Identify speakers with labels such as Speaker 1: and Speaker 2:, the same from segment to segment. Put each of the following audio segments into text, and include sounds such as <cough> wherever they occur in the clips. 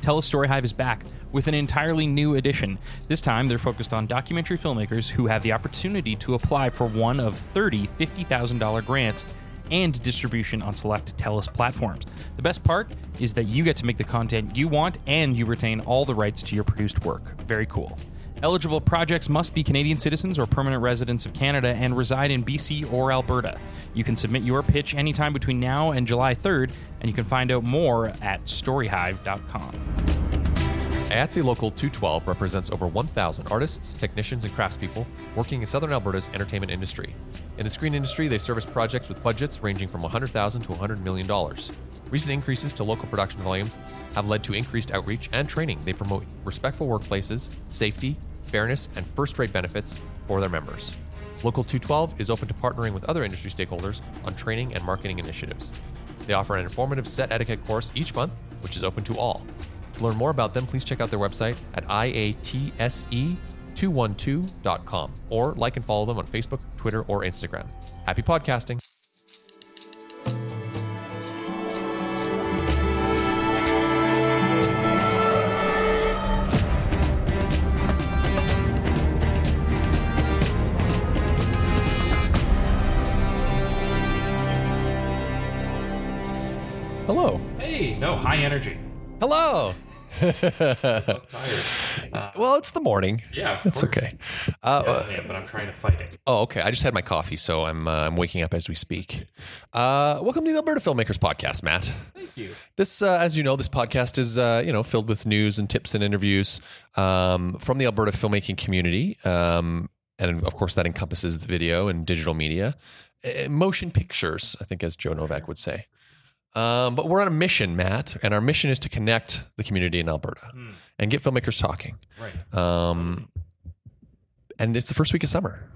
Speaker 1: Tell a Story Hive is back with an entirely new edition. This time, they're focused on documentary filmmakers who have the opportunity to apply for one of 30 $50,000 grants and distribution on select TELUS platforms. The best part is that you get to make the content you want and you retain all the rights to your produced work. Very cool. Eligible projects must be Canadian citizens or permanent residents of Canada and reside in BC or Alberta. You can submit your pitch anytime between now and July 3rd, and you can find out more at storyhive.com.
Speaker 2: IATSE Local 212 represents over 1,000 artists, technicians, and craftspeople working in Southern Alberta's entertainment industry. In the screen industry, they service projects with budgets ranging from $100,000 to $100 million. Recent increases to local production volumes have led to increased outreach and training. They promote respectful workplaces, safety, fairness, and first rate benefits for their members. Local 212 is open to partnering with other industry stakeholders on training and marketing initiatives. They offer an informative set etiquette course each month, which is open to all. To learn more about them, please check out their website at E iatse212.com or like and follow them on Facebook, Twitter, or Instagram. Happy podcasting.
Speaker 3: Hello.
Speaker 1: Hey, no, high energy.
Speaker 2: Hello.
Speaker 1: Tired. Uh,
Speaker 2: Well, it's the morning.
Speaker 1: Yeah,
Speaker 2: It's okay. Uh,
Speaker 1: but I'm trying to fight it.
Speaker 2: oh, okay. I just had my coffee, so I'm uh, I'm waking up as we speak. Uh, welcome to the Alberta Filmmakers Podcast, Matt.
Speaker 1: Thank you.
Speaker 2: This, uh, as you know, this podcast is uh, you know filled with news and tips and interviews um, from the Alberta filmmaking community, um, and of course that encompasses the video and digital media, Uh, motion pictures. I think, as Joe Novak would say. Um, but we're on a mission, Matt, and our mission is to connect the community in Alberta
Speaker 1: Hmm,
Speaker 2: and get filmmakers talking.
Speaker 1: right.
Speaker 2: Um, and it's the first week of summer.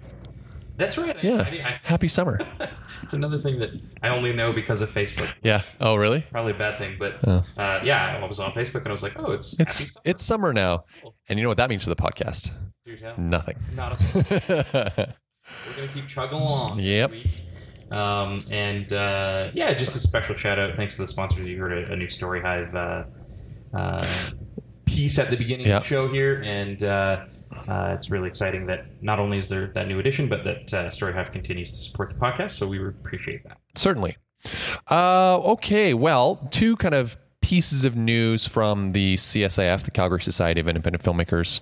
Speaker 1: That's right. I-
Speaker 2: Yeah.
Speaker 1: I- I-
Speaker 2: Happy summer.
Speaker 1: <laughs> it's another thing that I only know because of Facebook.
Speaker 2: Yeah. Oh, really?
Speaker 1: Probably a bad thing, but
Speaker 2: Oh.
Speaker 1: uh, yeah, I was on Facebook and I was like, oh, it's
Speaker 2: It's
Speaker 1: happy
Speaker 2: it's summer now, and you know what that means for the podcast?
Speaker 1: summer. Dude, yeah.
Speaker 2: Nothing. <laughs>
Speaker 1: Not a We're gonna keep chugging along. this
Speaker 2: Yep.
Speaker 1: week. Um, and uh, yeah, just a special shout out. Thanks to the sponsors. You heard a, a new Story Hive uh, uh, piece at the beginning
Speaker 2: Yep.
Speaker 1: of the show here, and uh, uh, it's really exciting that not only is there that new edition, but that uh, Story Hive continues to support the podcast. So we appreciate that.
Speaker 2: Certainly. Uh, okay. Well, two kind of pieces of news from the CSIF, the Calgary Society of Independent Filmmakers,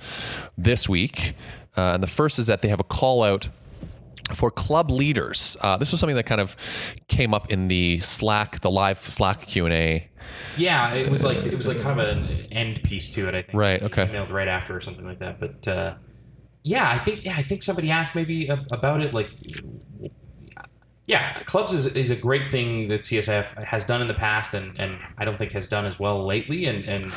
Speaker 2: this week. Uh, and the first is that they have a call out for club leaders. Uh, this was something that kind of came up in the Slack, the live Slack Q and A.
Speaker 1: Yeah, it was like it was like kind of an end piece to it. I think.
Speaker 2: Right, okay.
Speaker 1: Emailed right after or something like that. But uh, yeah, I think yeah, I think somebody asked maybe a- about it. Like, yeah, clubs is, is a great thing that CSF has done in the past, and, and I don't think has done as well lately. And and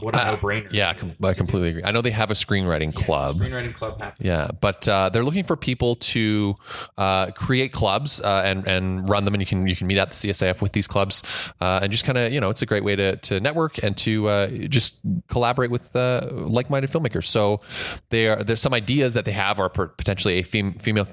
Speaker 1: what a no brainer.
Speaker 2: Uh, Yeah, com- I completely agree. I know they have a screenwriting club.
Speaker 1: Screenwriting club happened.
Speaker 2: Yeah, but uh, they're looking for people to uh, create clubs uh, and and run them, and you can you can meet at the CSAF with these clubs, uh, and just kind of you know it's a great way to to network and to uh, just collaborate with uh, like minded filmmakers. So there there's some ideas that they have are per- potentially a fem- female.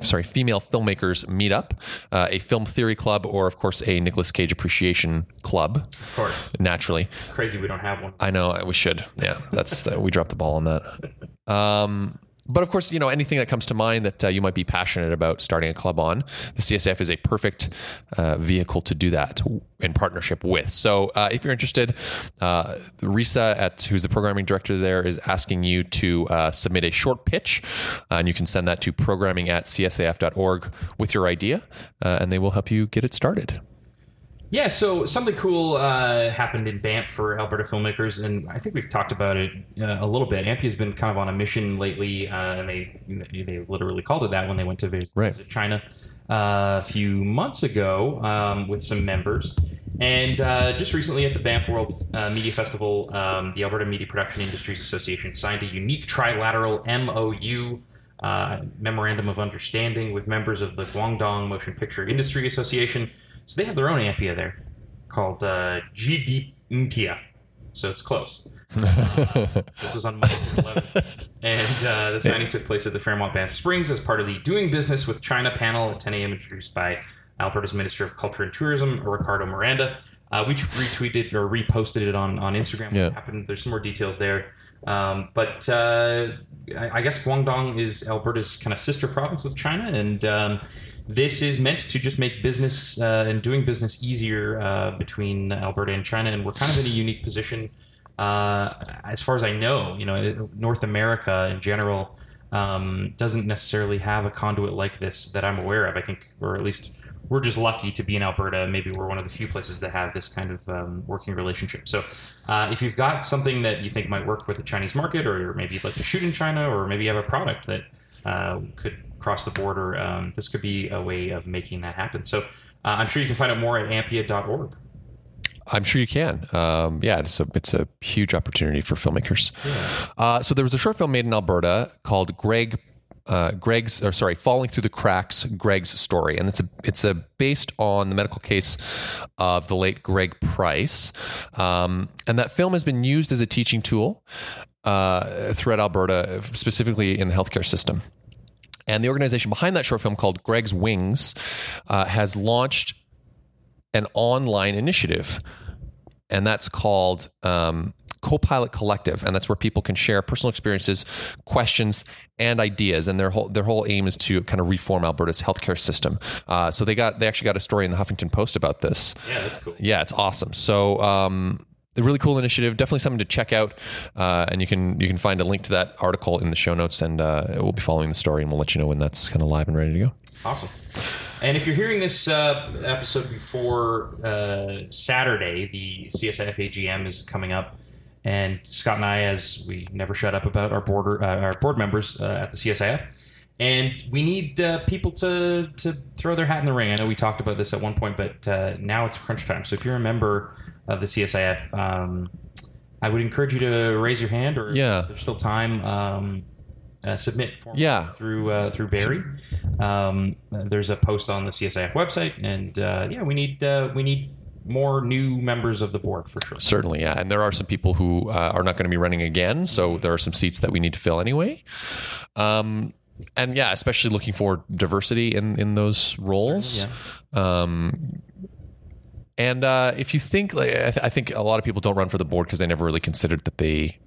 Speaker 2: Sorry, female filmmakers meetup, uh, a film theory club, or of course a Nicolas Cage appreciation club.
Speaker 1: Of course,
Speaker 2: Naturally,
Speaker 1: it's crazy we don't have one.
Speaker 2: I know uh, we should. Yeah, that's uh, we dropped the ball on that. Um, but of course, you know anything that comes to mind that uh, you might be passionate about starting a club on, the CSF is a perfect uh, vehicle to do that in partnership with. So uh, if you're interested, uh, Risa at who's the programming director there is asking you to uh, submit a short pitch, uh, and you can send that to programming at csaf.org with your idea, uh, and they will help you get it started.
Speaker 1: Yeah, so something cool uh, happened in Banff for Alberta filmmakers, and I think we've talked about it uh, a little bit. AMPI has been kind of on a mission lately, uh, and they they literally called it that when they went to visit
Speaker 2: Right.
Speaker 1: China uh, a few months ago um, with some members. And uh, just recently at the Banff World uh, Media Festival, um, the Alberta Media Production Industries Association signed a unique trilateral MOU. Uh, memorandum of understanding with members of the Guangdong Motion Picture Industry Association. So they have their own ampia there called uh, GD Impia. So it's close. This was on Monday, the 11th. And uh, the signing took place at the Fairmont Banff Springs as part of the Doing Business with China panel at 10 a.m., introduced by Alberta's Minister of Culture and Tourism, Ricardo Miranda. Uh, we t- retweeted or reposted it on, on Instagram. What
Speaker 2: Yeah.
Speaker 1: happened? There's some more details there. Um, but uh, I, I guess Guangdong is Alberta's kind of sister province with China, and um, this is meant to just make business uh, and doing business easier uh, between Alberta and China. And we're kind of in a unique position, uh, as far as I know. You know, it- North America in general um, doesn't necessarily have a conduit like this that I'm aware of. I think, or at least we're just lucky to be in Alberta. Maybe we're one of the few places that have this kind of um, working relationship. So, uh, if you've got something that you think might work with the Chinese market, or maybe you'd like to shoot in China, or maybe you have a product that uh, could cross the border, um, this could be a way of making that happen. So, uh, I'm sure you can find out more at ampia.org.
Speaker 2: I'm sure you can. Um, yeah, it's a it's a huge opportunity for filmmakers. Uh, so there was a short film made in Alberta called Greg, uh, Greg's or sorry, Falling Through the Cracks, Greg's Story, and it's a it's a based on the medical case of the late Greg Price, um, and that film has been used as a teaching tool uh, throughout Alberta, specifically in the healthcare system. And the organization behind that short film called Greg's Wings uh, has launched an online initiative and that's called um, Copilot Collective, and that's where people can share personal experiences, questions, and ideas. And their whole their whole aim is to kind of reform Alberta's healthcare system. Uh, so they got they actually got a story in the Huffington Post about this.
Speaker 1: Yeah, that's cool.
Speaker 2: Yeah, it's awesome. So. Um, the really cool initiative, definitely something to check out, uh, and you can you can find a link to that article in the show notes, and uh, we'll be following the story, and we'll let you know when that's kind of live and ready to go.
Speaker 1: Awesome. And if you're hearing this uh, episode before uh, Saturday, the CSIF AGM is coming up, and Scott and I, as we never shut up about our border, uh, our board members uh, at the CSIF, and we need uh, people to to throw their hat in the ring. I know we talked about this at one point, but uh, now it's crunch time. So if you're a member of the CSIF, um, I would encourage you to raise your hand, or
Speaker 2: Yeah.
Speaker 1: if there's still time. Um, uh, submit form
Speaker 2: Yeah.
Speaker 1: through uh, through Barry. Um, there's a post on the CSIF website, and uh, yeah, we need uh, we need more new members of the board for sure.
Speaker 2: Certainly, yeah. And there are some people who uh, are not going to be running again,
Speaker 1: Mm-hmm.
Speaker 2: so there are some seats that we need to fill anyway. Um, and yeah, especially looking for diversity in in those roles. Um, and uh, if you think, like, I, th- I think a lot of people don't run for the board because they never really considered that they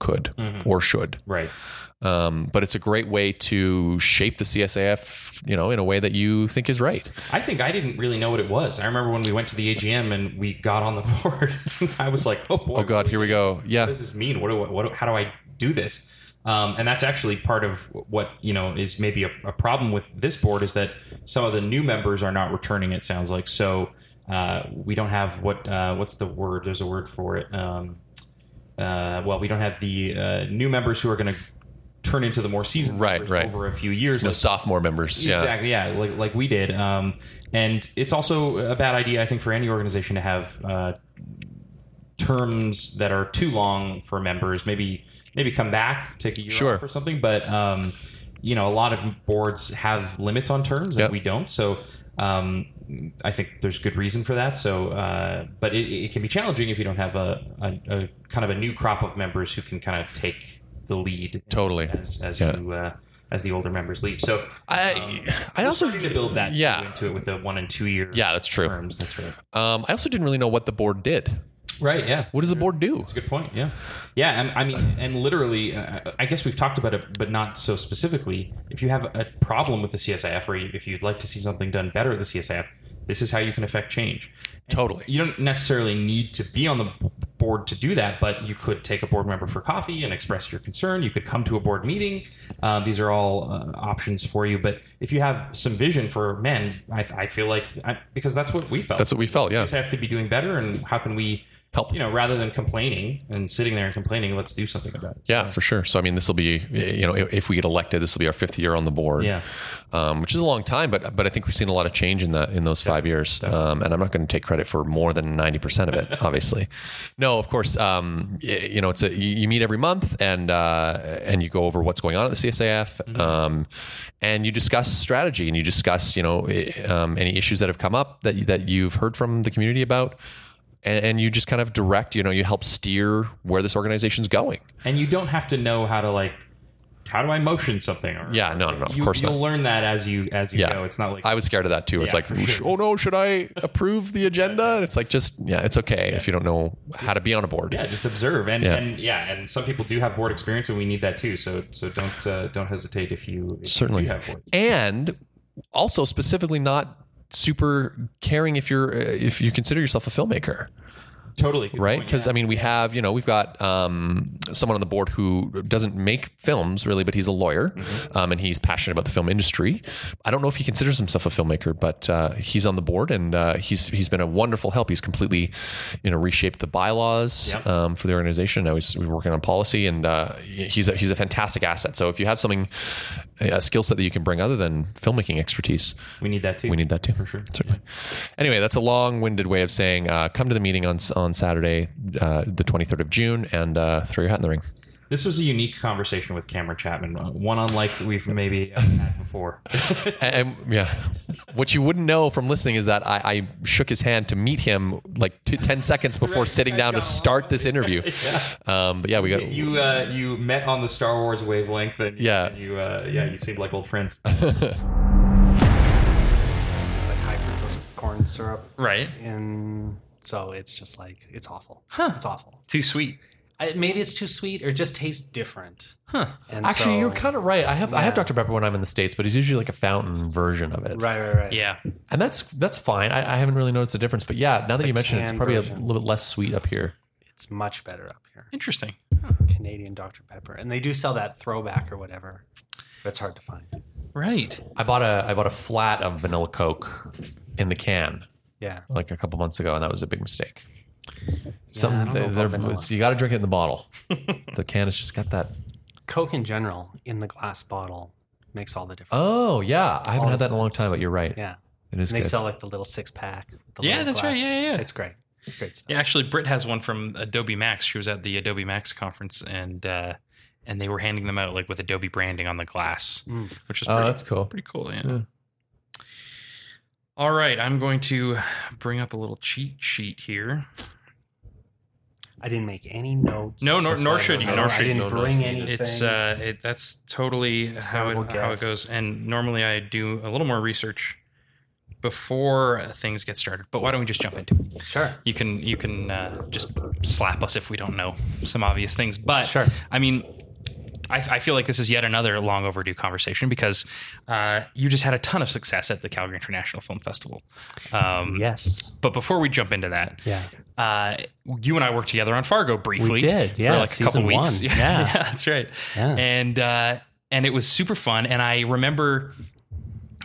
Speaker 2: could
Speaker 1: Mm-hmm.
Speaker 2: or should.
Speaker 1: Right.
Speaker 2: Um, but it's a great way to shape the CSAF, you know, in a way that you think is right.
Speaker 1: I think I didn't really know what it was. I remember when we went to the AGM and we got on the <laughs> board. I was like, oh boy,
Speaker 2: Oh God, here we go. Yeah,
Speaker 1: what does this mean? What do, what, do- how do I do this? Um, and that's actually part of what you know is maybe a, a problem with this board is that some of the new members are not returning. It sounds like so uh, we don't have what uh, what's the word? There's a word for it. Um, uh, well, we don't have the uh, new members who are going to turn into the more seasoned
Speaker 2: Right,
Speaker 1: members
Speaker 2: right.
Speaker 1: over a few years.
Speaker 2: no
Speaker 1: like
Speaker 2: sophomore members. Yeah.
Speaker 1: Exactly. Yeah, like like we did. Um, and it's also a bad idea, I think, for any organization to have uh, terms that are too long for members. Maybe maybe come back, take a year
Speaker 2: Sure.
Speaker 1: off or something. But um, you know, a lot of boards have limits on terms, and
Speaker 2: Yep.
Speaker 1: we don't. So. Um, I think there's good reason for that. So, uh, but it, it can be challenging if you don't have a, a, a kind of a new crop of members who can kind of take the lead.
Speaker 2: Totally.
Speaker 1: As, as
Speaker 2: Yeah.
Speaker 1: you uh, as the older members leave. So
Speaker 2: I
Speaker 1: um,
Speaker 2: Uh, I
Speaker 1: we're
Speaker 2: also
Speaker 1: starting to build that
Speaker 2: yeah.
Speaker 1: into it with the one and two year
Speaker 2: Yeah, that's true.
Speaker 1: terms. That's right.
Speaker 2: Um, I also didn't really know what the board did.
Speaker 1: Right. Yeah.
Speaker 2: What does the board do?
Speaker 1: That's a good point. Yeah, yeah. And I mean, and literally, uh, I guess we've talked about it, but not so specifically. If you have a problem with the CSIF, or if you'd like to see something done better at the CSIF, this is how you can affect change. And
Speaker 2: Totally.
Speaker 1: You don't necessarily need to be on the board to do that, but you could take a board member for coffee and express your concern. You could come to a board meeting. Uh, these are all uh, options for you. But if you have some vision for men, I, I feel like I, because that's what we felt.
Speaker 2: That's what we felt. Yeah,
Speaker 1: CSIF could be doing better, and how can we
Speaker 2: help.
Speaker 1: you know, rather than complaining and sitting there and complaining, let's do something about it.
Speaker 2: Yeah, for sure. So I mean, this will be you know, if if we get elected, this will be our fifth year on the board.
Speaker 1: Yeah.
Speaker 2: um, which is a long time, but but I think we've seen a lot of change in that in those five years. Um, and I'm not going to take credit for more than ninety percent of <laughs> it, obviously. No, of course. Um, y- you know, it's a you, you meet every month and uh, and you go over what's going on at the CSAF, um, and you discuss strategy and you discuss you know i- um, any issues that have come up that you- that you've heard from the community about. And and you just kind of direct, you know, you help steer where this organization's going.
Speaker 1: And you don't have to know how to like
Speaker 3: how do I motion something? Or,
Speaker 2: Yeah, no, no, no, of
Speaker 3: you,
Speaker 2: course
Speaker 3: you'll
Speaker 2: not.
Speaker 3: learn that as you as you
Speaker 2: Yeah.
Speaker 3: go. It's not like
Speaker 2: I was scared of that too. It's
Speaker 3: Yeah,
Speaker 2: like,
Speaker 3: for sure.
Speaker 2: oh no, should I
Speaker 3: <laughs>
Speaker 2: approve the agenda? And it's like, just yeah, it's okay if you don't know how to be on a board.
Speaker 3: yeah, just observe and
Speaker 2: Yeah.
Speaker 3: and yeah, and some people do have board experience, and we need that too. So so don't uh, don't hesitate if you if
Speaker 2: Certainly.
Speaker 3: you have board.
Speaker 2: and also specifically not super caring if you're uh, if you consider yourself a filmmaker
Speaker 3: Totally good
Speaker 2: right
Speaker 1: Oh,
Speaker 3: point,
Speaker 2: because i mean we have you know we've got um, someone on the board who doesn't make films really but he's a lawyer um, and he's passionate about the film industry i don't know if he considers himself a filmmaker but uh, he's on the board and uh, he's he's been a wonderful help he's completely you know reshaped the bylaws
Speaker 3: Yep.
Speaker 2: um, for the organization now he's, we're working on policy and uh, he's a, he's a fantastic asset so if you have something a skill set that you can bring other than filmmaking expertise
Speaker 3: we need that too.
Speaker 2: we need that too
Speaker 3: for sure.
Speaker 2: certainly. Anyway, that's a long-winded way of saying uh, come to the meeting on on Saturday, uh, the 23rd of June, and uh, throw your hat in the ring.
Speaker 3: This was a unique conversation with Cameron Chapman, uh, one unlike we've maybe uh, had
Speaker 2: <laughs>
Speaker 3: before. <laughs>
Speaker 2: And, and- yeah, <laughs> what you wouldn't know from listening is that I, I shook his hand to meet him like two, 10 seconds before
Speaker 3: Right.
Speaker 2: sitting
Speaker 3: I
Speaker 2: down
Speaker 3: got
Speaker 2: to
Speaker 3: along.
Speaker 2: start this
Speaker 3: <laughs>
Speaker 2: interview. um, but yeah, we got
Speaker 3: you uh, you met on the Star Wars wavelength, and
Speaker 2: Yeah.
Speaker 3: and you uh, yeah, you seemed like old friends.
Speaker 4: It's like high fructose corn syrup,
Speaker 1: Right.
Speaker 4: and so it's just like it's awful. Huh? It's awful.
Speaker 1: Too sweet.
Speaker 4: I, maybe it's too sweet, or it just tastes different.
Speaker 1: Huh.
Speaker 4: And
Speaker 2: actually
Speaker 4: so-
Speaker 2: you're kind of right. I have I have
Speaker 4: Yeah.
Speaker 2: Dr Pepper when I'm in the states, but it's usually like a fountain version of it.
Speaker 4: right, right, right.
Speaker 1: Yeah.
Speaker 2: and that's that's fine. I, I haven't really noticed a difference, but yeah, now that you mention it, it's
Speaker 4: canned
Speaker 2: probably a
Speaker 4: version.
Speaker 2: little bit less sweet up here.
Speaker 4: It's much better up here.
Speaker 1: Interesting.
Speaker 4: Canadian Dr Pepper, and they do sell that throwback or whatever. but It's hard to find.
Speaker 1: Right.
Speaker 2: I bought a I bought a flat of vanilla Coke in the can
Speaker 4: Yeah.
Speaker 2: like a couple months ago, and that was a big mistake.
Speaker 4: I
Speaker 2: Something
Speaker 4: don't know
Speaker 2: that-
Speaker 4: about
Speaker 2: that-
Speaker 4: vanilla.
Speaker 2: it's- you got to drink it in the
Speaker 4: <laughs>
Speaker 2: bottle. the can has just got that.
Speaker 4: Coke in general in the glass bottle makes all the difference.
Speaker 2: Oh yeah, I haven't
Speaker 4: All
Speaker 2: had that in a long
Speaker 4: the
Speaker 2: time, but you're right.
Speaker 4: yeah.
Speaker 2: It is
Speaker 4: And they
Speaker 2: good.
Speaker 4: sell like the little six pack. with the
Speaker 1: Yeah,
Speaker 4: little
Speaker 1: that's right. Yeah, yeah, yeah.
Speaker 4: It's great. It's great stuff.
Speaker 1: Yeah, actually, Britt has one from Adobe Max. She was at the Adobe Max conference, and uh, and they were handing them out like with Adobe branding on the glass,
Speaker 4: Mm.
Speaker 1: which was
Speaker 2: oh,
Speaker 1: pretty,
Speaker 2: that's cool.
Speaker 1: pretty cool. Yeah.
Speaker 2: Yeah.
Speaker 1: All right, I'm going to bring up a little cheat sheet here.
Speaker 4: I didn't make any notes.
Speaker 1: No, nor,
Speaker 2: That's
Speaker 1: nor
Speaker 2: fine.
Speaker 1: should you.
Speaker 2: No,
Speaker 1: Nor
Speaker 4: I
Speaker 1: should you.
Speaker 4: didn't
Speaker 2: no
Speaker 4: bring
Speaker 2: notes needed.
Speaker 4: anything.
Speaker 1: It's uh, it, that's totally how it
Speaker 4: Terrible
Speaker 1: how it
Speaker 4: guess.
Speaker 1: goes. And normally I do a little more research before uh, things get started. But why don't we just jump into it?
Speaker 4: sure.
Speaker 1: you can you can uh, just slap us if we don't know some obvious things. But
Speaker 4: Sure.
Speaker 1: I mean, I, I feel like this is yet another long overdue conversation because uh, you just had a ton of success at the Calgary International Film Festival. Um,
Speaker 4: Yes.
Speaker 1: But before we jump into that,
Speaker 4: Yeah.
Speaker 1: uh, you and I worked together on Fargo briefly.
Speaker 4: We did, yeah,
Speaker 1: for like a couple
Speaker 4: season
Speaker 1: weeks. <laughs>
Speaker 4: one, yeah.
Speaker 1: that's right.
Speaker 4: Yeah.
Speaker 1: And uh, and it was super fun. And I remember,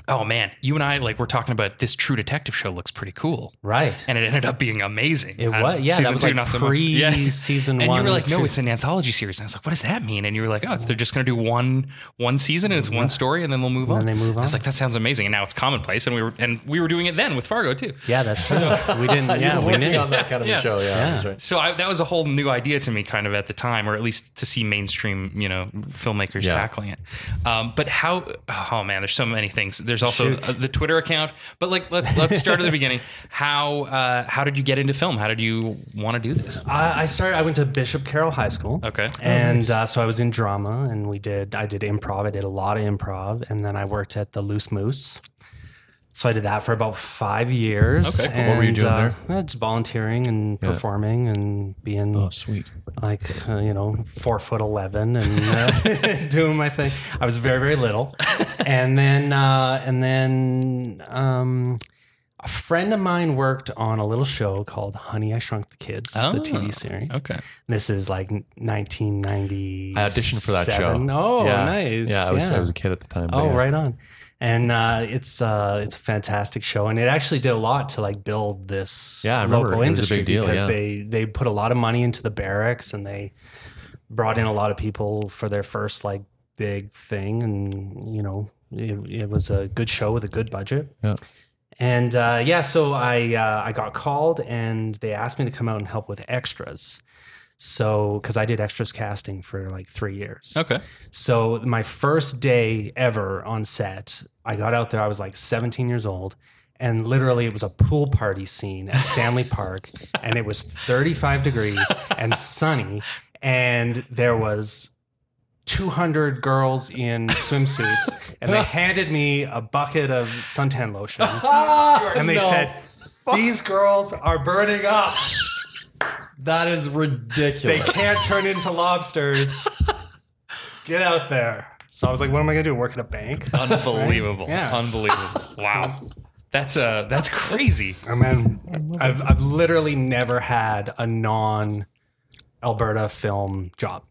Speaker 1: oh man, you and I like were talking about this True Detective show looks pretty cool
Speaker 4: Right.
Speaker 1: and it ended up being amazing.
Speaker 4: It
Speaker 1: Uh,
Speaker 4: was. Yeah.
Speaker 1: season
Speaker 4: That was
Speaker 1: two,
Speaker 4: like
Speaker 1: not so much. <laughs>
Speaker 4: pre
Speaker 1: Yeah.
Speaker 4: season
Speaker 1: And
Speaker 4: one.
Speaker 1: you were like, no,
Speaker 4: True-
Speaker 1: it's an anthology series. And I was like, what does that mean? And you were like, oh, it's, they're just going to do one one season and it's one story, and then they'll move
Speaker 4: And
Speaker 1: on.
Speaker 4: then they move
Speaker 1: I was
Speaker 4: on.
Speaker 1: like, that sounds amazing. And now it's commonplace, and we were and we were doing it then with Fargo too.
Speaker 4: <laughs> Yeah,
Speaker 1: <laughs>
Speaker 4: that's true. we didn't. Yeah, we
Speaker 2: Working
Speaker 4: didn't.
Speaker 2: on that kind of
Speaker 1: Yeah.
Speaker 2: a show, yeah,
Speaker 4: Yeah.
Speaker 2: that's right.
Speaker 1: So I, that was a whole new idea to me, kind of at the time, or at least to see mainstream, you know, filmmakers
Speaker 2: Yeah.
Speaker 1: tackling it. Um, but how? Oh man, there's so many things. There's also uh, the Twitter account. But like, let's let's start at
Speaker 4: <laughs>
Speaker 1: the beginning. How uh, how did you get into film? How did you want to do this?
Speaker 4: I, I started. I went to Bishop Carroll High School.
Speaker 1: Okay.
Speaker 4: and uh, so I was in drama, and we did. I did improv. I did a lot of improv, and then I worked at the Loose Moose. So I did that for about five years.
Speaker 1: Okay,
Speaker 2: cool. What were you
Speaker 4: and,
Speaker 2: doing
Speaker 4: uh, yeah, just volunteering and performing and being
Speaker 2: Oh, sweet.
Speaker 4: like uh, you know four foot eleven and
Speaker 2: <laughs>
Speaker 4: uh, <laughs> doing my thing. I was very very little, and then uh, and then um, a friend of mine worked on a little show called Honey I Shrunk the Kids,
Speaker 1: Oh,
Speaker 4: the TV series.
Speaker 1: okay.
Speaker 4: this is like 1990.
Speaker 2: I auditioned for that show.
Speaker 4: Oh,
Speaker 2: yeah.
Speaker 4: nice.
Speaker 2: Yeah, I was I was a kid at the time. but
Speaker 4: Oh,
Speaker 2: yeah.
Speaker 4: right on. And uh, it's uh, it's a fantastic show, and it actually did a lot to like build this
Speaker 2: Yeah, I remember.
Speaker 4: local
Speaker 2: It was a big
Speaker 4: industry
Speaker 2: deal,
Speaker 4: because
Speaker 2: yeah.
Speaker 4: they they put a lot of money into the barracks, and they brought in a lot of people for their first like big thing, and you know it, it was a good show with a good budget.
Speaker 2: Yeah.
Speaker 4: And uh, yeah, so I uh, I got called, and they asked me to come out and help with extras. So, because I did extras casting for like three years.
Speaker 1: Okay.
Speaker 4: So my first day ever on set, I got out there. I was like 17 years old, and literally it was a pool party scene at Stanley Park, and it was 35 degrees and sunny, and there was 200 girls in swimsuits, and they handed me a bucket of suntan lotion, and
Speaker 2: Ah! No.
Speaker 4: they said, "These girls are burning up.
Speaker 2: That is
Speaker 4: They
Speaker 2: ridiculous.
Speaker 4: can't turn into lobsters. Get out there." So I was like, "What am I gonna do? Work at a bank?"
Speaker 1: Unbelievable.
Speaker 4: Yeah.
Speaker 1: Unbelievable. Wow. That's uh that's crazy.
Speaker 4: I mean, I've I've literally never had a non Alberta film job.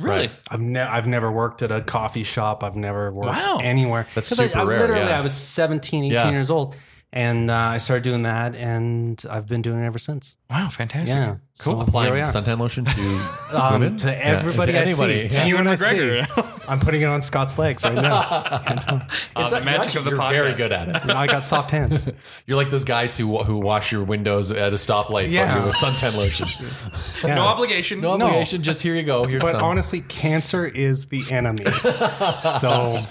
Speaker 1: Really?
Speaker 4: I've never I've never worked at a coffee shop. I've never worked
Speaker 1: Wow.
Speaker 4: anywhere.
Speaker 2: That's
Speaker 4: 'Cause I-
Speaker 2: super
Speaker 4: I,
Speaker 2: rare,
Speaker 4: Literally,
Speaker 2: yeah.
Speaker 4: I was 17, 18
Speaker 2: Yeah.
Speaker 4: years old, and uh, I started doing that, and I've been doing it ever since.
Speaker 1: Wow, fantastic.
Speaker 4: Yeah, so
Speaker 2: Applying
Speaker 4: here we are.
Speaker 2: suntan lotion to
Speaker 4: <laughs> Um,
Speaker 2: women?
Speaker 4: to
Speaker 2: Yeah,
Speaker 4: everybody
Speaker 2: to
Speaker 4: I see,
Speaker 2: anybody.
Speaker 4: to
Speaker 2: Yeah.
Speaker 4: anyone I
Speaker 1: McGregor.
Speaker 4: see, I'm putting it on Scott's legs right now.
Speaker 1: Uh, the
Speaker 2: actually-
Speaker 1: magic of the
Speaker 2: you're Very
Speaker 1: podcast.
Speaker 2: good at it.
Speaker 4: Now I got soft hands.
Speaker 2: You're like those guys who who wash your windows at a stoplight,
Speaker 4: Yeah.
Speaker 2: but you with suntan
Speaker 4: <laughs>
Speaker 2: lotion.
Speaker 4: Yeah.
Speaker 1: No obligation.
Speaker 2: No obligation. Just here you go. Here's
Speaker 4: but
Speaker 2: some.
Speaker 4: honestly, cancer is the enemy. So,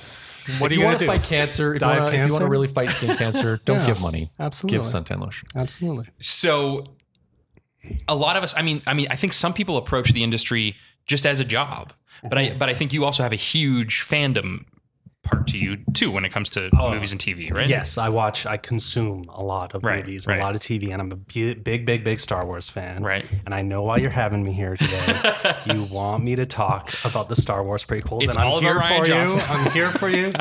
Speaker 4: what do
Speaker 2: if you, want
Speaker 4: you want
Speaker 2: to fight cancer, if you,
Speaker 4: Dive
Speaker 2: wanna, if you want to
Speaker 4: cancer?
Speaker 2: really fight
Speaker 4: <laughs>
Speaker 2: skin cancer, don't
Speaker 4: Yeah.
Speaker 2: give money.
Speaker 4: Absolutely.
Speaker 2: Give suntan lotion.
Speaker 4: Absolutely.
Speaker 1: So a lot of us I mean I mean I think some people approach the industry just as a job. But I but I think you also have a huge fandom part to you too when it comes to movies and TV, right?
Speaker 4: Yes, I watch, I consume a lot of
Speaker 1: Right,
Speaker 4: movies,
Speaker 1: right.
Speaker 4: a lot of TV, and I'm a bu- big, big, big Star Wars fan.
Speaker 1: Right.
Speaker 4: And I know why you're having me
Speaker 1: <laughs>
Speaker 4: here today. you want me to talk about the Star Wars prequels,
Speaker 1: It's
Speaker 4: and I'm
Speaker 1: all about
Speaker 4: here
Speaker 1: Ryan
Speaker 4: for
Speaker 1: Johnson.
Speaker 4: you. I'm here
Speaker 1: <laughs>
Speaker 4: for you.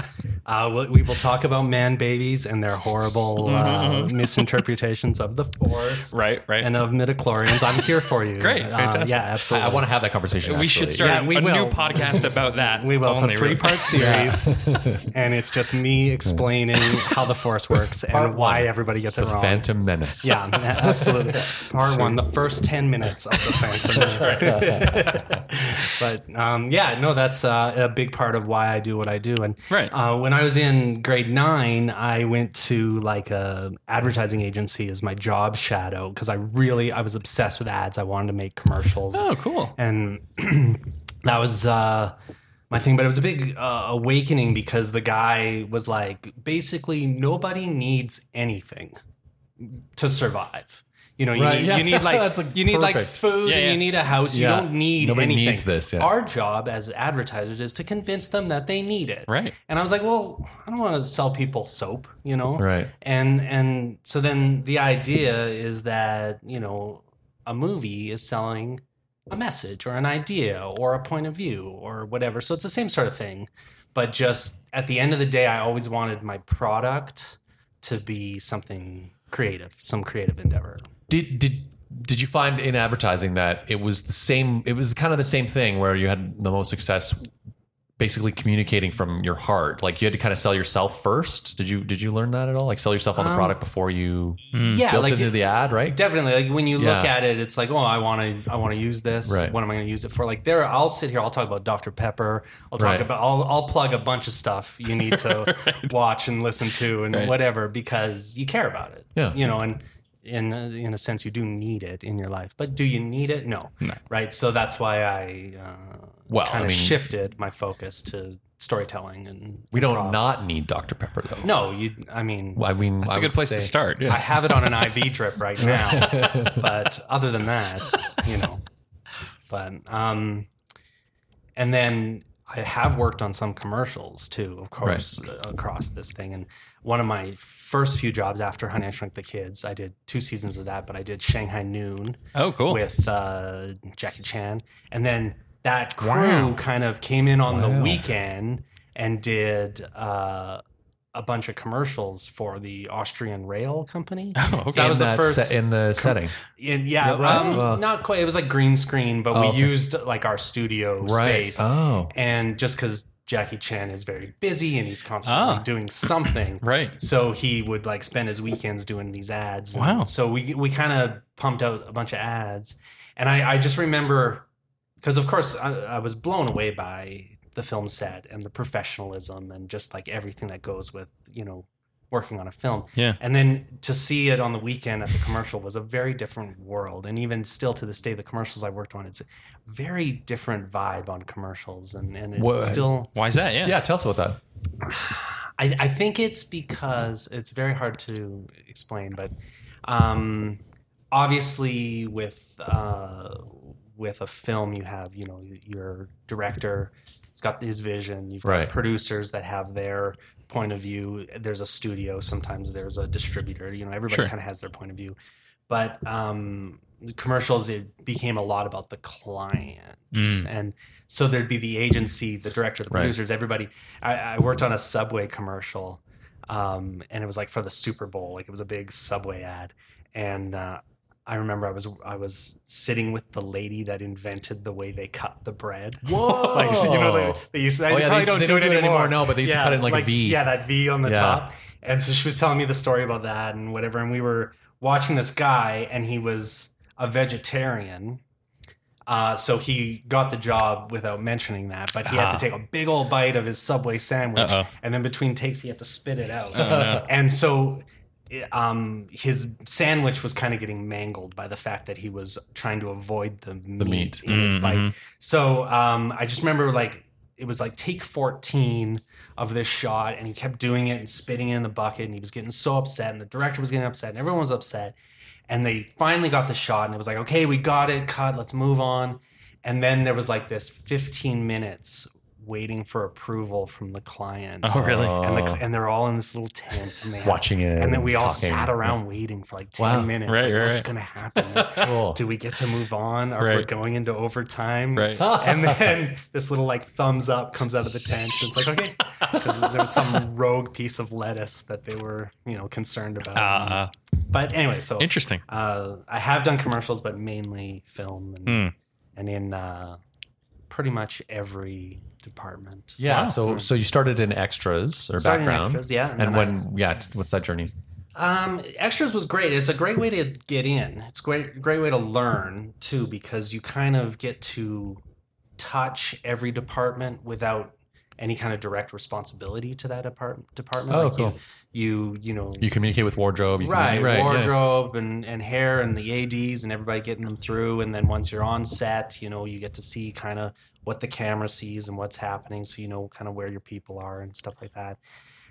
Speaker 4: Uh, we- we will talk about man babies and their horrible uh, misinterpretations of the Force
Speaker 1: Mm-hmm, <laughs> Right, right.
Speaker 4: and of midichlorians. I'm here for you.
Speaker 1: <laughs> Great,
Speaker 4: Uh,
Speaker 1: fantastic.
Speaker 4: yeah, absolutely.
Speaker 2: I want to have that conversation.
Speaker 1: we should
Speaker 2: actually.
Speaker 1: start
Speaker 4: Yeah,
Speaker 1: a-
Speaker 4: we
Speaker 1: a new
Speaker 4: will.
Speaker 1: podcast about that.
Speaker 4: <laughs> We will. It's
Speaker 1: only,
Speaker 4: a
Speaker 1: <laughs>
Speaker 4: three part series, and it's just me explaining how the Force works and
Speaker 2: Part
Speaker 4: why
Speaker 2: one,
Speaker 4: everybody gets it wrong.
Speaker 2: Phantom Menace.
Speaker 4: Yeah,
Speaker 1: <laughs>
Speaker 4: absolutely. Part one, the first ten minutes of the Phantom.
Speaker 1: <laughs>
Speaker 4: <laughs> but um, yeah, no, that's uh, a big part of why I do what I do. And
Speaker 1: Right.
Speaker 4: uh, when I was in grade nine, I went to like a advertising agency as my job shadow because I really I was obsessed with ads. I wanted to make commercials
Speaker 1: Oh, cool.
Speaker 4: and <clears throat> that was uh, my thing. But it was a big uh, awakening because the guy was like, basically, nobody needs anything to survive. You know, you,
Speaker 2: Right,
Speaker 4: need,
Speaker 2: yeah.
Speaker 4: you need
Speaker 2: <laughs>
Speaker 4: like
Speaker 2: That's, like,
Speaker 4: you need like
Speaker 2: perfect.
Speaker 4: food
Speaker 1: Yeah,
Speaker 4: and
Speaker 1: yeah.
Speaker 4: you need a house.
Speaker 2: Yeah.
Speaker 4: You don't need
Speaker 2: Nobody
Speaker 4: anything.
Speaker 2: needs this, yeah.
Speaker 4: Our job as advertisers is to convince them that they need it.
Speaker 1: Right.
Speaker 4: And I was like, well, I don't want to sell people soap, you know?
Speaker 2: Right.
Speaker 4: And and so then the idea is that, you know, a movie is selling a message or an idea or a point of view or whatever. So it's the same sort of thing. But just at the end of the day, I always wanted my product to be something creative, some creative endeavor.
Speaker 2: Did did did you find in advertising that it was the same? It was kind of the same thing where you had the most success, basically communicating from your heart. Like you had to kind of sell yourself first. Did you did you learn that at all? Like sell yourself on the
Speaker 4: Um,
Speaker 2: product before you
Speaker 4: Yeah,
Speaker 2: Mm, built
Speaker 4: like
Speaker 2: into the ad, right?
Speaker 4: Definitely. Like when you look
Speaker 2: Yeah.
Speaker 4: at it, it's like, oh, I want to, I want to use this.
Speaker 2: Right.
Speaker 4: What am I going to use it for? Like there, I'll sit here. I'll talk about Dr. Pepper. I'll talk
Speaker 2: Right.
Speaker 4: about, I'll, I'll plug a bunch of stuff you
Speaker 2: <laughs>
Speaker 4: need to watch and listen to and whatever because you care about it.
Speaker 2: Yeah.
Speaker 4: You know, and in a, in a sense, you do need it in your life. But do you need it? No.
Speaker 1: No.
Speaker 4: Right. So that's why I uh,
Speaker 2: Well,
Speaker 4: kind
Speaker 2: I
Speaker 4: of
Speaker 2: mean-
Speaker 4: shifted my focus to storytelling and
Speaker 2: we don't
Speaker 4: improv.
Speaker 2: not need Dr Pepper though.
Speaker 4: No, you. I mean,
Speaker 2: I mean
Speaker 1: That's a good place to start.
Speaker 4: I have it on an IV drip right now. but other than that, you know. But um and then I have worked on some commercials too, of course, uh, across this thing. And one of my first few jobs after Honey I Shrunk the Kids, I did two seasons of that, but I did Shanghai Noon
Speaker 1: Oh, cool.
Speaker 4: with uh, Jackie Chan, and then that crew
Speaker 1: Wow.
Speaker 4: kind of came in on
Speaker 2: Wow.
Speaker 4: the weekend and did uh, a bunch of commercials for the Austrian rail company.
Speaker 1: Oh,
Speaker 4: So that was
Speaker 2: in
Speaker 4: the
Speaker 2: that
Speaker 4: first.
Speaker 2: se- in the setting.
Speaker 4: in- yeah,
Speaker 2: Yeah,
Speaker 4: um,
Speaker 2: right.
Speaker 4: not quite. It was like green screen, but we
Speaker 2: okay.
Speaker 4: used like our studio
Speaker 2: Right.
Speaker 4: space,
Speaker 2: Oh.
Speaker 4: and just because Jackie Chan is very busy and he's constantly
Speaker 1: Ah.
Speaker 4: doing something,
Speaker 1: Right.
Speaker 4: so he would like spend his weekends doing these ads. And
Speaker 1: Wow.
Speaker 4: so we we kind of pumped out a bunch of ads, and I I just remember because of course I, I was blown away by the film set and the professionalism and just like everything that goes with you know working on a film.
Speaker 1: Yeah.
Speaker 4: And then to see it on the weekend at the commercial was a very different world. And even still to this day, the commercials I worked on, it's a very different vibe on commercials. And, and it
Speaker 2: What-
Speaker 4: still
Speaker 1: Why is that? Yeah.
Speaker 2: Yeah, tell us about that.
Speaker 4: I, I think it's because it's very hard to explain, but um, obviously with uh, with a film, you have you know your director, it's got his vision. You've got
Speaker 2: Right.
Speaker 4: producers that have their point of view. There's a studio. Sometimes there's a distributor. You know, everybody
Speaker 1: Sure.
Speaker 4: kind of has their point of view. But um, the commercials, it became a lot about the client,
Speaker 1: Mm.
Speaker 4: and so there'd be the agency, the director, the
Speaker 2: Right.
Speaker 4: producers, everybody. I, I worked on a Subway commercial, um, and it was like for the Super Bowl. Like it was a big Subway ad, and uh, I remember I was I was sitting with the lady that invented the way they cut the bread. <laughs>
Speaker 2: Whoa!
Speaker 4: Like you know they, they used to, Oh, they
Speaker 2: yeah,
Speaker 4: probably
Speaker 2: they-
Speaker 4: don't,
Speaker 2: they
Speaker 4: do, it anymore.
Speaker 2: no, but they used to cut it in like a V.
Speaker 4: Yeah, that V on the
Speaker 2: Yeah.
Speaker 4: top. And so she was telling me the story about that and whatever. And we were watching this guy, and he was a vegetarian. Uh, so he got the job without mentioning that, but he had to
Speaker 2: Ah.
Speaker 4: take a big old bite of his Subway sandwich,
Speaker 1: Uh-oh.
Speaker 2: Uh-huh.
Speaker 4: and then between takes he had to spit it out.
Speaker 2: Oh,
Speaker 1: no.
Speaker 4: <laughs> And so it- um, his sandwich was kind of getting mangled by the fact that he was trying to avoid the, meat,
Speaker 2: meat. Mm-hmm.
Speaker 4: in his bite.
Speaker 1: Mhm.
Speaker 4: So um, I just remember like it was like take 14 of this shot, and he kept doing it and spitting it in the bucket, and he was getting so upset, and the director was getting upset, and everyone was upset. And they finally got the shot, and it was like, okay, we got it, cut, let's move on. And then there was like this 15 minutes waiting for approval from the client.
Speaker 1: Oh, really?
Speaker 4: And, the, and they're all in this little tent and they have-
Speaker 5: Watching it
Speaker 4: And then we all
Speaker 5: talking.
Speaker 4: sat around waiting for like 10
Speaker 2: Wow.
Speaker 4: minutes.
Speaker 1: Right,
Speaker 4: like,
Speaker 1: right,
Speaker 4: what's
Speaker 1: right.
Speaker 4: going
Speaker 1: <laughs>
Speaker 4: to happen?
Speaker 2: Cool.
Speaker 4: Do we get to move on? Are we
Speaker 1: Right.
Speaker 4: going into overtime?
Speaker 1: Right.
Speaker 4: <laughs> And then this little like thumbs up comes out of the tent. And it's like, okay. 'Cause there was some rogue piece of lettuce that they were, you know, concerned about.
Speaker 2: Ah.
Speaker 1: Uh,
Speaker 4: but anyway, so
Speaker 1: interesting.
Speaker 4: uh, I have done commercials, but mainly film and,
Speaker 1: Hmm.
Speaker 4: and in uh, pretty much every department.
Speaker 2: <laughs> Yeah.
Speaker 1: Wow.
Speaker 2: So so you started in extras or
Speaker 4: Starting in
Speaker 2: background.
Speaker 4: extras, yeah, and
Speaker 2: And,
Speaker 4: then
Speaker 2: when yeah, t- what's that journey?
Speaker 4: Um, extras was great. It's a great way to get in. It's great, great way to learn too, because you kind of get to touch every department without any kind of direct responsibility to that depart- department.
Speaker 2: Oh,
Speaker 4: Like
Speaker 2: cool.
Speaker 4: You, you, you know,
Speaker 2: You communicate with wardrobe. You
Speaker 4: right,
Speaker 2: communicate- yeah.
Speaker 4: wardrobe and, and hair and the ads and everybody getting them through and then once you're on set you know you get to see kind of what the camera sees and what's happening so you know kind of where your people are and stuff like that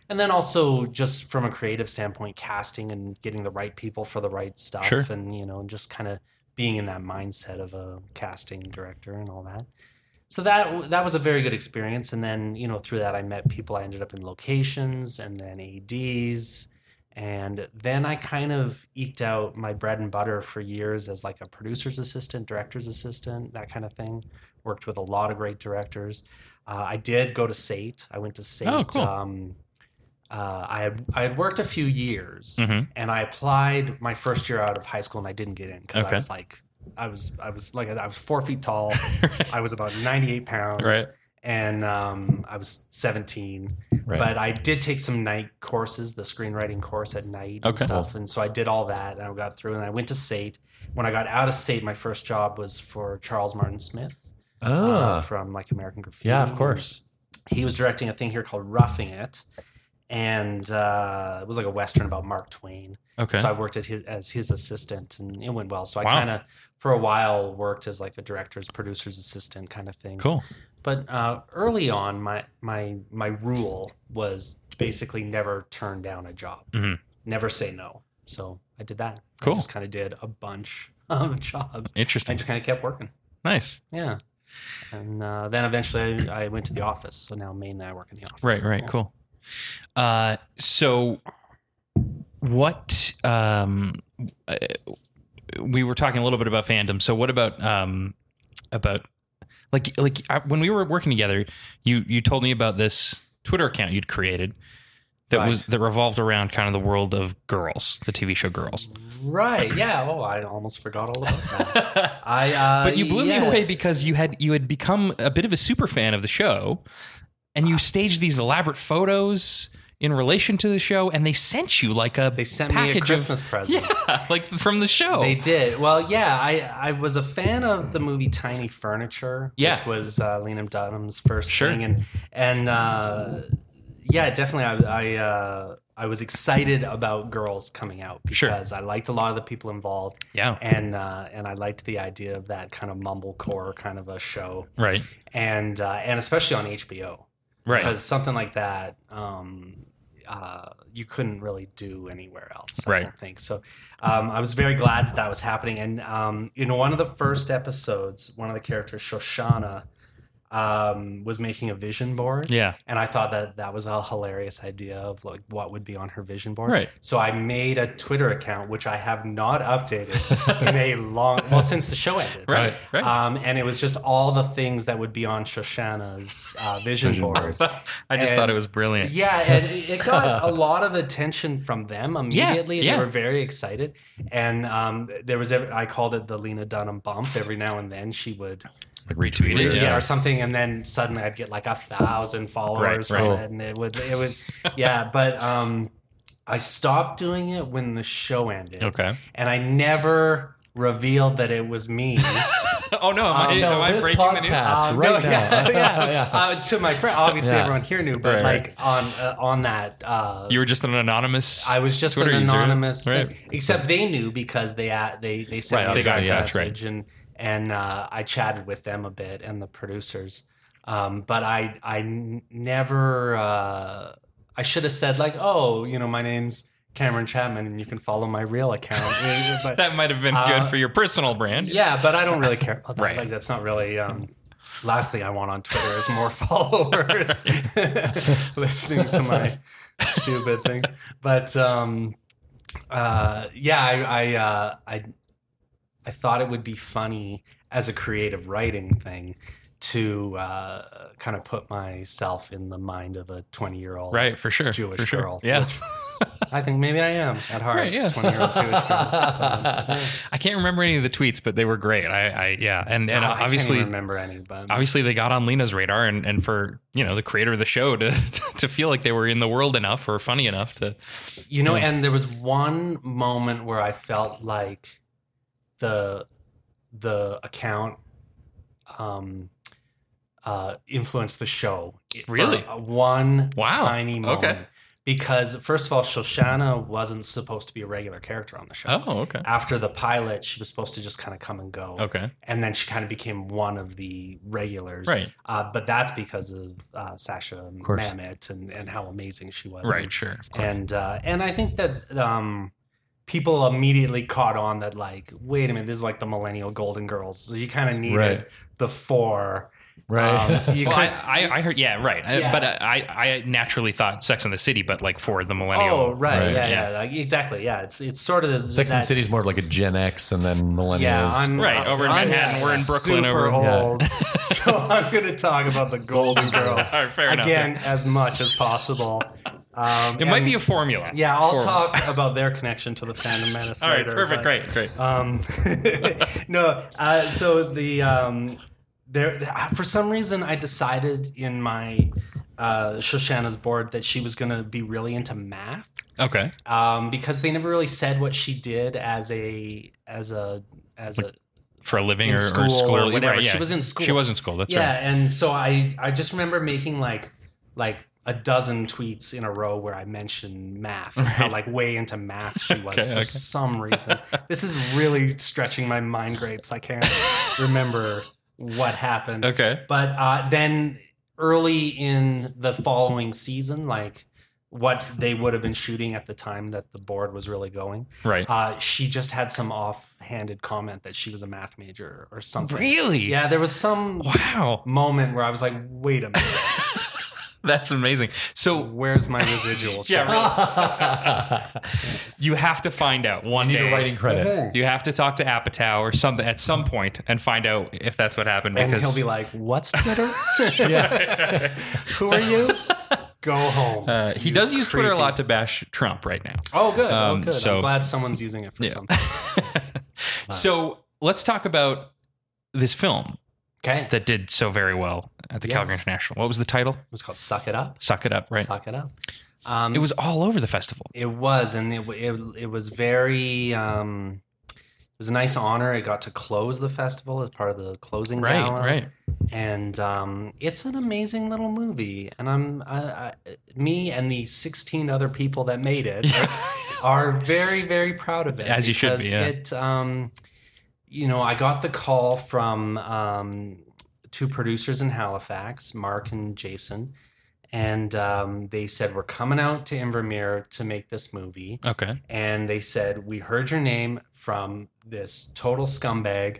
Speaker 4: and then also just from a creative standpoint casting and getting the right people for the right stuff
Speaker 1: Sure.
Speaker 4: and you know just kind of being in that mindset of a casting director and all that so that that was a very good experience and then you know through that i met people i ended up in locations and then ads and then i kind of eked out my bread and butter for years as like a producer's assistant director's assistant that kind of thing worked with a lot of great directors uh, i did go to sate i went to sate
Speaker 1: Oh, cool.
Speaker 4: um, uh, I, had, I had worked a few years
Speaker 1: Mhm.
Speaker 4: and i applied my first year out of high school and i didn't get in because i
Speaker 1: Okay.
Speaker 4: was like i was i was like i was four
Speaker 1: <laughs>
Speaker 4: feet tall I was about 98 pounds.
Speaker 1: Right.
Speaker 4: And um, I was 17.
Speaker 2: Right.
Speaker 4: But I did take some night courses, the screenwriting course at night and
Speaker 1: Okay.
Speaker 4: stuff. And so I did all that and I got through and I went to SATE. When I got out of SATE, my first job was for Charles Martin Smith uh,
Speaker 2: Ah.
Speaker 4: from like American Graffiti.
Speaker 2: Yeah, of course.
Speaker 4: He was directing a thing here called Roughing It. And uh, it was like a Western about Mark Twain.
Speaker 1: Okay.
Speaker 4: So I worked at his, as his assistant, and it went well. So I
Speaker 1: Wow.
Speaker 4: kind of, for a while, worked as like a director's, producer's assistant kind of thing.
Speaker 1: cool.
Speaker 4: But uh, early on, my my my rule was basically never turn down a job,
Speaker 1: Mhm.
Speaker 4: never say no. So I did that. I
Speaker 1: Cool.
Speaker 4: just kind of did a bunch <laughs> of jobs. I
Speaker 1: Interesting.
Speaker 4: just kind of kept working.
Speaker 1: Nice.
Speaker 4: Yeah. And uh, then eventually I, I went to the office. So now mainly I work in the office.
Speaker 1: Right, right,
Speaker 4: Yeah.
Speaker 1: cool. Uh, so what um uh, we were talking a little bit about fandom. So what about um about like like I, when we were working together, you you told me about this Twitter account you'd created that
Speaker 4: Right.
Speaker 1: was that revolved around kind of the world of girls, the TV show Girls.
Speaker 4: Right. Yeah. Oh, I almost forgot all about that. I,
Speaker 1: <laughs>
Speaker 4: uh,
Speaker 1: But you blew
Speaker 4: yeah.
Speaker 1: me away because you had you had become a bit of a super fan of the show, and you staged these elaborate photos in relation to the show, and they sent you like a
Speaker 4: They sent me
Speaker 1: package
Speaker 4: a Christmas
Speaker 1: of,
Speaker 4: present.
Speaker 1: yeah, <laughs> like from the show.
Speaker 4: They did. Well, yeah, I, I was a fan of the movie Tiny Furniture,
Speaker 1: Yeah.
Speaker 4: which was uh, Liam Dunham's first
Speaker 1: Sure.
Speaker 4: thing, and and uh, yeah, definitely, I I, uh, I was excited about girls coming out
Speaker 1: Sure.
Speaker 4: because I liked a lot of the people involved,
Speaker 1: yeah,
Speaker 4: and uh, and I liked the idea of that kind of mumblecore kind of a show,
Speaker 1: right,
Speaker 4: and uh, and especially on HBO
Speaker 1: right.
Speaker 4: because something like that um, uh, you couldn't really do anywhere else. I
Speaker 1: Right.
Speaker 4: don't think so. Um, I was very glad that that was happening. And um, in one of the first episodes, one of the characters, Shoshana, um, was making a vision board.
Speaker 1: Yeah.
Speaker 4: And I thought that that was a hilarious idea of like what would be on her vision board.
Speaker 1: Right.
Speaker 4: So I made a Twitter account, which I have
Speaker 1: <laughs>
Speaker 4: not updated in a long, well, since the show ended.
Speaker 1: Right, Uh, right.
Speaker 4: Um, and it was just all the things that would be on Shoshana's uh, vision board.
Speaker 1: I just
Speaker 4: And-
Speaker 1: thought it was brilliant.
Speaker 4: Yeah, and it it got a lot of attention from them immediately.
Speaker 1: yeah.
Speaker 4: They were very excited, and um, there was every, I called it the Lena Dunham bump. Every now and then she would
Speaker 2: Like retweet
Speaker 4: yeah.
Speaker 1: Yeah.
Speaker 4: or something, and then suddenly I'd get like a thousand followers
Speaker 1: Right,
Speaker 4: from
Speaker 2: right.
Speaker 4: it, and it would it would yeah. But um, I stopped doing it when the show ended,
Speaker 1: Okay.
Speaker 4: and I never revealed that it was me.
Speaker 1: <laughs> Oh no, am I,
Speaker 4: Until
Speaker 1: am I
Speaker 2: this
Speaker 1: breaking the
Speaker 2: podcast.
Speaker 1: news?
Speaker 2: Us right now.
Speaker 4: Yeah, <laughs> yeah.
Speaker 2: Yeah.
Speaker 4: Uh, to my friend, obviously
Speaker 2: Yeah.
Speaker 4: everyone here knew, but
Speaker 2: Right, right.
Speaker 4: like on uh, on that, uh,
Speaker 1: You were just an anonymous.
Speaker 4: I was just
Speaker 1: Twitter
Speaker 4: an
Speaker 1: user,
Speaker 4: anonymous,
Speaker 1: right?
Speaker 4: thing. except they knew because they uh, they they
Speaker 2: Right,
Speaker 4: sent me a
Speaker 2: obviously,
Speaker 4: text
Speaker 2: yeah,
Speaker 1: that's right.
Speaker 4: message and and uh, I chatted with them a bit and the producers, um, but I I n- never uh, I should have said like oh you know my name's Cameron Chapman and you can follow my real account, <laughs> but
Speaker 1: That might have been
Speaker 4: Uh,
Speaker 1: good for your personal brand.
Speaker 4: yeah, but I don't really <laughs> care. About that.
Speaker 1: Right.
Speaker 4: Like that's not really. Um, last thing I want on Twitter is more <laughs> followers <laughs> listening to my stupid things. But um, uh, yeah, I I, uh, I I thought it would be funny as a creative writing thing to uh, kind of put myself in the mind of a twenty-year-old
Speaker 1: Right, for sure.
Speaker 4: Jewish
Speaker 1: for sure.
Speaker 4: girl.
Speaker 1: Yeah.
Speaker 4: which I think maybe I am at heart.
Speaker 1: Right, yeah.
Speaker 4: Twenty-year-old Jewish girl.
Speaker 1: I can't remember any of the tweets, but they were great. I, I yeah, <laughs> and and
Speaker 4: Oh, I can't
Speaker 1: obviously,
Speaker 4: remember any, but
Speaker 1: obviously they got on Lena's radar, and, and for you know the creator of the show to <laughs> to feel like they were in the world enough or funny enough to
Speaker 4: You know, and there was one moment where I felt like the the account um uh influenced the show. for
Speaker 1: Really?
Speaker 4: one
Speaker 1: Wow.
Speaker 4: tiny moment.
Speaker 1: Okay.
Speaker 4: Because first of all, Shoshana wasn't supposed to be a regular character on the show.
Speaker 1: oh okay
Speaker 4: After the pilot, she was supposed to just kind of come and go.
Speaker 1: okay
Speaker 4: And then she kind of became one of the regulars.
Speaker 1: right
Speaker 4: Uh, but that's because of uh, Sasha and
Speaker 2: course.
Speaker 4: Mamet and, and how amazing she was.
Speaker 1: right sure of course.
Speaker 4: and uh, and I think that um, people immediately caught on that like, wait a minute, this is like the millennial Golden Girls. So you kind of needed
Speaker 2: Right.
Speaker 4: the four.
Speaker 2: Right.
Speaker 4: <laughs>
Speaker 2: <laughs>
Speaker 4: Um, you
Speaker 1: Well, I,
Speaker 4: could-
Speaker 1: I I heard yeah right I-
Speaker 4: Yeah.
Speaker 1: but I I naturally thought Sex in the City but like for the millennial
Speaker 4: oh right,
Speaker 2: Right.
Speaker 4: yeah, yeah, like, exactly, yeah. It's it's sort of the,
Speaker 2: Sex and the
Speaker 4: that-
Speaker 2: City's more of like a Gen X and then millennials.
Speaker 4: Yeah, I'm
Speaker 1: Right, over in
Speaker 4: I'm
Speaker 1: Manhattan, we're in Brooklyn
Speaker 4: Super
Speaker 1: over-
Speaker 2: Yeah.
Speaker 4: old, so I'm going to talk about the Golden Girls
Speaker 1: All right, fair enough,
Speaker 4: again as much as possible. Um,
Speaker 1: it might
Speaker 4: and-
Speaker 1: be a formula
Speaker 4: yeah, I'll
Speaker 1: Formula.
Speaker 4: talk about their connection to the Phantom Menace.
Speaker 1: all right
Speaker 4: later,
Speaker 1: perfect
Speaker 4: but-
Speaker 1: great great
Speaker 4: Um, <laughs> no, uh, so the um, there for some reason I decided in my uh, Shoshana's board that she was going to be really into math
Speaker 1: okay
Speaker 4: um, because they never really said what she did as a as a as a
Speaker 1: for a living
Speaker 4: In
Speaker 1: or or
Speaker 4: school or
Speaker 1: school, right,
Speaker 4: whatever. She
Speaker 1: yeah.
Speaker 4: was in school.
Speaker 1: she was in school that's
Speaker 4: yeah,
Speaker 1: right
Speaker 4: and so I I just remember making like like a dozen tweets in a row where I mentioned math, and how
Speaker 1: Right.
Speaker 4: like way into math she was
Speaker 1: <laughs> Okay, okay.
Speaker 4: for some reason. this is really stretching my mind grapes. I
Speaker 1: <laughs>
Speaker 4: can't remember what happened. <laughs>
Speaker 1: okay
Speaker 4: But uh, then early in the following season, like what they would have been shooting at the time that the board was really going,
Speaker 1: right
Speaker 4: uh, she just had some offhanded comment that she was a math major or something.
Speaker 1: really
Speaker 4: Yeah, there was some
Speaker 1: wow
Speaker 4: moment where I was like, wait a minute,
Speaker 1: that's amazing so
Speaker 4: where's my <laughs> residual?
Speaker 1: Yeah,
Speaker 4: check?
Speaker 1: really. You have to find out one
Speaker 2: you need
Speaker 1: day.
Speaker 2: a writing credit.
Speaker 1: You have to talk to Apatow or something at some point and find out if that's what happened.
Speaker 4: And
Speaker 1: because <laughs>
Speaker 4: he'll be like, what's Twitter?
Speaker 2: yeah.
Speaker 4: Who are <laughs> you? Go home.
Speaker 1: uh, he does use Twitter a lot to bash Trump right now. <laughs>
Speaker 4: oh, good.
Speaker 1: um,
Speaker 4: oh, good.
Speaker 1: so-
Speaker 4: I'm glad someone's using it for
Speaker 1: Yeah.
Speaker 4: something.
Speaker 1: So let's talk about this film
Speaker 4: Okay. It
Speaker 1: that did so very well at the
Speaker 4: Yes.
Speaker 1: Calgary International. What was the title?
Speaker 4: was called Suck It Up.
Speaker 1: Suck it up, right?
Speaker 4: Suck It Up. Um,
Speaker 1: It was all over the festival.
Speaker 4: It was, and it w- it, it was very. Um, it was a nice honor. It got to close the festival as part of the closing
Speaker 1: Right,
Speaker 4: gala.
Speaker 1: right.
Speaker 4: And um, it's an amazing little movie. And I'm I, I, me and the 16 other people that
Speaker 1: <laughs>
Speaker 4: made it are very very proud of it.
Speaker 1: As you should be,
Speaker 4: because
Speaker 1: yeah.
Speaker 4: It, um, you know, I got the call from um, two producers in Halifax, Mark and Jason, and um, they said we're coming out to Invermere to make this movie,
Speaker 1: Okay.
Speaker 4: and they said we heard your name from this
Speaker 1: <laughs>
Speaker 4: total scumbag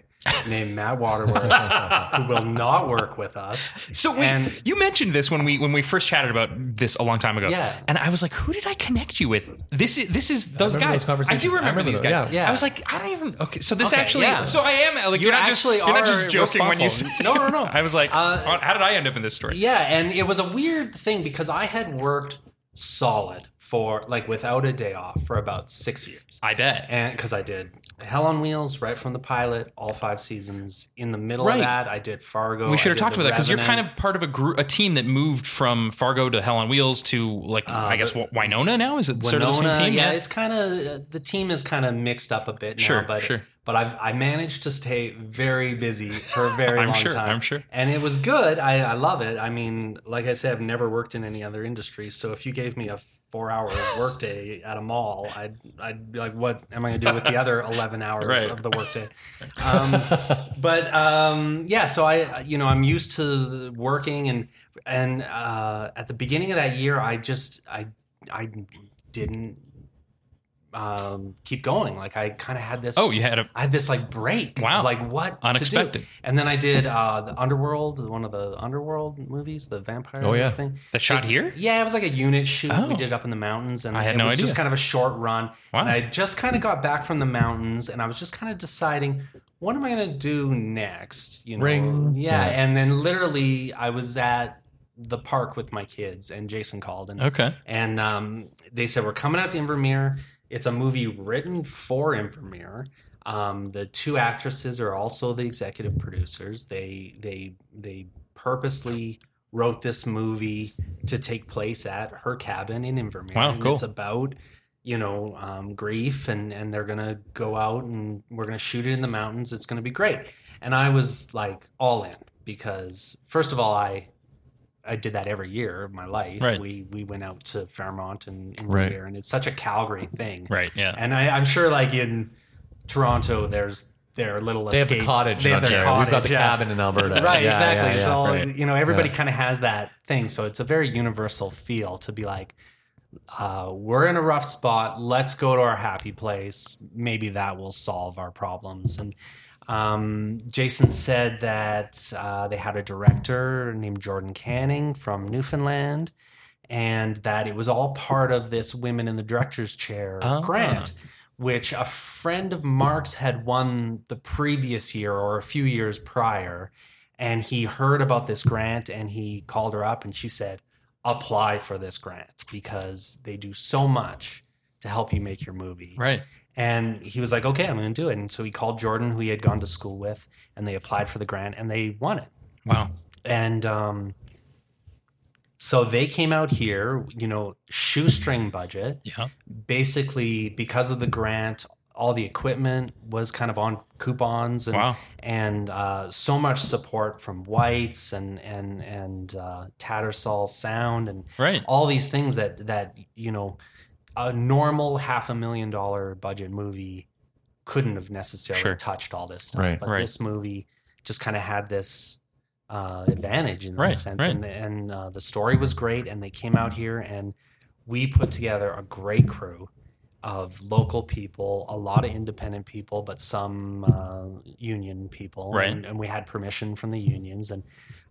Speaker 4: named Matt Waterworth who will not work with us.
Speaker 1: So we,
Speaker 4: And-
Speaker 1: you mentioned this when we when we first chatted about this a long time ago.
Speaker 4: Yeah.
Speaker 1: And I was like, who did I connect you with? This is this is those
Speaker 2: remember
Speaker 1: guys.
Speaker 2: those
Speaker 1: I
Speaker 2: conversations.
Speaker 1: do
Speaker 2: I
Speaker 1: remember,
Speaker 2: remember
Speaker 1: these
Speaker 2: those,
Speaker 1: guys.
Speaker 4: yeah.
Speaker 1: I was like, I don't even. Okay. So this
Speaker 4: Okay,
Speaker 1: actually.
Speaker 4: yeah.
Speaker 1: So I am like you're,
Speaker 4: You
Speaker 1: not just
Speaker 4: actually
Speaker 1: you're not
Speaker 4: are
Speaker 1: just joking when you say.
Speaker 4: responsible. No, no, no.
Speaker 1: <laughs> I was like,
Speaker 4: Uh,
Speaker 1: how did I end up in this story?
Speaker 4: Yeah, and it was a weird thing because I had worked solid for like without a day off for about six years.
Speaker 1: I bet.
Speaker 4: And because I did Hell on Wheels right from the pilot, all five seasons. In the middle
Speaker 1: Right.
Speaker 4: of that, I did Fargo.
Speaker 1: we should have
Speaker 4: I did
Speaker 1: talked
Speaker 4: The
Speaker 1: about that because you're kind
Speaker 4: Revenant.
Speaker 1: of part of a group, a team that moved from Fargo to Hell on Wheels to like I guess Wi- Winona now is it sort of the
Speaker 4: Uh, Winona,
Speaker 1: same team?
Speaker 4: Yeah, it's kind of the team is kind of mixed up a bit
Speaker 1: Sure,
Speaker 4: now, but
Speaker 1: sure.
Speaker 4: but I've I managed to stay very busy for a
Speaker 1: <laughs>
Speaker 4: very
Speaker 1: I'm
Speaker 4: long
Speaker 1: sure,
Speaker 4: time.
Speaker 1: I'm sure.
Speaker 4: and it was good. I, I love it. I mean, like I said, I've never worked in any other industry, so if you gave me a four hour <laughs> workday at a mall, I'd I'd be like, what am I gonna do with the
Speaker 1: <laughs>
Speaker 4: other eleven hours
Speaker 1: Right.
Speaker 4: of the workday? Um, but um, yeah, so I, you know, I'm used to working and and uh, at the beginning of that year, I just I I didn't um, keep going. Like I kind of had this.
Speaker 1: Oh, you had a
Speaker 4: I had this like break. of,
Speaker 1: Wow.
Speaker 4: like what to do.
Speaker 1: Unexpected.
Speaker 4: And then I did uh, the Underworld, one of the Underworld movies, the vampire.
Speaker 2: Oh, yeah.
Speaker 4: thing.
Speaker 1: that shot here.
Speaker 4: Yeah, it was like a unit shoot
Speaker 1: Oh.
Speaker 4: we did up in the mountains, and
Speaker 1: I had
Speaker 4: it
Speaker 1: no
Speaker 4: was
Speaker 1: idea.
Speaker 4: just kind of a short run.
Speaker 1: Wow.
Speaker 4: And I just kind of got back from the mountains, and I was just kind of deciding what am I going to do next. You know,
Speaker 2: Ring.
Speaker 4: Yeah,
Speaker 2: Yeah.
Speaker 4: and then literally I was at the park with my kids, and Jason called, and
Speaker 1: Okay.
Speaker 4: and um, they said we're coming out to Invermere. It's a movie written for Invermere. Um, the two actresses are also the executive producers. They they they purposely wrote this movie to take place at her cabin in Invermere.
Speaker 1: Wow,
Speaker 4: And
Speaker 1: cool.
Speaker 4: It's about you know um, grief, and and they're gonna go out and we're gonna shoot it in the mountains. It's gonna be great. And I was like all in because first of all, I I did that every year of my life.
Speaker 1: Right.
Speaker 4: We we went out to Fairmont and, and
Speaker 2: Right.
Speaker 4: right. and it's such a Calgary thing.
Speaker 1: Right. Yeah.
Speaker 4: And I, I'm sure like in Toronto, there's their little
Speaker 2: They have
Speaker 4: escape.
Speaker 2: the cottage.
Speaker 4: They
Speaker 2: in
Speaker 4: have their
Speaker 2: Ontario.
Speaker 4: cottage.
Speaker 2: We've got the
Speaker 4: yeah.
Speaker 2: cabin in
Speaker 4: <laughs>
Speaker 2: Alberta.
Speaker 4: Right,
Speaker 2: Yeah,
Speaker 4: exactly.
Speaker 2: yeah,
Speaker 4: it's
Speaker 2: yeah.
Speaker 4: all
Speaker 1: right.
Speaker 4: you know. Everybody
Speaker 2: Yeah.
Speaker 4: kind of has that thing, so it's a very universal feel to be like, uh, we're in a rough spot. Let's go to our happy place. Maybe that will solve our problems. And um, Jason said that uh, they had a director named Jordan Canning from Newfoundland, and that it was all part of this Women in the Director's Chair
Speaker 1: Ah.
Speaker 4: grant. Which a friend of Mark's had won the previous year or a few years prior. And he heard about this grant and he called her up and she said, apply for this grant because they do so much to help you make your movie.
Speaker 1: Right.
Speaker 4: And he was like, okay, I'm going to do it. And so he called Jordan, who he had gone to school with, and they applied for the grant and they won it.
Speaker 1: Wow.
Speaker 4: And um, so they came out here, you know, shoestring budget.
Speaker 1: Yeah.
Speaker 4: Basically, because of the grant, all the equipment was kind of on coupons and
Speaker 1: Wow.
Speaker 4: and uh, so much support from Whites and and and uh, Tattersall Sound and
Speaker 1: Right.
Speaker 4: all these things that that you know a normal half a million dollar budget movie couldn't have necessarily
Speaker 1: Sure.
Speaker 4: touched all this stuff.
Speaker 2: Right,
Speaker 4: but
Speaker 1: right.
Speaker 4: this movie just kind of had this uh, advantage in that
Speaker 1: Right,
Speaker 4: sense,
Speaker 1: right.
Speaker 4: and and uh, the story was great, and they came out here and we put together a great crew of local people, a lot of independent people, but some uh, union people,
Speaker 1: Right.
Speaker 4: and, and we had permission from the unions, and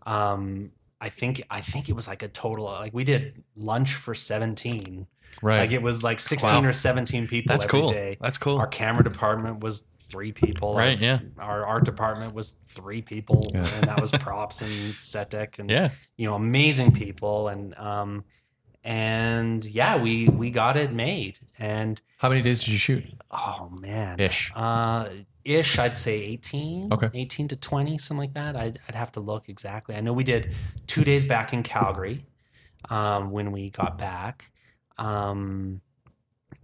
Speaker 4: um, I think I think it was like a total like we did lunch for seventeen,
Speaker 2: Right.
Speaker 4: like it was like sixteen
Speaker 1: Wow.
Speaker 4: or seventeen people
Speaker 1: That's
Speaker 4: every
Speaker 1: cool.
Speaker 4: day.
Speaker 1: That's cool.
Speaker 4: Our camera department was three people, Our-
Speaker 1: Right. Yeah.
Speaker 4: Our art department was three people,
Speaker 2: Yeah.
Speaker 4: and that was props and set deck and
Speaker 1: Yeah.
Speaker 4: you know amazing people and um and yeah we we got it made and
Speaker 2: How many days did you shoot?
Speaker 4: oh man
Speaker 2: Ish.
Speaker 4: uh ish i'd say 18
Speaker 2: Okay.
Speaker 4: 18 to 20 something like that I'd, I'd have to look exactly i know we did two days back in calgary um when we got back um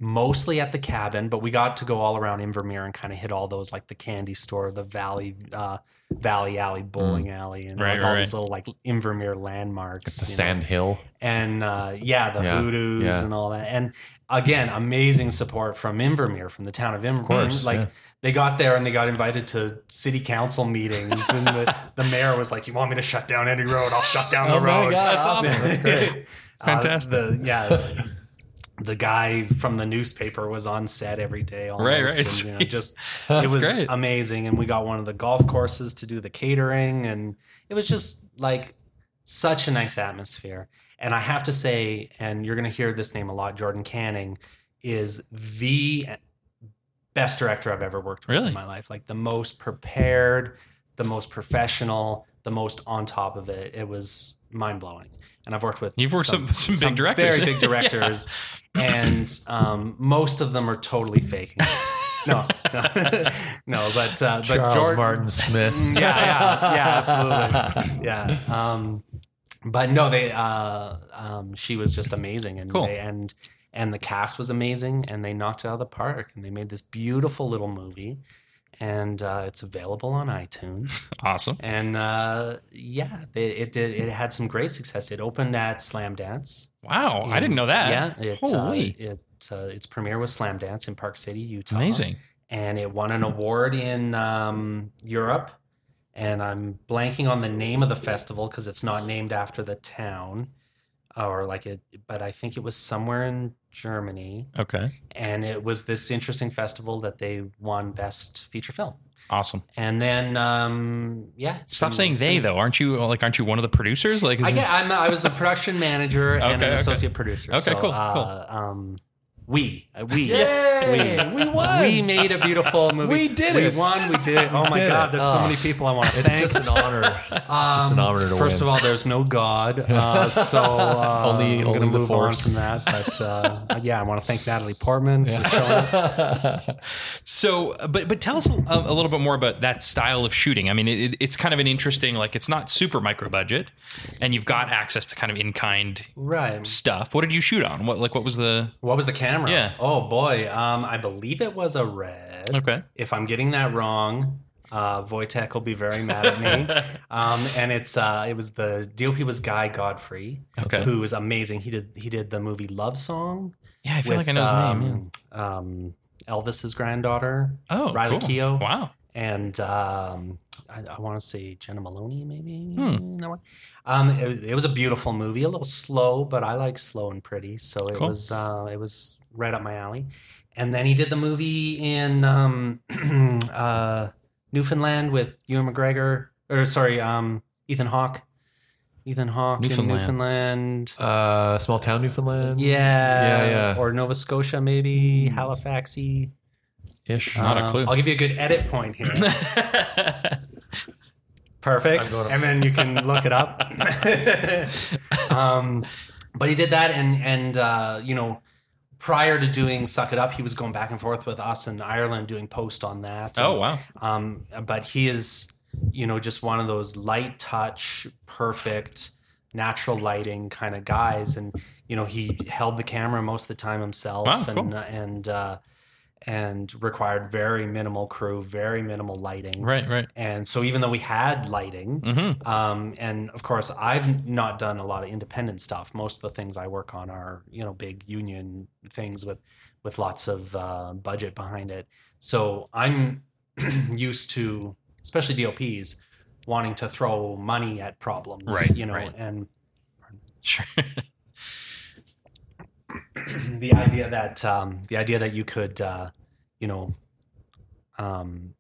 Speaker 4: mostly at the cabin, but we got to go all around Invermere and kind of hit all those like the candy store, the Valley uh, Valley Alley,
Speaker 2: Mm.
Speaker 4: Bowling Alley, and
Speaker 1: Right,
Speaker 4: like,
Speaker 1: right,
Speaker 4: all these little like Invermere landmarks.
Speaker 2: The
Speaker 4: you know?
Speaker 2: Sand Hill.
Speaker 4: and uh, yeah, the
Speaker 2: Yeah,
Speaker 4: hoodoos
Speaker 2: yeah.
Speaker 4: and all that. And again, amazing support from Invermere, from the town of Invermere.
Speaker 2: course,
Speaker 4: like
Speaker 2: yeah.
Speaker 4: they got there and they got invited to city council meetings, and the, the mayor was like, "You want me to shut down any road? I'll shut down the
Speaker 2: Oh my
Speaker 4: road."
Speaker 2: God, That's
Speaker 1: awesome. awesome. That's
Speaker 4: <laughs> great.
Speaker 1: Fantastic.
Speaker 4: yeah. The guy from the newspaper was on set every day. Almost,
Speaker 1: Right, right.
Speaker 4: and, you
Speaker 1: <laughs>
Speaker 4: know,
Speaker 1: Jeez.
Speaker 4: just
Speaker 2: That's
Speaker 4: it was
Speaker 1: great.
Speaker 4: amazing, and we got one of the golf courses to do the catering, and it was just like such a nice atmosphere. And I have to say, and you're going to hear this name a lot, Jordan Canning is the best director I've ever worked with
Speaker 1: Really?
Speaker 4: in my life. Like the most prepared, the most professional, the most on top of it. It was mind blowing. And I've worked with
Speaker 1: You've worked some- some big directors.
Speaker 4: very big
Speaker 1: <laughs> Yeah.
Speaker 4: directors, and um, most of them are totally faking. it. No, <laughs> no, no, but uh, but
Speaker 2: Charles
Speaker 4: Jordan,
Speaker 2: Martin Smith.
Speaker 4: <laughs> Mm, yeah, yeah, yeah,
Speaker 1: <laughs>
Speaker 4: absolutely. Yeah. Um, but no, they. Uh, um, she was just amazing, and
Speaker 1: Cool.
Speaker 4: they, and and the cast was amazing, and they knocked it out of the park, and they made this beautiful little movie, and uh, it's available
Speaker 1: <laughs>
Speaker 4: on iTunes,
Speaker 1: Awesome.
Speaker 4: and uh, yeah, they, it did. It had some great success. It opened at Slam Dance.
Speaker 1: Wow. I
Speaker 4: in-
Speaker 1: didn't know that.
Speaker 4: Yeah, it,
Speaker 1: Holy.
Speaker 4: Uh, it uh, its premiere was Slam Dance in Park City, Utah
Speaker 1: Amazing.
Speaker 4: and it won an award in um, Europe. And I'm blanking on the name of the festival because it's not named after the town, or like it. But I think it was somewhere in Germany,
Speaker 1: Okay.
Speaker 4: and it was this interesting festival that they won best feature film.
Speaker 1: Awesome.
Speaker 4: And then, um, yeah, it's
Speaker 1: Stop
Speaker 4: been-
Speaker 1: saying
Speaker 4: it's
Speaker 1: they
Speaker 4: been-
Speaker 1: though. Aren't you like aren't you one of the producers? Like
Speaker 4: I
Speaker 1: isn't-
Speaker 4: get. I'm, I was the production manager and
Speaker 1: Okay,
Speaker 4: an
Speaker 1: okay.
Speaker 4: associate producer.
Speaker 1: Okay,
Speaker 4: so,
Speaker 1: cool, cool.
Speaker 4: Uh, um, we, uh, we,
Speaker 2: Yay!
Speaker 4: we,
Speaker 2: We won!
Speaker 4: We made a beautiful
Speaker 2: <laughs>
Speaker 4: movie.
Speaker 2: We did it.
Speaker 4: We won.
Speaker 2: <laughs>
Speaker 4: We did it. Oh my
Speaker 2: did
Speaker 4: god!
Speaker 2: it.
Speaker 4: There's so
Speaker 2: Oh.
Speaker 4: many people I want to
Speaker 2: It's
Speaker 4: thank.
Speaker 2: just an honor.
Speaker 4: Um,
Speaker 2: just an honor to
Speaker 4: First
Speaker 2: win.
Speaker 4: of all, there's no
Speaker 2: <laughs>
Speaker 4: God, uh, so uh,
Speaker 2: Only-
Speaker 4: I'm
Speaker 2: only
Speaker 4: gonna
Speaker 2: the
Speaker 4: move on
Speaker 2: Force.
Speaker 4: from that.
Speaker 2: <laughs>
Speaker 4: But uh, yeah, I want to thank Natalie Portman for showing up.
Speaker 1: So, but but tell us a, a little bit more about that style of shooting. I mean, it, it- it's kind of an interesting, like it's not super micro budget, and you've got access to kind of in kind
Speaker 4: Right.
Speaker 1: stuff. What did you shoot on? What like what was the
Speaker 4: What was the camera?
Speaker 1: Yeah.
Speaker 4: Oh boy. Um, I believe it was a red.
Speaker 1: okay?
Speaker 4: If I'm getting that wrong, uh, Wojtek will be very mad
Speaker 1: <laughs>
Speaker 4: at me. um, and it's uh, it was the DOP was Guy Godfrey,
Speaker 1: Okay.
Speaker 4: who was amazing. He did he did the movie Love Song.
Speaker 1: Yeah, I feel like I know his name.
Speaker 4: Um, Elvis's granddaughter.
Speaker 1: yeah. Oh,
Speaker 4: Riley
Speaker 1: cool.
Speaker 4: Keough.
Speaker 1: <laughs> Wow.
Speaker 4: and um, I, I want to say Jenna Maloney, maybe.
Speaker 1: Hmm.
Speaker 4: That one. Um, it, was- it was a beautiful movie, a little slow, but I like slow and pretty, so it
Speaker 1: Cool.
Speaker 4: was uh, it was right up my alley. And then he did the movie in um, <clears throat> uh, Newfoundland with Ewan McGregor, or sorry, um, Ethan Hawke. Ethan Hawke in
Speaker 1: Newfoundland.
Speaker 4: Newfoundland.
Speaker 2: uh, small town Newfoundland.
Speaker 4: yeah,
Speaker 2: yeah.
Speaker 4: or Nova Scotia, maybe Halifaxy.
Speaker 2: Ish.
Speaker 1: Hmm. Not a
Speaker 4: Um,
Speaker 1: clue.
Speaker 4: I'll give you a good edit
Speaker 1: <clears throat>
Speaker 4: point here. Perfect.
Speaker 2: I'm going up.
Speaker 4: And then you can look
Speaker 1: <laughs>
Speaker 4: it up. um, but he did that, and and uh, you know, prior to doing "Suck It Up," he was going back and forth with us in Ireland doing post on that.
Speaker 1: oh wow.
Speaker 4: Um, but he is, you know, just one of those light touch, perfect, natural lighting kind of guys. And you know, he held the camera most of the time himself,
Speaker 1: Wow,
Speaker 4: and
Speaker 1: cool.
Speaker 4: and uh, and required very minimal crew, very minimal lighting.
Speaker 1: Right. Right.
Speaker 4: And so, even though we had
Speaker 1: <laughs>
Speaker 4: lighting,
Speaker 1: Mm-hmm.
Speaker 4: um, and of course, I've not done a lot of independent stuff. Most of the things I work on are, you know, big union things with with lots of uh, budget behind it. So I'm <clears throat> used to, especially DOPs, wanting to throw money at problems,
Speaker 1: Right,
Speaker 4: You know,
Speaker 1: right.
Speaker 4: and
Speaker 1: Sure.
Speaker 4: <clears throat> the idea that um, the idea that you could, uh, you know, um,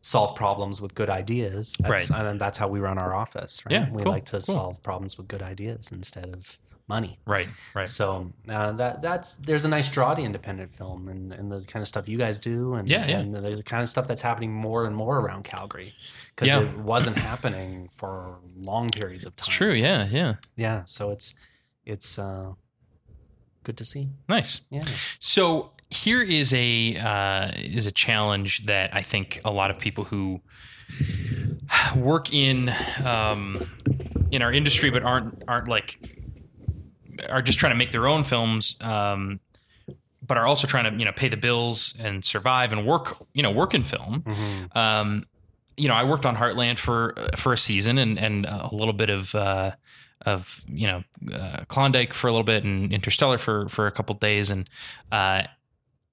Speaker 4: solve problems with good ideas. That's,
Speaker 1: Right.
Speaker 4: And that's how we run our office. Right?
Speaker 1: Yeah,
Speaker 4: we
Speaker 1: cool,
Speaker 4: like to
Speaker 1: cool.
Speaker 4: solve problems with good ideas instead of money.
Speaker 1: <laughs> Right. Right.
Speaker 4: So uh, that that's there's a nice draw to independent film and, and the kind of stuff you guys do and
Speaker 1: Yeah, yeah.
Speaker 4: and there's the kind of stuff that's happening more and more around Calgary because
Speaker 1: Yeah.
Speaker 4: it wasn't happening for long periods of time.
Speaker 1: It's true. Yeah. Yeah.
Speaker 4: Yeah, so it's it's uh, good to see.
Speaker 1: Nice.
Speaker 4: Yeah.
Speaker 1: So here is a uh, is a challenge that I think a lot of people who work in um, in our industry but aren't aren't like are just trying to make their own films um, but are also trying to you know pay the bills and survive and work you know work in film.
Speaker 4: Mm-hmm.
Speaker 1: Um, you know, I worked on Heartland for for a season and and a little bit of uh, of you know uh, Klondike for a little bit and Interstellar for for a couple days and uh,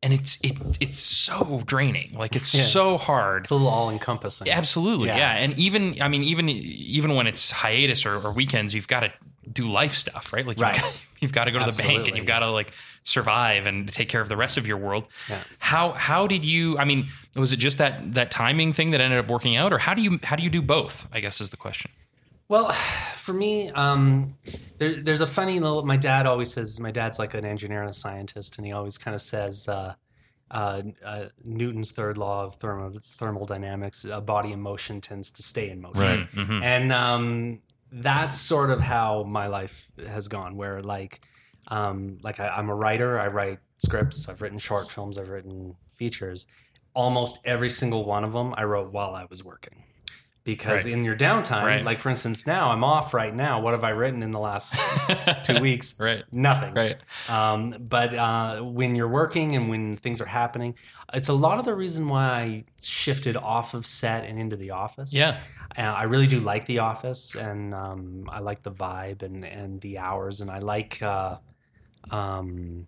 Speaker 1: and it's it it's so draining. Like it's
Speaker 4: Yeah.
Speaker 1: so hard.
Speaker 4: It's a little all encompassing.
Speaker 1: Absolutely, yeah.
Speaker 4: Yeah.
Speaker 1: And even I mean, even even when it's hiatus or, or weekends, you've got to do life stuff, right? Like you've,
Speaker 4: Right.
Speaker 1: got, <laughs> you've got to go to the bank and
Speaker 4: Absolutely.
Speaker 1: you've got to like survive and take care of the rest of your world.
Speaker 4: Yeah.
Speaker 1: How how did you? I mean, was it just that that timing thing that ended up working out, or how do you how do you do both? I guess is the question.
Speaker 4: Well, <sighs> for me, um, there, there's a funny little. My dad always says my dad's like an engineer and a scientist, and he always kind of says uh, uh, uh, Newton's third law of thermo, thermodynamics: a body in motion tends to stay in motion.
Speaker 2: Right.
Speaker 1: Mhm.
Speaker 4: And um, that's sort of how my life has gone, where like, um, like I, I'm a writer. I write scripts. I've written short films. I've written features. Almost every single one of them I wrote while I was working. Because
Speaker 1: Right.
Speaker 4: in your downtime,
Speaker 1: Right.
Speaker 4: like for instance, now I'm off right now. What have I written in
Speaker 1: <laughs>
Speaker 4: the last two weeks?
Speaker 1: Right.
Speaker 4: Nothing.
Speaker 1: Right.
Speaker 4: Um, but uh, when you're working and when things are happening, it's a lot of the reason why I shifted off of set and into the office.
Speaker 1: Yeah.
Speaker 4: Uh, I really do like The Office, and um, I like the vibe and and the hours, and I like. Uh, um,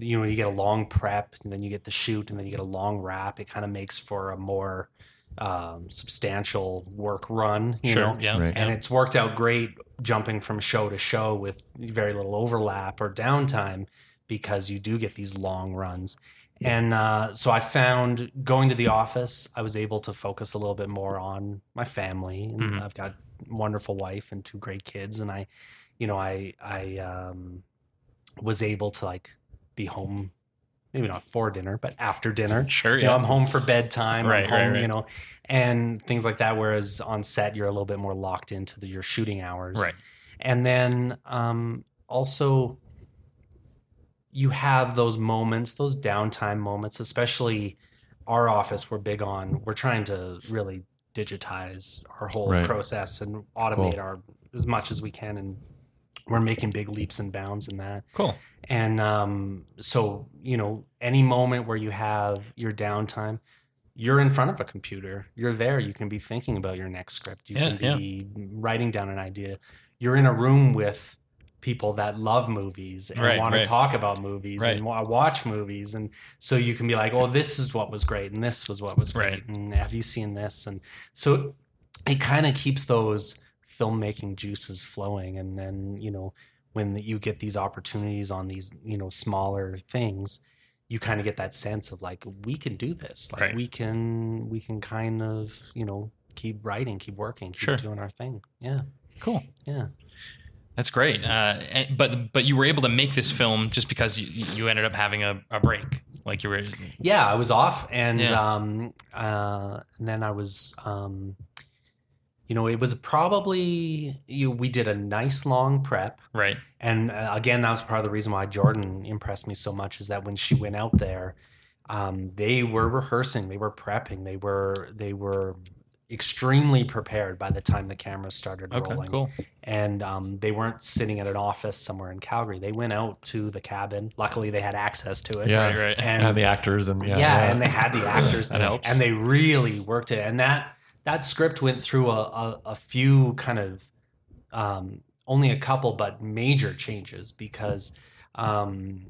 Speaker 4: you know, you get a long prep, and then you get the shoot, and then you get a long wrap. It kind of makes for a more um, substantial work run, you
Speaker 1: Sure.
Speaker 4: know.
Speaker 1: Yeah.
Speaker 2: Right.
Speaker 4: And
Speaker 1: yeah.
Speaker 4: it's worked out great jumping from show to show with very little overlap or downtime because you do get these long runs. And uh, so I found going to the office, I was able to focus a little bit more on my family. And
Speaker 1: Mhm.
Speaker 4: I've got a wonderful wife and two great kids, and I, you know, I I um, was able to like be home, maybe not for dinner, but after dinner.
Speaker 1: Sure.
Speaker 4: You know,
Speaker 1: Yeah.
Speaker 4: I'm home for bedtime.
Speaker 1: Right,
Speaker 4: I'm
Speaker 1: right,
Speaker 4: home,
Speaker 1: right.
Speaker 4: you know, and things like that. Whereas on set, you're a little bit more locked into the, your shooting hours.
Speaker 1: Right.
Speaker 4: And then um, also, you have those moments, those downtime moments, especially our office, we're big on, we're trying to really digitize our whole
Speaker 2: Right.
Speaker 4: process and automate
Speaker 2: Cool.
Speaker 4: our as much as we can. And we're making big leaps and bounds in that.
Speaker 1: Cool.
Speaker 4: And um, so, you know, any moment where you have your downtime, you're in front of a computer. You're there. You can be thinking about your next script. You
Speaker 1: Yeah, yeah.
Speaker 4: can be writing down an idea. You're in a room with people that love movies and
Speaker 1: Right,
Speaker 4: want
Speaker 1: right.
Speaker 4: to talk about movies
Speaker 1: Right.
Speaker 4: and wa- watch movies. And so you can be like, oh, this is what was great. And this was what was great.
Speaker 1: Right.
Speaker 4: And have you seen this? And so it kind of keeps those filmmaking juices flowing. And then, you know, when you get these opportunities on these you know smaller things you kind of get that sense of like we can do this like
Speaker 1: Right.
Speaker 4: we can we can kind of you know keep writing keep working keep
Speaker 1: Sure.
Speaker 4: doing our thing yeah
Speaker 1: Cool.
Speaker 4: yeah
Speaker 1: That's great. Uh, and- but but you were able to make this film just because you, you ended up having a, a break. Like you were.
Speaker 4: yeah i was off and
Speaker 1: Yeah.
Speaker 4: um uh and then i was um you know it was probably you we did a nice long prep
Speaker 1: Right.
Speaker 4: And uh, again, that was part of the reason why Jordan impressed me so much is that when she went out there, um, they were rehearsing, they were prepping, they were they were extremely prepared by the time the cameras started
Speaker 1: Okay.
Speaker 4: rolling.
Speaker 1: Cool.
Speaker 4: And um, they weren't sitting at an office somewhere in Calgary. They went out to the cabin. Luckily, they had access to it.
Speaker 2: Yeah.
Speaker 1: Right, right.
Speaker 4: And,
Speaker 2: And, the actors and
Speaker 4: yeah,
Speaker 2: yeah,
Speaker 4: and
Speaker 1: <laughs>
Speaker 4: they had the
Speaker 2: <laughs>
Speaker 4: actors
Speaker 1: That helps.
Speaker 4: and they really worked it and that that script went through a, a, a few kind of um, only a couple but major changes because um,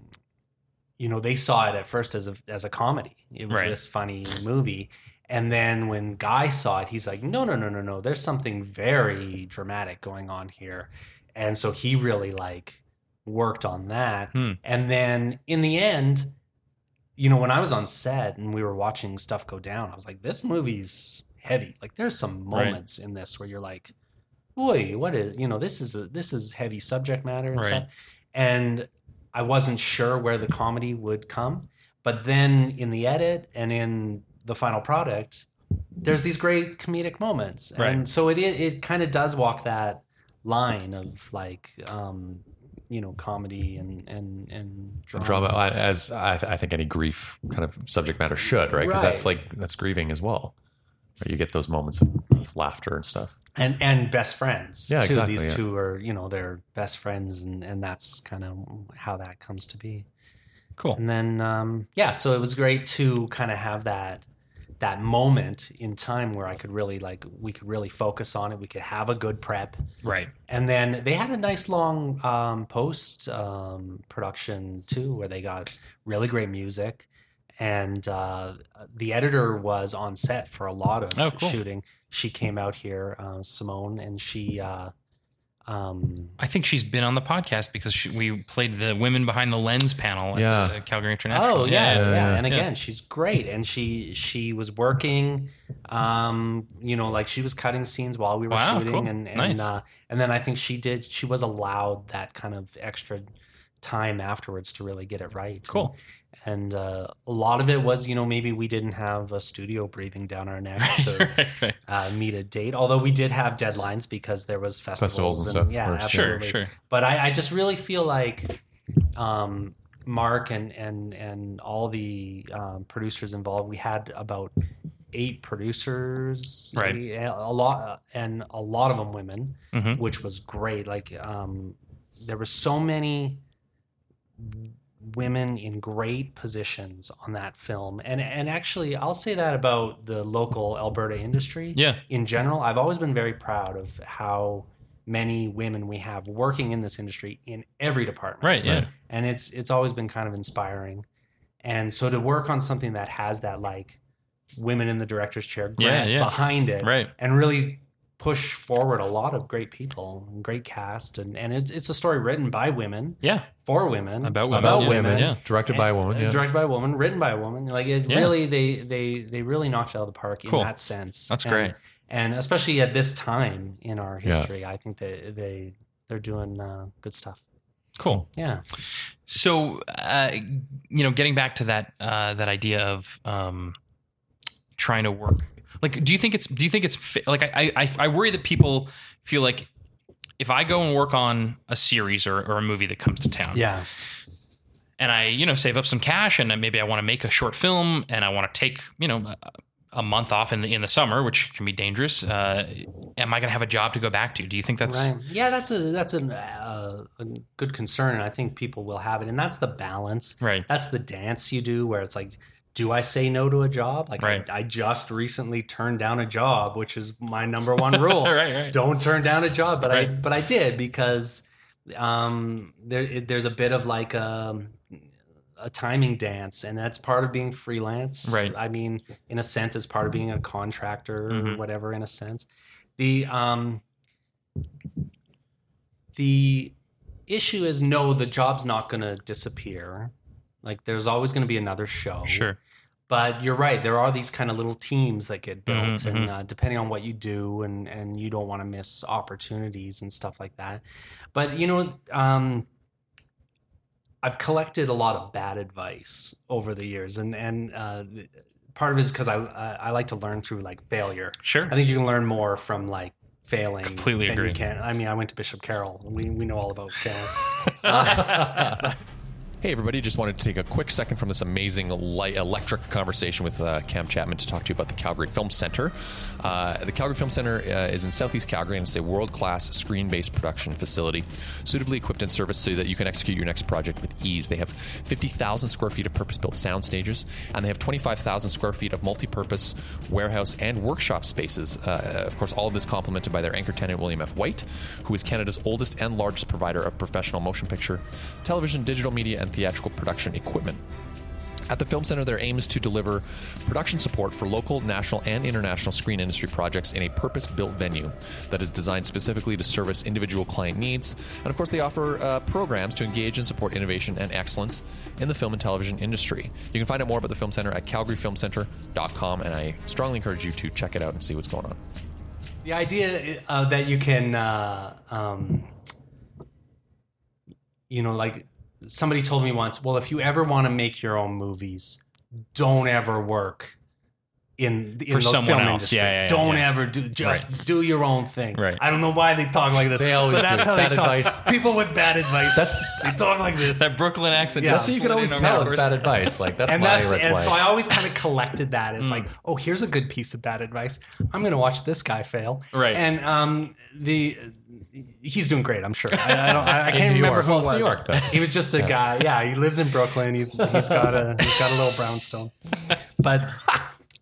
Speaker 4: you know they saw it at first as a as a comedy it was
Speaker 1: Right.
Speaker 4: this funny movie and then when guy saw it he's like no no no no no there's something very dramatic going on here and so he really like worked on that
Speaker 1: Hmm.
Speaker 4: and then in the end you know, when I was on set and we were watching stuff go down, I was like, this movie's heavy. Like there's some
Speaker 1: Right.
Speaker 4: moments in this where you're like, boy, what is you know, this is a this is heavy subject matter and
Speaker 1: Right.
Speaker 4: stuff. And I wasn't sure where the comedy would come. But then in the edit and in the final product, there's these great comedic moments. And
Speaker 1: Right.
Speaker 4: so it it, it kind of does walk that line of like um, you know, comedy and and and
Speaker 2: And drama I- as I, th- I think any grief kind of subject matter should right because that's like that's grieving as well where you get those moments of, of laughter and stuff
Speaker 4: and and best friends
Speaker 2: Yeah,
Speaker 4: too.
Speaker 2: exactly,
Speaker 4: These
Speaker 2: yeah.
Speaker 4: two are you know they're best friends, and and that's kind of how that comes to be.
Speaker 1: Cool.
Speaker 4: and then um, yeah so it was great to kind of have that that moment in time where i could really like we could really focus on it we could have a good prep
Speaker 1: Right.
Speaker 4: and then they had a nice long um, post um, production too where they got really great music and uh, the editor was on set for a lot of
Speaker 1: Oh, cool.
Speaker 4: shooting she came out here uh, simone and she uh, um,
Speaker 1: I think she's been on the podcast because she, we played the Women Behind the Lens panel at
Speaker 2: Yeah.
Speaker 1: the Calgary International.
Speaker 4: Oh yeah, yeah,
Speaker 2: Yeah, yeah,
Speaker 4: And
Speaker 1: yeah.
Speaker 4: again, she's great, and she she was working, um, you know, like she was cutting scenes while we were
Speaker 1: Wow,
Speaker 4: shooting,
Speaker 1: cool.
Speaker 4: and and
Speaker 1: Nice.
Speaker 4: uh, and then I think she did. She was allowed that kind of extra time afterwards to really get it right.
Speaker 1: Cool.
Speaker 4: And uh, a lot of it was, you know, maybe we didn't have a studio breathing down our neck
Speaker 1: <laughs>
Speaker 4: to
Speaker 1: <laughs> Right, right.
Speaker 4: uh, meet a date. Although we did have deadlines because there was festivals,
Speaker 2: Festivals and stuff,
Speaker 4: Yeah,
Speaker 2: of course.
Speaker 1: Sure,
Speaker 4: absolutely
Speaker 1: sure.
Speaker 4: but I, I just really feel like um, Mark and and and all the um, producers involved. We had about eight producers,
Speaker 1: Right.
Speaker 4: maybe, and A lot and a lot of them women,
Speaker 1: Mhm.
Speaker 4: which was great. Like um, there were so many women in great positions on that film, and and actually, I'll say that about the local Alberta industry
Speaker 1: Yeah.
Speaker 4: in general, I've always been very proud of how many women we have working in this industry in every department.
Speaker 1: Right. Yeah.
Speaker 2: Right.
Speaker 4: And it's it's always been kind of inspiring. And so to work on something that has that like women in the director's chair grant
Speaker 1: Yeah, yeah.
Speaker 4: behind it
Speaker 1: Right.
Speaker 4: and really push forward a lot of great people and great cast and, and it's it's a story written by women
Speaker 1: Yeah.
Speaker 4: for women
Speaker 2: About women.
Speaker 4: about
Speaker 1: Yeah,
Speaker 4: women
Speaker 1: yeah.
Speaker 2: Directed by a woman.
Speaker 4: uh,
Speaker 2: Yeah.
Speaker 4: directed by a woman, written by a woman. Like it
Speaker 1: Yeah.
Speaker 4: really, they they they really knocked it out of the park
Speaker 1: Cool.
Speaker 4: in that sense.
Speaker 1: That's
Speaker 4: And-
Speaker 1: great.
Speaker 4: and especially at this time in our
Speaker 2: Yeah.
Speaker 4: history, I think they they they're doing uh, good stuff.
Speaker 1: Cool.
Speaker 4: Yeah,
Speaker 1: So, uh, you know, getting back to that uh, that idea of um, trying to work, like, do you think it's do you think it's fa- like I, I I worry that people feel like if I go and work on a series or, or a movie that comes to town,
Speaker 4: yeah,
Speaker 1: and I you know save up some cash and maybe I want to make a short film and I want to take you know a, a month off in the in the summer, which can be dangerous. Uh, am I going to have a job to go back to? Do you think that's
Speaker 4: right. Yeah, that's a that's an, uh, a good concern, and I think people will have it. And that's the balance.
Speaker 1: right?
Speaker 4: That's the dance you do, where it's like, do I say no to a job? Like,
Speaker 1: Right.
Speaker 4: I, I just recently turned down a job, which is my number one rule.
Speaker 1: All <laughs> right, right.
Speaker 4: don't turn down a job but i
Speaker 1: Right.
Speaker 4: but i did because um there it, there's a bit of like a a timing dance and that's part of being freelance
Speaker 1: Right.
Speaker 4: i mean in a sense it's part of being a contractor or
Speaker 1: Mhm.
Speaker 4: whatever in a sense the um the issue is no the job's not going to disappear like there's always going to be another show
Speaker 1: Sure.
Speaker 4: but you're right. There are these kind of little teams that get built,
Speaker 1: Mhm,
Speaker 4: and uh, depending on what you do, and and you don't want to miss opportunities and stuff like that. But you know, um, I've collected a lot of bad advice over the years, and and uh, part of it is because I I I like to learn through like failure.
Speaker 1: Sure.
Speaker 4: I think you can learn more from like failing.
Speaker 1: Completely
Speaker 4: than
Speaker 1: agree.
Speaker 4: You can. I mean, I went to Bishop Carroll. We we know all about failing.
Speaker 1: <laughs>
Speaker 4: uh,
Speaker 2: <laughs> Hey, everybody. Just wanted to take a quick second from this amazing light electric conversation with uh, Cam Chapman to talk to you about the Calgary Film Center. Uh, the Calgary Film Center uh, is in southeast Calgary and it's a world class screen based production facility, suitably equipped and serviced so that you can execute your next project with ease. They have 50,000 square feet of purpose built sound stages and they have 25,000 square feet of multi purpose warehouse and workshop spaces. Uh, of course, all of this complemented by their anchor tenant, William F. White, who is Canada's oldest and largest provider of professional motion picture, television, digital media, and theatrical production equipment. At the Film Center, their aim is to deliver production support for local, national, and international screen industry projects in a purpose built venue that is designed specifically to service individual client needs. And of course, they offer uh, programs to engage and support innovation and excellence in the film and television industry. You can find out more about the Film Center at calgaryfilmcenter.com, and I strongly encourage you to check it out and see what's going on.
Speaker 4: Uh, The idea uh, that you can, uh, um, you know, like somebody told me once, well, if you ever want to make your own movies, don't ever work in, in
Speaker 1: For
Speaker 4: the
Speaker 1: someone
Speaker 4: film
Speaker 1: else.
Speaker 4: industry.
Speaker 1: Yeah, yeah, yeah,
Speaker 4: don't
Speaker 1: yeah.
Speaker 4: ever do just do your own thing.
Speaker 1: Right.
Speaker 4: I don't know why they talk like this.
Speaker 2: They always
Speaker 4: but that's
Speaker 2: do.
Speaker 4: how
Speaker 2: Bad
Speaker 4: they talk.
Speaker 2: advice.
Speaker 4: People with bad advice.
Speaker 2: That's-
Speaker 4: they talk like this.
Speaker 1: That Brooklyn accent.
Speaker 4: Yeah.
Speaker 1: just
Speaker 2: So you can
Speaker 1: slid
Speaker 2: always
Speaker 1: in on
Speaker 2: tell
Speaker 1: that
Speaker 2: it's
Speaker 1: verse.
Speaker 2: bad advice. Like that's
Speaker 4: and
Speaker 2: my
Speaker 4: that's
Speaker 2: red
Speaker 4: and
Speaker 2: flag. Mm.
Speaker 4: so I always kind of collected that as like, oh, here's a good piece of bad advice. I'm going to watch this guy fail.
Speaker 1: Right.
Speaker 4: And um, the he's doing great, I'm sure. I, I don't.
Speaker 2: <laughs>
Speaker 4: I, I can't
Speaker 2: New
Speaker 4: remember
Speaker 2: York.
Speaker 4: who
Speaker 2: Well,
Speaker 4: it
Speaker 2: it's
Speaker 4: was.
Speaker 2: New York, though.
Speaker 4: He was just a guy. Yeah, he lives in Brooklyn. He's he's got a he's got a
Speaker 2: <laughs>
Speaker 4: little brownstone. But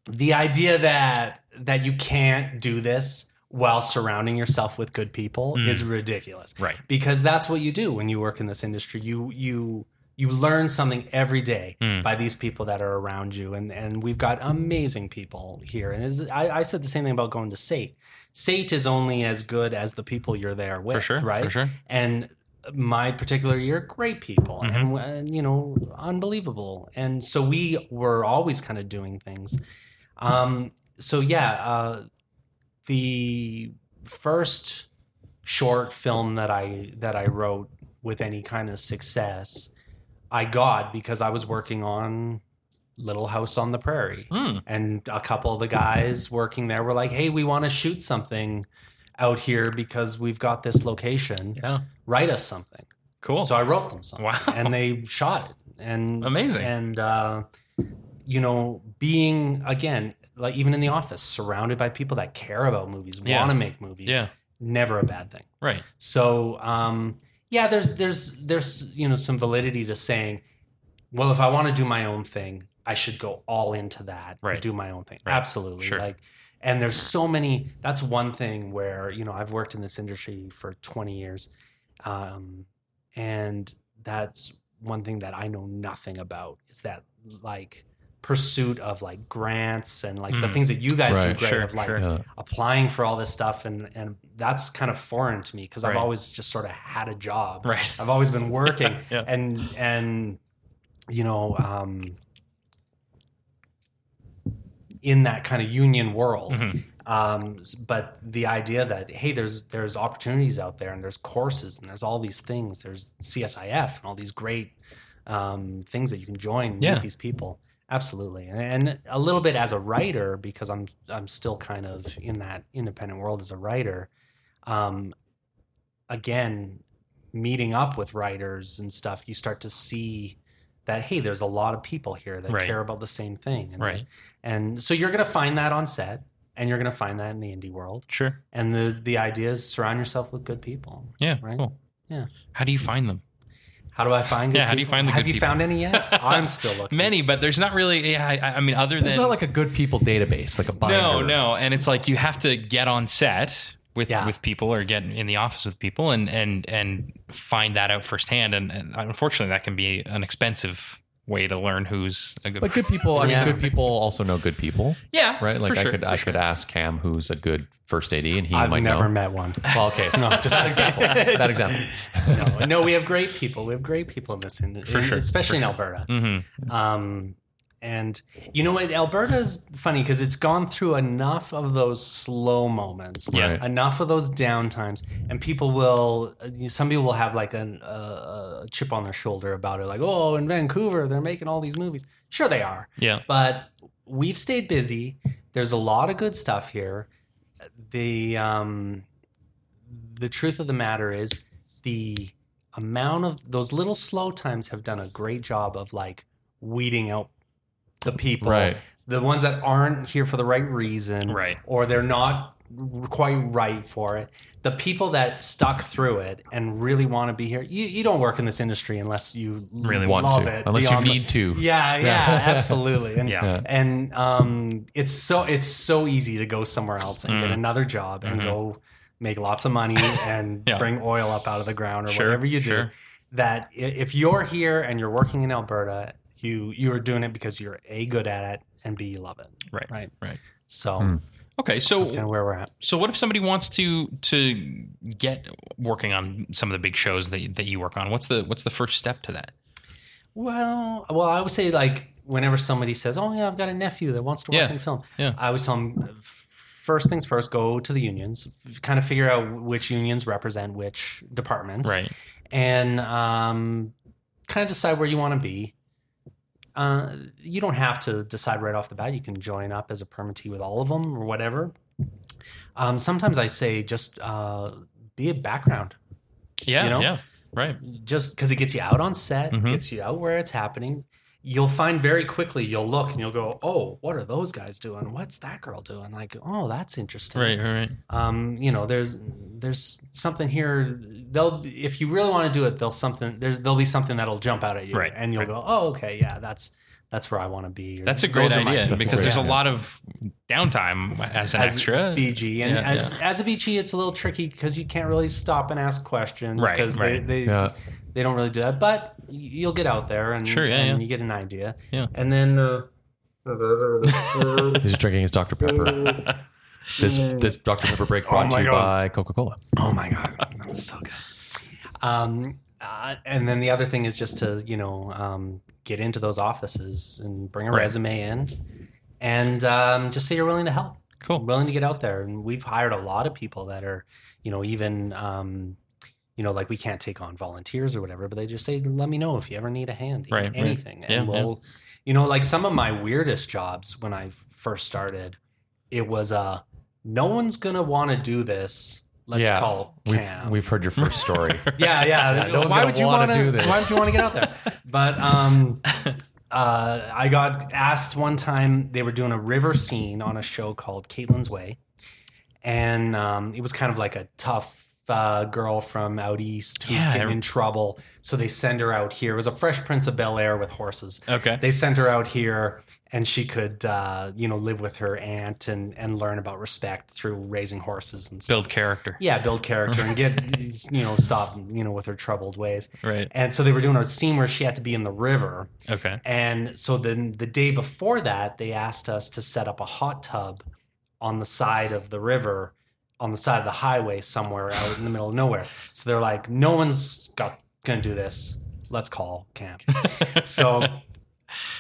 Speaker 4: the idea that that you can't do this while surrounding yourself with good people is ridiculous
Speaker 1: Mm. Right.
Speaker 4: because that's what you do when you work in this industry you you you learn something every day
Speaker 1: Mm.
Speaker 4: by these people that are around you and and we've got amazing people here and is I, I said the same thing about going to sate sate is only as good as the people you're there with
Speaker 1: For sure.
Speaker 4: right
Speaker 1: For sure.
Speaker 4: and my particular year great people
Speaker 1: Mhm.
Speaker 4: and, and you know unbelievable and so we were always kind of doing things um so yeah uh the first short film that i that i wrote with any kind of success i got because i was working on little house on the prairie
Speaker 1: Hmm.
Speaker 4: and a couple of the guys working there were like, "Hey, we want to shoot something out here because we've got this location.
Speaker 1: Yeah.
Speaker 4: Write us something."
Speaker 1: Cool.
Speaker 4: So I wrote them something,
Speaker 2: <laughs>
Speaker 1: Wow.
Speaker 4: and they shot it. And
Speaker 1: Amazing.
Speaker 4: And uh, you know, being again, like even in the office, surrounded by people that care about movies,
Speaker 1: Yeah.
Speaker 4: want to make movies,
Speaker 1: Yeah.
Speaker 4: never a bad thing.
Speaker 1: <laughs> right.
Speaker 4: So um, yeah, there's there's there's you know some validity to saying, well, if I want to do my own thing, I should go all into that
Speaker 1: Right.
Speaker 4: and do my own thing.
Speaker 1: Right.
Speaker 4: Absolutely.
Speaker 1: Sure.
Speaker 4: Like and there's so many that's one thing where, you know, I've worked in this industry for 20 years. Um, and that's one thing that I know nothing about is that like pursuit of like grants and like the
Speaker 1: Mm.
Speaker 4: things that you guys do
Speaker 2: Right.
Speaker 4: great
Speaker 1: Sure,
Speaker 4: of like
Speaker 1: sure.
Speaker 2: Yeah.
Speaker 4: applying for all this stuff and and that's kind of foreign to me because I've
Speaker 1: Right.
Speaker 4: always just sort of had a job.
Speaker 2: <laughs>
Speaker 1: Right.
Speaker 4: I've always been working
Speaker 1: <laughs> Yeah.
Speaker 4: and and you know um in that kind of union world.
Speaker 1: Mhm.
Speaker 4: Um s- but the idea that hey there's there's opportunities out there and there's courses and there's all these things there's CSIF and all these great um things that you can join
Speaker 1: Yeah.
Speaker 4: meet these people. Absolutely, and, and a little bit as a writer because I'm I'm still kind of in that independent world as a writer. Um, again, meeting up with writers and stuff, you start to see that hey, there's a lot of people here that
Speaker 1: Right.
Speaker 4: care about the same thing, and,
Speaker 1: Right.
Speaker 4: And so you're gonna find that on set, and you're gonna find that in the indie world.
Speaker 1: Sure.
Speaker 4: And the the idea is surround yourself with good people.
Speaker 1: Yeah.
Speaker 4: Right.
Speaker 1: Cool.
Speaker 4: Yeah.
Speaker 1: How do you find them?
Speaker 4: How do I find? Good
Speaker 1: Yeah, how do you
Speaker 4: people?
Speaker 1: find the
Speaker 4: Have
Speaker 1: good
Speaker 4: you
Speaker 1: people?
Speaker 4: found
Speaker 1: <laughs>
Speaker 4: any yet? I'm still looking.
Speaker 1: Many, but there's not really. Yeah, I, I mean, other
Speaker 2: There's
Speaker 1: than
Speaker 2: not like a good people database, like a binder.
Speaker 1: no, no, and it's like you have to get on set with
Speaker 4: Yeah.
Speaker 1: with people or get in the office with people and and and find that out firsthand. And, and unfortunately, that can be an expensive way to learn who's a good.
Speaker 2: But good people, I mean,
Speaker 4: Yeah.
Speaker 2: good people also know good people,
Speaker 1: <laughs> yeah,
Speaker 2: right? Like
Speaker 1: for
Speaker 2: I
Speaker 1: sure,
Speaker 2: could,
Speaker 1: for
Speaker 2: I
Speaker 1: sure.
Speaker 2: could ask Cam who's a good first AD, and he
Speaker 4: I've
Speaker 2: might
Speaker 4: never
Speaker 2: know.
Speaker 4: met one.
Speaker 2: Well, okay,
Speaker 4: No, just
Speaker 2: that
Speaker 4: <laughs>
Speaker 2: example. That example.
Speaker 4: no, no, we have great people. We have great people in this industry,
Speaker 1: For sure,
Speaker 4: especially in Alberta.
Speaker 1: Mhm.
Speaker 2: Mm-hmm.
Speaker 4: Um, and you know what? Alberta's funny because it's gone through enough of those slow moments,
Speaker 1: Yeah.
Speaker 2: Right.
Speaker 4: enough of those down times, and people will. uh, Some people will have like an, uh, a chip on their shoulder about it, like, "Oh, in Vancouver, they're making all these movies." Sure, they are
Speaker 1: Yeah.
Speaker 4: but we've stayed busy. There's a lot of good stuff here. The um, the truth of the matter is the amount of those little slow times have done a great job of like weeding out the people,
Speaker 2: Right.
Speaker 4: the ones that aren't here for the right reason,
Speaker 1: Right.
Speaker 4: or they're not r- quite right for it. The people that stuck through it and really want to be here. You, you don't work in this industry unless you
Speaker 1: Really
Speaker 2: Want
Speaker 4: love
Speaker 2: to,
Speaker 4: it.
Speaker 2: unless you
Speaker 4: beyond the-
Speaker 2: need to.
Speaker 1: <laughs>
Speaker 4: yeah, yeah, absolutely. And
Speaker 1: Yeah.
Speaker 2: Yeah.
Speaker 4: and um it's so it's so easy to go somewhere else and get
Speaker 1: Mm.
Speaker 4: another job and
Speaker 1: Mhm.
Speaker 4: go make lots of money and
Speaker 1: <laughs> Yeah.
Speaker 4: bring oil up out of the ground or
Speaker 1: Sure,
Speaker 4: whatever you do.
Speaker 1: sure.
Speaker 4: That i- if you're here and you're working in Alberta, you you are doing it because you're a good at it and b you love it.
Speaker 1: Right.
Speaker 4: Right.
Speaker 1: Right.
Speaker 4: So
Speaker 2: Hmm.
Speaker 1: Okay. So
Speaker 4: that's kind of where we're at.
Speaker 1: So what if somebody wants to to get working on some of the big shows that that you work on? What's the what's the first step to that?
Speaker 4: Well, well, I would say like whenever somebody says, "Oh yeah, I've got a nephew that wants to work
Speaker 1: Yeah.
Speaker 4: in film,"
Speaker 1: Yeah.
Speaker 4: I always tell them, first things first, go to the unions, f- kind of figure out which unions represent which departments, and um, kind of decide where you want to be. uh, you don't have to decide right off the bat. You can join up as a permittee with all of them or whatever. Um, sometimes I say just uh, be a background,
Speaker 1: Yeah,
Speaker 4: You know?
Speaker 1: yeah, right.
Speaker 4: just because it gets you out on set,
Speaker 1: Mhm.
Speaker 4: gets you out where it's happening. You'll find very quickly. You'll look and you'll go, "Oh, what are those guys doing? What's that girl doing? Like, oh, that's interesting."
Speaker 1: Right, right, right.
Speaker 4: um, you know, there's there's something here. They'll if you really want to do it, there'll something there's there'll be something that'll jump out at you,
Speaker 1: Right,
Speaker 4: And you'll
Speaker 1: right.
Speaker 4: go, oh, okay, yeah, that's that's where I want to be. or
Speaker 1: That's a great
Speaker 4: those are my-
Speaker 1: idea
Speaker 4: that's
Speaker 1: because
Speaker 4: great
Speaker 1: there's
Speaker 4: idea.
Speaker 1: a lot of downtime as an
Speaker 4: As
Speaker 1: extra. <laughs>
Speaker 4: BG and
Speaker 1: Yeah,
Speaker 4: as, as a BG, it's a little tricky because you can't really stop and ask questions
Speaker 1: Right,
Speaker 4: because
Speaker 1: right.
Speaker 4: they they,
Speaker 2: Yeah.
Speaker 4: they don't really do that. But y- you'll get out there and
Speaker 1: Sure, yeah,
Speaker 4: and
Speaker 1: yeah.
Speaker 4: you get an idea.
Speaker 1: Yeah.
Speaker 4: and then <laughs> uh,
Speaker 2: He's drinking his Dr. Pepper.
Speaker 4: <laughs>
Speaker 2: this this Dr. Pepper break brought to you by Coca Cola.
Speaker 4: Oh my god, that was so good. Um, uh, and then the other thing is just to you know um, get into those offices and bring a
Speaker 1: Right.
Speaker 4: resume in, and um, just say you're willing to help,
Speaker 1: Cool.
Speaker 4: willing to get out there. And we've hired a lot of people that are, you know, even um, you know, like we can't take on volunteers or whatever, but they just say, "Let me know if you ever need a hand, in
Speaker 1: Right, right.
Speaker 4: anything."
Speaker 1: Yeah,
Speaker 4: And
Speaker 1: yeah.
Speaker 4: we'll, you know, like some of my weirdest jobs when I first started, it was uh, no one's gonna want to do this. Let's
Speaker 2: Yeah.
Speaker 4: call
Speaker 2: We've,
Speaker 4: Cam.
Speaker 2: we've heard your first
Speaker 4: <laughs>
Speaker 2: story.
Speaker 4: Yeah, yeah.
Speaker 2: Yeah, no one's
Speaker 4: why
Speaker 2: gonna
Speaker 4: would you
Speaker 2: wanna
Speaker 4: want to
Speaker 2: do this.
Speaker 4: Why would you want to get out there?
Speaker 2: <laughs>
Speaker 4: But um, uh, I got asked one time. They were doing a river scene on a show called Caitlin's Way, and um, it was kind of like a tough. Uh, girl from out east who's
Speaker 1: Yeah, I
Speaker 4: getting
Speaker 1: re-
Speaker 4: in trouble, so they send her out here. It was a Fresh Prince of Bel Air with horses.
Speaker 1: Okay.
Speaker 4: They sent her out here, and she could, uh, you know, live with her aunt and and learn about respect through raising horses and stuff
Speaker 1: Build character.
Speaker 4: yeah, build character and get you know stop you know with her troubled ways.
Speaker 1: Right.
Speaker 4: And so they were doing a scene where she had to be in the river.
Speaker 1: Okay.
Speaker 4: And so then the day before that, they asked us to set up a hot tub on the side of the river, on the side of the highway somewhere out in the middle of nowhere. So they're like, no one's got gonna do this. Let's call camp. So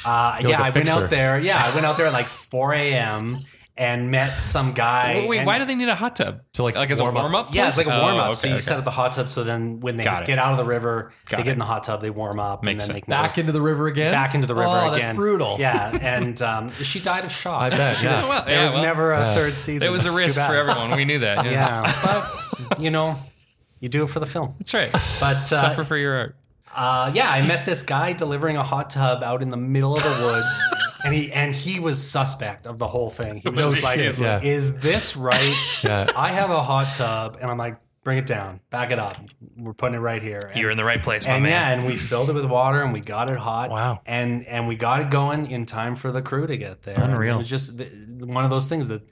Speaker 4: uh,
Speaker 2: You're
Speaker 4: yeah, I
Speaker 2: like a
Speaker 4: went
Speaker 2: fixer.
Speaker 4: out there. Yeah, I went out there at like 4 a.m. and met some guy.
Speaker 1: Wait, wait,
Speaker 4: and-
Speaker 1: why do they need a hot tub?
Speaker 2: To, like,
Speaker 1: like as a
Speaker 2: warm up.
Speaker 1: warm up?
Speaker 4: yeah, it's like a warm up.
Speaker 1: Oh,
Speaker 4: so
Speaker 1: okay,
Speaker 4: you
Speaker 1: okay.
Speaker 4: set up the hot tub. So then when they
Speaker 1: Got it.
Speaker 4: get out of the river,
Speaker 1: Got
Speaker 4: they
Speaker 1: it.
Speaker 4: get in the hot tub, they warm up,
Speaker 1: Makes
Speaker 4: and
Speaker 1: sense.
Speaker 4: then they can
Speaker 2: Back
Speaker 4: go
Speaker 2: into the river again?
Speaker 4: back into the river
Speaker 2: oh,
Speaker 4: again.
Speaker 2: that's brutal.
Speaker 4: Yeah, and um, she died of shock.
Speaker 2: I bet.
Speaker 4: She-
Speaker 2: Yeah.
Speaker 1: Well,
Speaker 4: <laughs> There
Speaker 1: yeah,
Speaker 4: was
Speaker 1: well,
Speaker 4: never a
Speaker 2: Yeah.
Speaker 4: third season.
Speaker 1: It was a
Speaker 4: That's too
Speaker 1: risk
Speaker 4: bad.
Speaker 1: for everyone. We knew that. Yeah.
Speaker 4: Yeah, but you know, you do it for the film.
Speaker 1: That's right.
Speaker 4: But uh,
Speaker 1: Suffer for your art.
Speaker 4: uh, yeah, I met this guy delivering a hot tub out in the middle of the woods, and he and he was suspect of the whole thing.
Speaker 1: <laughs>
Speaker 4: He was,
Speaker 1: Was
Speaker 4: just
Speaker 1: he?
Speaker 4: like, "Is,
Speaker 2: Yeah.
Speaker 4: this right?
Speaker 2: Yeah.
Speaker 4: I have a hot tub," and I'm like, "Bring it down, back it up. We're putting it right here." And,
Speaker 1: You're in the right place, my
Speaker 4: and
Speaker 1: man.
Speaker 4: yeah, and we filled it with water, and we got it hot.
Speaker 1: Wow.
Speaker 4: And and we got it going in time for the crew to get there.
Speaker 1: Unreal.
Speaker 4: It was just th- one of those things that.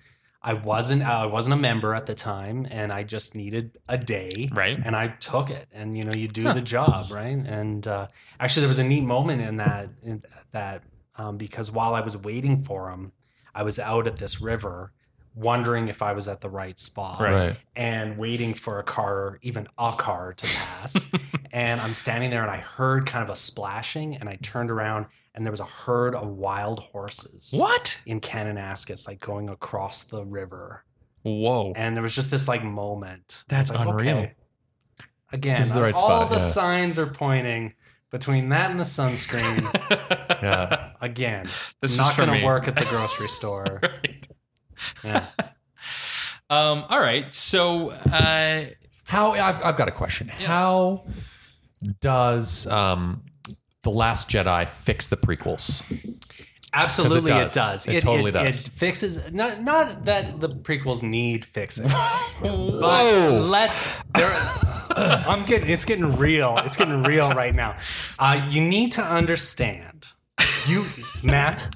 Speaker 4: I wasn't I wasn't a member at the time and I just needed a day
Speaker 1: Right.
Speaker 4: and I took it. And you know, you do the job, right? And uh, actually, there was a neat moment in that in that um, because while I was waiting for him, I was out at this river, wondering if I was at the <laughs> right spot,
Speaker 1: Right.
Speaker 2: Right.
Speaker 4: and waiting for a car, even a car, to
Speaker 1: <laughs>
Speaker 4: pass. and I'm standing there, and I heard kind of a splashing, and I turned around, and there was a herd of wild horses.
Speaker 1: What?
Speaker 4: In Kananaskis, like going across the river
Speaker 1: Whoa.
Speaker 4: and there was just this like moment.
Speaker 1: That's
Speaker 4: It's like,
Speaker 1: unreal.
Speaker 4: Again,
Speaker 2: This is the right
Speaker 4: all
Speaker 2: spot,
Speaker 4: the
Speaker 2: yeah.
Speaker 4: signs are pointing between that and
Speaker 1: <laughs>
Speaker 4: the sunscreen. <laughs>
Speaker 2: Yeah.
Speaker 4: Again,
Speaker 1: This
Speaker 4: not
Speaker 1: is for
Speaker 4: gonna
Speaker 1: me.
Speaker 4: work at the
Speaker 1: <laughs>
Speaker 4: grocery store.
Speaker 1: Right.
Speaker 4: Yeah.
Speaker 1: Um, all right. So uh,
Speaker 2: How I've, I've got a question.
Speaker 1: Yeah.
Speaker 2: How does um, the Last Jedi fix the prequels?
Speaker 4: Absolutely, it
Speaker 2: does.
Speaker 4: does.
Speaker 2: It totally does.
Speaker 4: It fixes not not that the prequels
Speaker 1: <laughs>
Speaker 4: need fixing, but let's. There, I'm getting it's getting real. It's getting real right now. Uh, you need to understand, you Matt.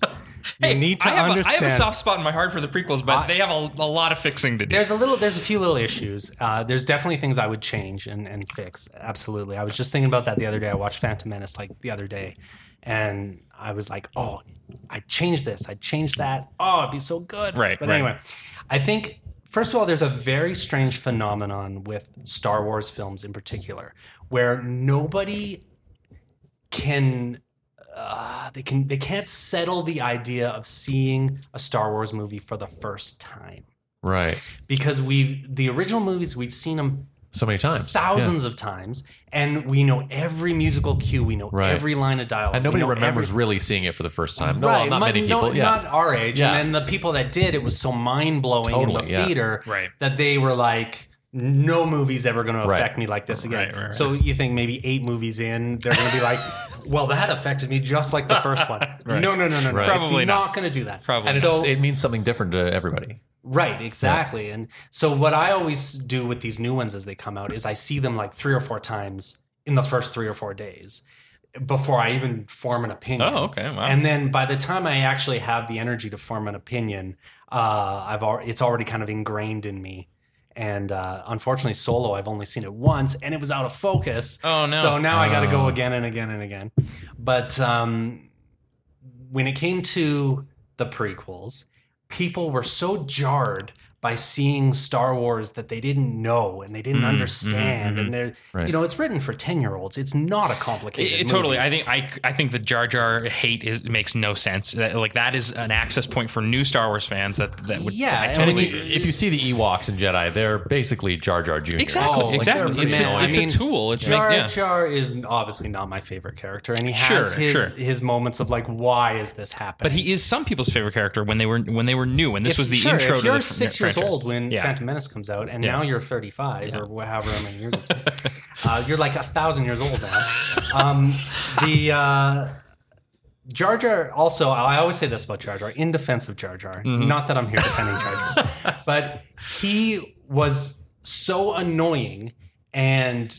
Speaker 4: You
Speaker 1: hey,
Speaker 4: need to
Speaker 1: I, have
Speaker 4: understand.
Speaker 1: A, I have a soft spot in my heart for the prequels, but they have a, a lot of fixing to do.
Speaker 4: There's a little. There's a few little issues. Uh, there's definitely things I would change and, and fix. Absolutely. I was just thinking about that the other day. I watched Phantom Menace like the other day, and I was like, oh, I changed this. I changed that. Oh, it'd be so good.
Speaker 1: Right,
Speaker 4: But
Speaker 1: right.
Speaker 4: anyway, I think first of all, there's a very strange phenomenon with Star Wars films in particular, where nobody can uh, they can they can't settle the idea of seeing a Star Wars movie for the first time
Speaker 2: Right.
Speaker 4: because we've the original movies we've seen them
Speaker 2: so many times. Yeah.
Speaker 4: thousands of times, and we know every musical cue, we know
Speaker 2: Right.
Speaker 4: every line of dialogue,
Speaker 2: And
Speaker 4: we
Speaker 2: nobody
Speaker 4: know
Speaker 2: remembers
Speaker 4: every-
Speaker 2: really seeing it for the first time. No,
Speaker 4: right,
Speaker 2: not
Speaker 4: my-
Speaker 2: many
Speaker 4: no,
Speaker 2: people. yeah.
Speaker 4: not our age.
Speaker 2: Yeah.
Speaker 4: And then the people that did, it was so mind blowing in
Speaker 2: Totally,
Speaker 4: the
Speaker 2: yeah.
Speaker 4: theater
Speaker 1: Right.
Speaker 4: that they were like, "No movie's ever going to
Speaker 2: Right.
Speaker 4: affect me like this again."
Speaker 1: Right, right, right.
Speaker 4: So you think maybe eight movies in, they're going to be like, "Well, that affected me just like the
Speaker 1: <laughs>
Speaker 4: first one." No, no, no, no, no.
Speaker 2: Right.
Speaker 1: Probably
Speaker 4: it's
Speaker 1: not.
Speaker 4: not, going to do that.
Speaker 1: Probably
Speaker 2: and it's,
Speaker 4: So-
Speaker 2: it means something different to everybody.
Speaker 4: Right, exactly. And so what I always do with these new ones as they come out is I see them like three or four times in the first three or four days before I even form an opinion.
Speaker 1: Oh, okay. Wow.
Speaker 4: And then by the time I actually have the energy to form an opinion, uh, I've al- it's already kind of ingrained in me. And uh, unfortunately, solo I've only seen it once, and it was out of focus.
Speaker 1: Oh, no.
Speaker 4: So now I got to go
Speaker 2: Oh.
Speaker 4: again and again and again. But um, when it came to the prequels, people were so jarred by seeing Star Wars that they didn't know and they didn't
Speaker 1: Mhm,
Speaker 4: understand.
Speaker 1: mhm, mhm.
Speaker 4: And they're,
Speaker 2: Right.
Speaker 4: you know, it's written for 10 year olds. It's not a complicated
Speaker 1: It- it-
Speaker 4: movie.
Speaker 1: totally. I think I, I think the Jar Jar hate is makes no sense. That- like that is an access point for new Star Wars fans. That that would
Speaker 4: Yeah,
Speaker 1: I
Speaker 4: and
Speaker 1: totally
Speaker 4: when
Speaker 2: if,
Speaker 4: you-
Speaker 2: you,
Speaker 1: agree.
Speaker 2: if you see the Ewoks and Jedi, they're basically Jar Jar Jr.
Speaker 1: exactly
Speaker 4: Oh, like
Speaker 1: exactly.
Speaker 4: they're
Speaker 1: it's
Speaker 4: pretty
Speaker 1: a, it's
Speaker 4: annoying.
Speaker 1: a tool. It's
Speaker 4: Jar
Speaker 1: make, yeah.
Speaker 4: Jar is obviously not my favorite character, and he
Speaker 1: Sure,
Speaker 4: has his
Speaker 1: sure.
Speaker 4: his moments of like, why is this happening?
Speaker 1: But he is some people's favorite character when they were when they were new, and this
Speaker 4: If-
Speaker 1: was the
Speaker 4: sure,
Speaker 1: intro
Speaker 4: If
Speaker 1: to
Speaker 4: you're
Speaker 1: the fr-
Speaker 4: six years
Speaker 1: franchise.
Speaker 4: old when
Speaker 1: Yeah.
Speaker 4: Phantom Menace comes out, and
Speaker 1: Yeah.
Speaker 4: now you're 35 or however many years, it's been, uh, you're like a thousand years old now. Um, the uh, Jar Jar also, I always say this about Jar Jar, in defense of Jar Jar,
Speaker 1: Mm-hmm.
Speaker 4: not that I'm here defending Jar Jar, but he was so annoying and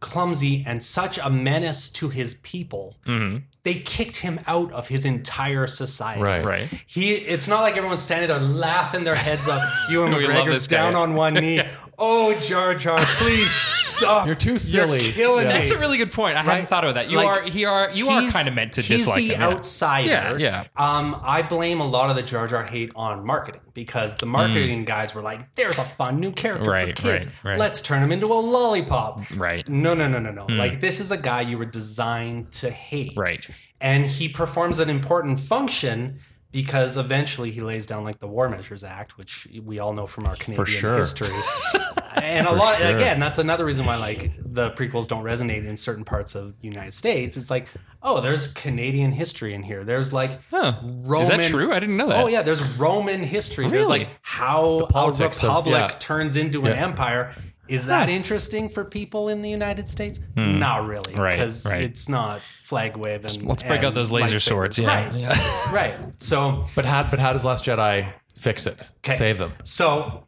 Speaker 4: clumsy and such a menace to his people.
Speaker 1: Mm. Mm-hmm.
Speaker 4: They kicked him out of his entire society.
Speaker 2: Right.
Speaker 1: Right.
Speaker 4: He it's not like everyone's standing there laughing their heads
Speaker 1: <laughs>
Speaker 4: up. You and
Speaker 1: We love
Speaker 4: McGregor's
Speaker 1: this guy.
Speaker 4: down on
Speaker 1: <laughs>
Speaker 4: one knee. Oh Jar Jar, please stop.
Speaker 2: You're too silly."
Speaker 4: You're killing
Speaker 2: Yeah.
Speaker 4: me.
Speaker 1: That's a really good point. I hadn't
Speaker 4: Right?
Speaker 1: thought about that. You
Speaker 4: Like,
Speaker 1: are he are you are
Speaker 4: He's-
Speaker 1: kind of meant to
Speaker 4: he's
Speaker 1: dislike
Speaker 4: the
Speaker 1: him. yeah.
Speaker 4: outsider.
Speaker 1: Yeah, yeah.
Speaker 4: Um, I blame a lot of the Jar Jar hate on marketing because the marketing guys were like, "There's a fun new character
Speaker 1: Mm. Right,
Speaker 4: for kids.
Speaker 1: right, right.
Speaker 4: Let's turn him into a lollipop."
Speaker 1: Right. Mm.
Speaker 4: No, no, no, no, no. Like this is a guy you were designed to hate.
Speaker 1: Right.
Speaker 4: And he performs an important function because eventually he lays down like the War Measures Act, which we all know from our Canadian
Speaker 2: sure.
Speaker 4: history.
Speaker 1: <laughs>
Speaker 4: and a lot again, that's another reason why like the prequels don't resonate in certain parts of the United States. It's like, oh, there's Canadian history in here. There's like
Speaker 1: Huh.
Speaker 4: Roman
Speaker 1: Is that true? I didn't know that.
Speaker 4: Oh yeah, there's Roman history. There's
Speaker 1: Really?
Speaker 4: like how a republic
Speaker 2: politics of- yeah.
Speaker 4: turns into an
Speaker 2: Yeah.
Speaker 4: empire. Is that interesting for people in the United States? Not really,
Speaker 1: Hmm. Right,
Speaker 4: Because
Speaker 1: right.
Speaker 4: it's not flag wave and
Speaker 1: Let's break
Speaker 4: and
Speaker 1: out those laser
Speaker 4: lightsabers.
Speaker 1: swords. Yeah.
Speaker 4: right,
Speaker 1: Yeah. <laughs>
Speaker 4: right. So,
Speaker 2: But how? But how does Last Jedi fix it? Save them
Speaker 4: so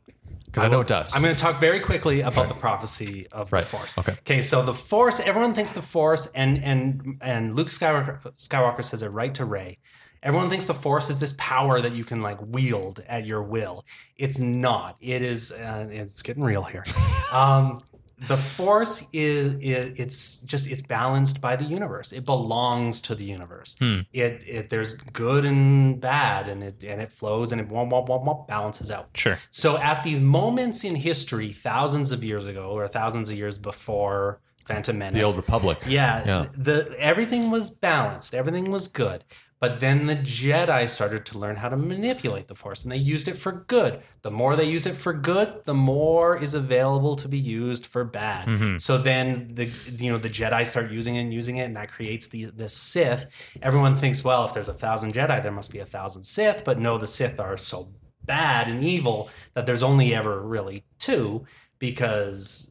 Speaker 2: because I, know it does.
Speaker 4: I'm going to talk very quickly about the prophecy of
Speaker 2: Right.
Speaker 4: the Force.
Speaker 2: Okay.
Speaker 4: Okay. So the Force. Everyone thinks the Force, and and and Luke Skywalker, Skywalker says it right to Ray. Everyone thinks the Force is this power that you can like wield at your will. It's not. It is. Uh, it's getting real
Speaker 2: <laughs>
Speaker 4: here. Um, the Force is, i- it's just it's balanced by the universe. It belongs to the universe.
Speaker 2: Hmm.
Speaker 4: It, it there's good and bad, and it and it flows and it womp womp womp womp balances out.
Speaker 1: Sure.
Speaker 4: So at these moments in history, thousands of years ago or thousands of years before Phantom Menace,
Speaker 2: the Old Republic.
Speaker 4: yeah,
Speaker 2: Yeah.
Speaker 4: the everything was balanced, everything was good. But then the Jedi started to learn how to manipulate the Force, and they used it for good. The more they use it for good, the more is available to be used for bad. So then the you know the Jedi start using it and using it, and that creates the the Sith. Everyone thinks, well, if there's a thousand Jedi, there must be a thousand Sith. But no, the Sith are so bad and evil that there's only ever really two because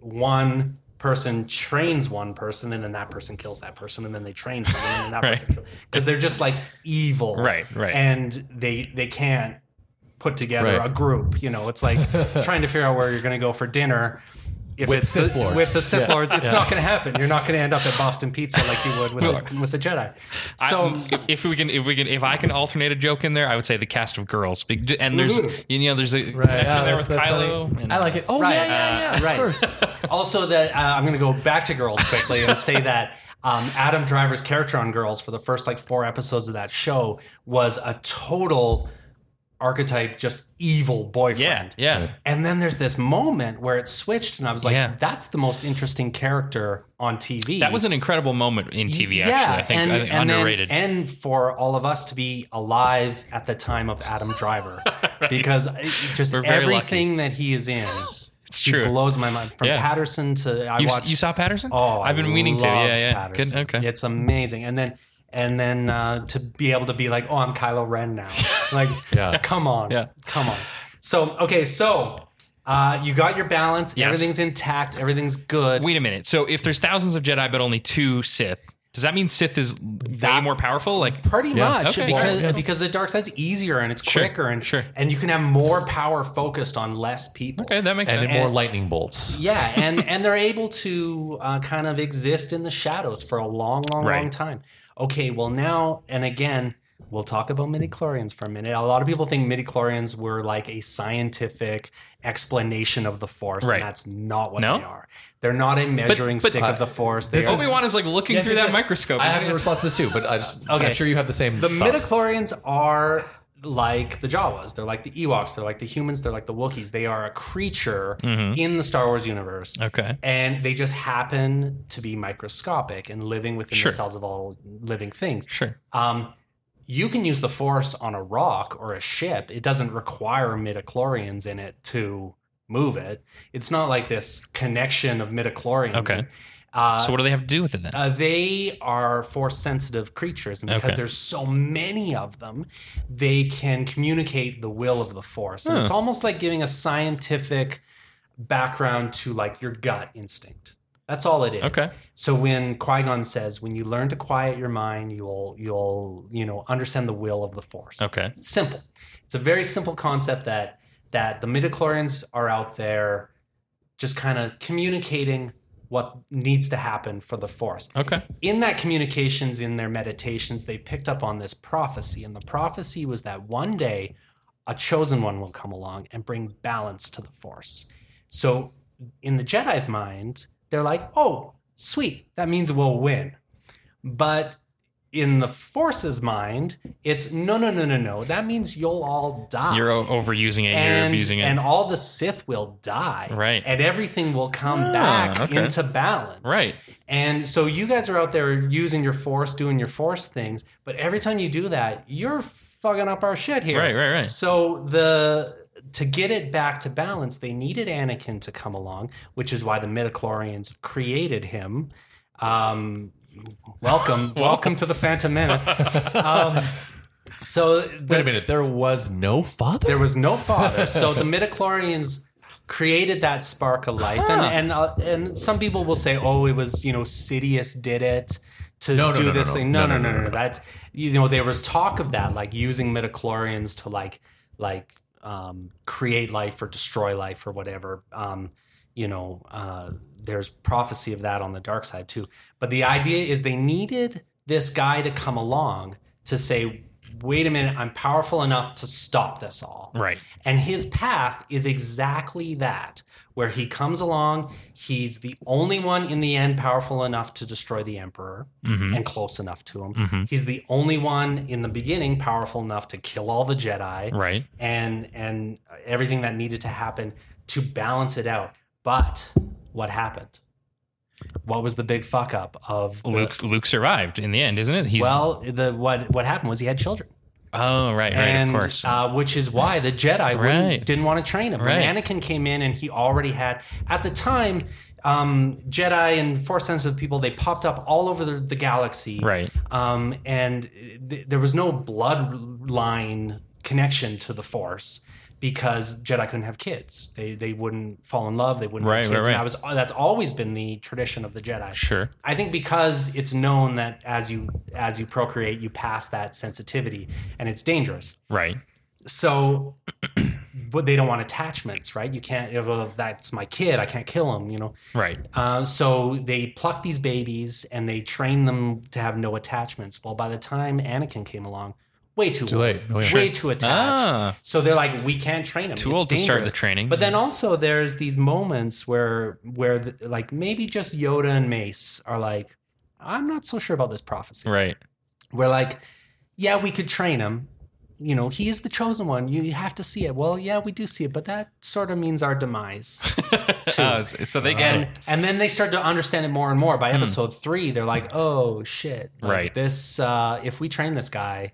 Speaker 4: one person trains one person and then that person kills that person and then they train someone and then
Speaker 1: <laughs>
Speaker 4: that
Speaker 1: Right.
Speaker 4: person because they're just like evil
Speaker 1: Right, right.
Speaker 4: and they they can't put together
Speaker 2: Right.
Speaker 4: a group you
Speaker 1: <laughs>
Speaker 4: know it's like trying to figure out where you're going to go for dinner if
Speaker 2: With
Speaker 4: it's
Speaker 2: Sith
Speaker 4: the,
Speaker 2: Lords.
Speaker 4: with the Sith
Speaker 2: Yeah.
Speaker 4: Lords, it's not going to happen. You're not going to end up at Boston Pizza like you
Speaker 2: <laughs>
Speaker 4: would with, the, with the Jedi. So
Speaker 1: So if we can, if we can, if I can alternate a joke in there, I would say the cast of girls. Be- And there's, you know, there's a
Speaker 2: Yeah,
Speaker 1: connection there with Kylo. and-
Speaker 2: I like it. Oh yeah, yeah, yeah.
Speaker 4: right. also, that uh, I'm going to go back to Girls quickly and say that um, Adam Driver's character on Girls for the first like four episodes of that show was a total archetype, just evil
Speaker 1: Yeah,
Speaker 4: boyfriend.
Speaker 1: yeah.
Speaker 4: And then there's this moment where it switched, and I was like,
Speaker 1: Yeah.
Speaker 4: "That's the most interesting character on TV."
Speaker 1: That was an incredible moment in TV.
Speaker 4: Yeah,
Speaker 1: actually, I think, I think
Speaker 4: then-
Speaker 1: underrated.
Speaker 4: and for all of us to be alive
Speaker 1: <laughs>
Speaker 4: at the time of Adam Driver, because it- just
Speaker 1: very lucky.
Speaker 4: everything that he is in
Speaker 1: It's
Speaker 4: He
Speaker 1: true.
Speaker 4: blows my mind. From
Speaker 1: Yeah.
Speaker 4: Patterson to I
Speaker 1: You,
Speaker 4: watched.
Speaker 1: you saw Patterson?
Speaker 4: Oh,
Speaker 1: I've been meaning to.
Speaker 4: loved
Speaker 1: Yeah, yeah. Good,
Speaker 4: Patterson.
Speaker 1: okay.
Speaker 4: It's amazing. And then and then uh, to be able to be like, oh, I'm Kylo
Speaker 1: <laughs>
Speaker 4: Ren now. like,
Speaker 2: Yeah.
Speaker 4: come on,
Speaker 1: Yeah.
Speaker 4: come on. So okay, so uh, you got your balance.
Speaker 1: Yes.
Speaker 4: Everything's intact. Everything's good.
Speaker 1: Wait a minute. So if there's thousands of Jedi but only two Sith, does that mean Sith is way
Speaker 4: That-
Speaker 1: more powerful? Like
Speaker 4: Pretty
Speaker 2: Yeah.
Speaker 4: much
Speaker 1: Okay.
Speaker 4: because
Speaker 1: Well, yeah.
Speaker 4: because the dark side's easier and it's
Speaker 1: Sure,
Speaker 4: quicker and
Speaker 1: sure.
Speaker 4: and you can have more power focused on less people.
Speaker 1: okay, that makes
Speaker 2: And
Speaker 1: sense.
Speaker 2: more lightning bolts.
Speaker 4: Yeah, and and they're able to uh, kind of exist in the shadows for a long, long, long
Speaker 1: Right.
Speaker 4: time. Okay, well now and again, we'll talk about midi chlorians for a minute. A lot of people think midi chlorians were like a scientific explanation of the force,
Speaker 1: Right.
Speaker 4: and that's not what
Speaker 1: No?
Speaker 4: they are. They're not a measuring
Speaker 1: but- uh,
Speaker 4: stick of the force. They
Speaker 1: This
Speaker 4: are,
Speaker 1: Obi Wan is like looking
Speaker 2: Yes,
Speaker 1: through
Speaker 2: yes,
Speaker 1: that
Speaker 2: yes.
Speaker 1: microscope.
Speaker 2: I
Speaker 1: isn't
Speaker 2: have
Speaker 1: he?
Speaker 2: a response to this too, but I just,
Speaker 4: Okay.
Speaker 2: I'm sure you have the same.
Speaker 4: the
Speaker 2: thoughts.
Speaker 4: midichlorians are like the Jawas. They're like the Ewoks. They're like the humans. They're like the Wookiees. They are a creature
Speaker 1: Mm-hmm.
Speaker 4: in the Star Wars universe.
Speaker 1: okay.
Speaker 4: and they just happen to be microscopic and living within
Speaker 1: Sure.
Speaker 4: the cells of all living things.
Speaker 1: Sure.
Speaker 4: Um, you can use the force on a rock or a ship. It doesn't require midichlorians in it to move it. It's not like this connection of midichlorians.
Speaker 1: Okay.
Speaker 4: Uh,
Speaker 1: so what do they have to do with it then?
Speaker 4: uh, they are force sensitive creatures, and because
Speaker 1: Okay.
Speaker 4: there's so many of them, they can communicate the will of the force. And
Speaker 1: Huh.
Speaker 4: it's almost like giving a scientific background to like your gut instinct. That's all it is.
Speaker 1: Okay.
Speaker 4: So when Qui Gon says, "When you learn to quiet your mind, you'll you'll you know understand the will of the force."
Speaker 1: okay.
Speaker 4: Simple. It's a very simple concept that that the midichlorians are out there just kind of communicating what needs to happen for the force
Speaker 1: Okay.
Speaker 4: in that communications in their meditations they picked up on this prophecy and the prophecy was that one day a chosen one will come along and bring balance to the force so in the jedi's mind they're like oh sweet that means we'll win but in the force's mind it's no no no no no that means you'll all die
Speaker 1: You're o- overusing it. you're
Speaker 4: uh, and,
Speaker 1: abusing it.
Speaker 4: and all the sith will die
Speaker 1: Right.
Speaker 4: and everything will come
Speaker 1: Ah,
Speaker 4: back
Speaker 1: okay.
Speaker 4: into balance
Speaker 1: right.
Speaker 4: and so you guys are out there using your force, doing your force things, but every time you do that, you're fucking up our shit here.
Speaker 1: Right. Right. Right.
Speaker 4: So the to get it back to balance, they needed Anakin to come along, which is why the midichlorians created him. Um,
Speaker 1: <laughs>
Speaker 4: welcome, welcome to the Phantom Menace. Um, so the,
Speaker 2: Wait a minute. There was no father.
Speaker 4: there was no father. So the midichlorians created that spark of life,
Speaker 1: Huh.
Speaker 4: and and uh, and some people will say, oh, it was you know Sidious did it to
Speaker 2: No, no,
Speaker 4: do
Speaker 2: no, no,
Speaker 4: this
Speaker 2: no.
Speaker 4: thing. No, no, no, no, no. That's you know there was talk of that, like using midichlorians to like like um, create life or destroy life or whatever. Um, you know, uh, there's prophecy of that on the dark side too. But the idea is they needed this guy to come along to say, wait a minute, I'm powerful enough to stop this all.
Speaker 1: Right.
Speaker 4: And his path is exactly that, where he comes along, he's the only one in the end powerful enough to destroy the emperor
Speaker 1: Mm-hmm.
Speaker 4: and close enough to him.
Speaker 1: Mhm.
Speaker 4: He's the only one in the beginning powerful enough to kill all the Jedi
Speaker 1: Right.
Speaker 4: and and everything that needed to happen to balance it out. But what happened? What was the big fuck up of the-
Speaker 1: Luke. Luke survived in the end, isn't it? He's.
Speaker 4: well, the what what happened was he had children,
Speaker 1: oh, right. Right.
Speaker 4: and
Speaker 1: of course.
Speaker 4: uh, which is why the Jedi wouldn't-
Speaker 1: Right.
Speaker 4: didn't want to train him.
Speaker 1: Right.
Speaker 4: When Anakin came in, and he already had at the time um, Jedi and Force sensitive people. They popped up all over the, the galaxy,
Speaker 1: Right.
Speaker 4: Um, and th- there was no bloodline connection to the Force. Because Jedi couldn't have kids, they they wouldn't fall in love, they wouldn't
Speaker 1: Right,
Speaker 4: have
Speaker 1: right,
Speaker 4: kids.
Speaker 1: right.
Speaker 4: And that was that's always been the tradition of the Jedi.
Speaker 1: sure.
Speaker 4: I think because it's known that as you as you procreate, you pass that sensitivity, and it's dangerous.
Speaker 1: Right.
Speaker 4: So, <clears throat> but they don't want attachments, right? You can't. If uh, that's my kid, I can't kill him. You know.
Speaker 1: Right.
Speaker 4: Uh, so they pluck these babies and they train them to have no attachments. Well, by the time Anakin came along, way too,
Speaker 2: Too
Speaker 4: old,
Speaker 2: late. Oh, yeah.
Speaker 4: way too attached.
Speaker 1: Ah.
Speaker 4: So they're like, we can't train him.
Speaker 1: Too
Speaker 4: It's
Speaker 1: old to start the
Speaker 4: dangerous."
Speaker 1: training.
Speaker 4: But then also there's these moments where where the, like maybe just Yoda and Mace are like, I'm not so sure about this prophecy. <laughs>
Speaker 1: Right.
Speaker 4: We're like, yeah, we could train him. You know, he is the chosen one. You you have to see it. Well, yeah, we do see it, but that sort of means
Speaker 1: <laughs>
Speaker 4: our demise.
Speaker 1: Oh, so they get
Speaker 4: And
Speaker 1: it. Hmm.
Speaker 4: and then they start to understand it more and more. By episode three, they're like, oh shit, like,
Speaker 1: Right.
Speaker 4: This uh, if we train this guy,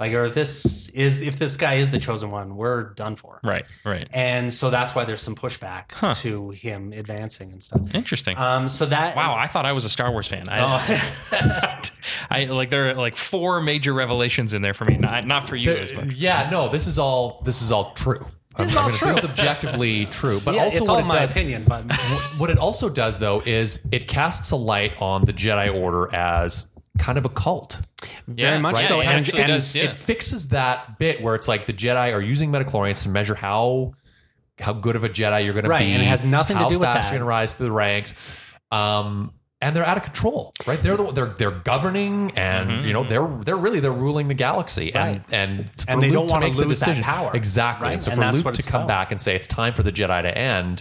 Speaker 4: Like, or this is if this guy is the chosen one, we're done for.
Speaker 1: Right. Right.
Speaker 4: And so that's why there's some pushback
Speaker 1: Huh.
Speaker 4: to him advancing and stuff.
Speaker 1: Interesting.
Speaker 4: Um, so that
Speaker 1: wow. I thought I was a Star Wars fan. I,
Speaker 4: Oh.
Speaker 1: <laughs> I like there are like four major revelations in there for me. Not not for you as much.
Speaker 2: yeah, no, this is all this is all true. This
Speaker 4: is all true. <laughs>
Speaker 2: subjectively true, but
Speaker 4: Yeah,
Speaker 2: also
Speaker 4: it's
Speaker 2: what
Speaker 4: all
Speaker 2: it
Speaker 4: my
Speaker 2: does,
Speaker 4: opinion, but
Speaker 2: <laughs> what it also does though is it casts a light on the Jedi Order as kind of a cult.
Speaker 1: Yeah,
Speaker 4: very much
Speaker 1: right.
Speaker 4: so.
Speaker 1: It
Speaker 4: and
Speaker 1: actually
Speaker 4: and
Speaker 1: does, yeah.
Speaker 2: It fixes that bit where it's like the Jedi are using metachlorians to measure how how good of a Jedi you're going
Speaker 4: Right,
Speaker 2: to be.
Speaker 4: and it has nothing to
Speaker 2: how
Speaker 4: do with
Speaker 2: fast
Speaker 4: that.
Speaker 2: You're going to rise through the ranks. Um, and they're out of control, right? They're the, they're they're governing, and
Speaker 1: Mm-hmm.
Speaker 2: you know they're they're really they're ruling the galaxy,
Speaker 4: Right.
Speaker 2: and and, for
Speaker 4: And they
Speaker 2: Luke
Speaker 4: don't
Speaker 2: to
Speaker 4: wanna
Speaker 2: make the
Speaker 4: lose that
Speaker 2: decision.
Speaker 4: power,
Speaker 2: exactly.
Speaker 4: right?
Speaker 2: So
Speaker 4: And
Speaker 2: for
Speaker 4: that's
Speaker 2: Luke
Speaker 4: what
Speaker 2: to
Speaker 4: it's
Speaker 2: come
Speaker 4: about.
Speaker 2: back and say it's time for the Jedi to end,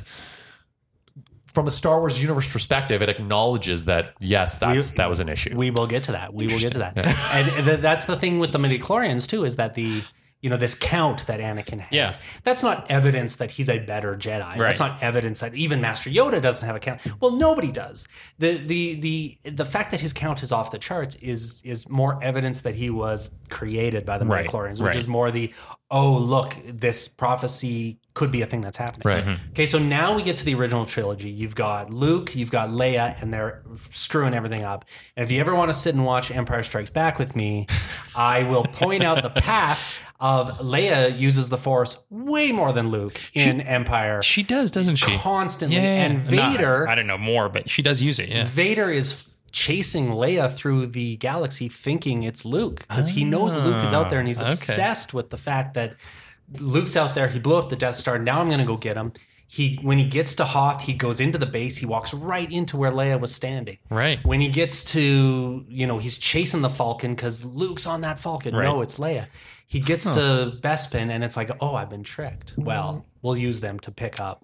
Speaker 2: from a Star Wars universe perspective, it acknowledges that yes, that's that was an issue.
Speaker 4: we will get to that. We will get to that. and th- that's the thing with the midichlorians too is that the you know this count that Anakin has.
Speaker 1: Yeah.
Speaker 4: That's not evidence that he's a better Jedi.
Speaker 1: Right.
Speaker 4: That's not evidence that even Master Yoda doesn't have a count. Well, nobody does. The the the the fact that his count is off the charts is is more evidence that he was created by the
Speaker 1: Right,
Speaker 4: midichlorians, which
Speaker 1: right.
Speaker 4: is more the oh look, this prophecy could be a thing that's happening.
Speaker 2: Right.
Speaker 1: Hmm.
Speaker 4: Okay, so now we get to the original trilogy. You've got Luke, you've got Leia, and they're screwing everything up. And if you ever want to sit and watch Empire Strikes Back with me, I will point out the path of Leia uses the Force way more than Luke in Empire
Speaker 1: She does, doesn't she?
Speaker 4: constantly.
Speaker 1: Yeah, yeah, yeah.
Speaker 4: And
Speaker 1: No,
Speaker 4: Vader, Mm-hmm.
Speaker 1: I, I don't know more, but she does use it. Yeah.
Speaker 4: Vader is f- chasing Leia through the galaxy, thinking it's Luke because he knows Luke is out there, and he's
Speaker 1: okay.
Speaker 4: obsessed with the fact that Luke's out there. He blew up the Death Star. Now I'm going to go get him. He when he gets to Hoth, he goes into the base. He walks right into where Leia was standing.
Speaker 1: Right.
Speaker 4: When he gets to, you know, he's chasing the Falcon because Luke's on that Falcon. No, it's Leia. He gets to Bespin, and it's like, oh, I've been tricked. Well, we'll use them to pick up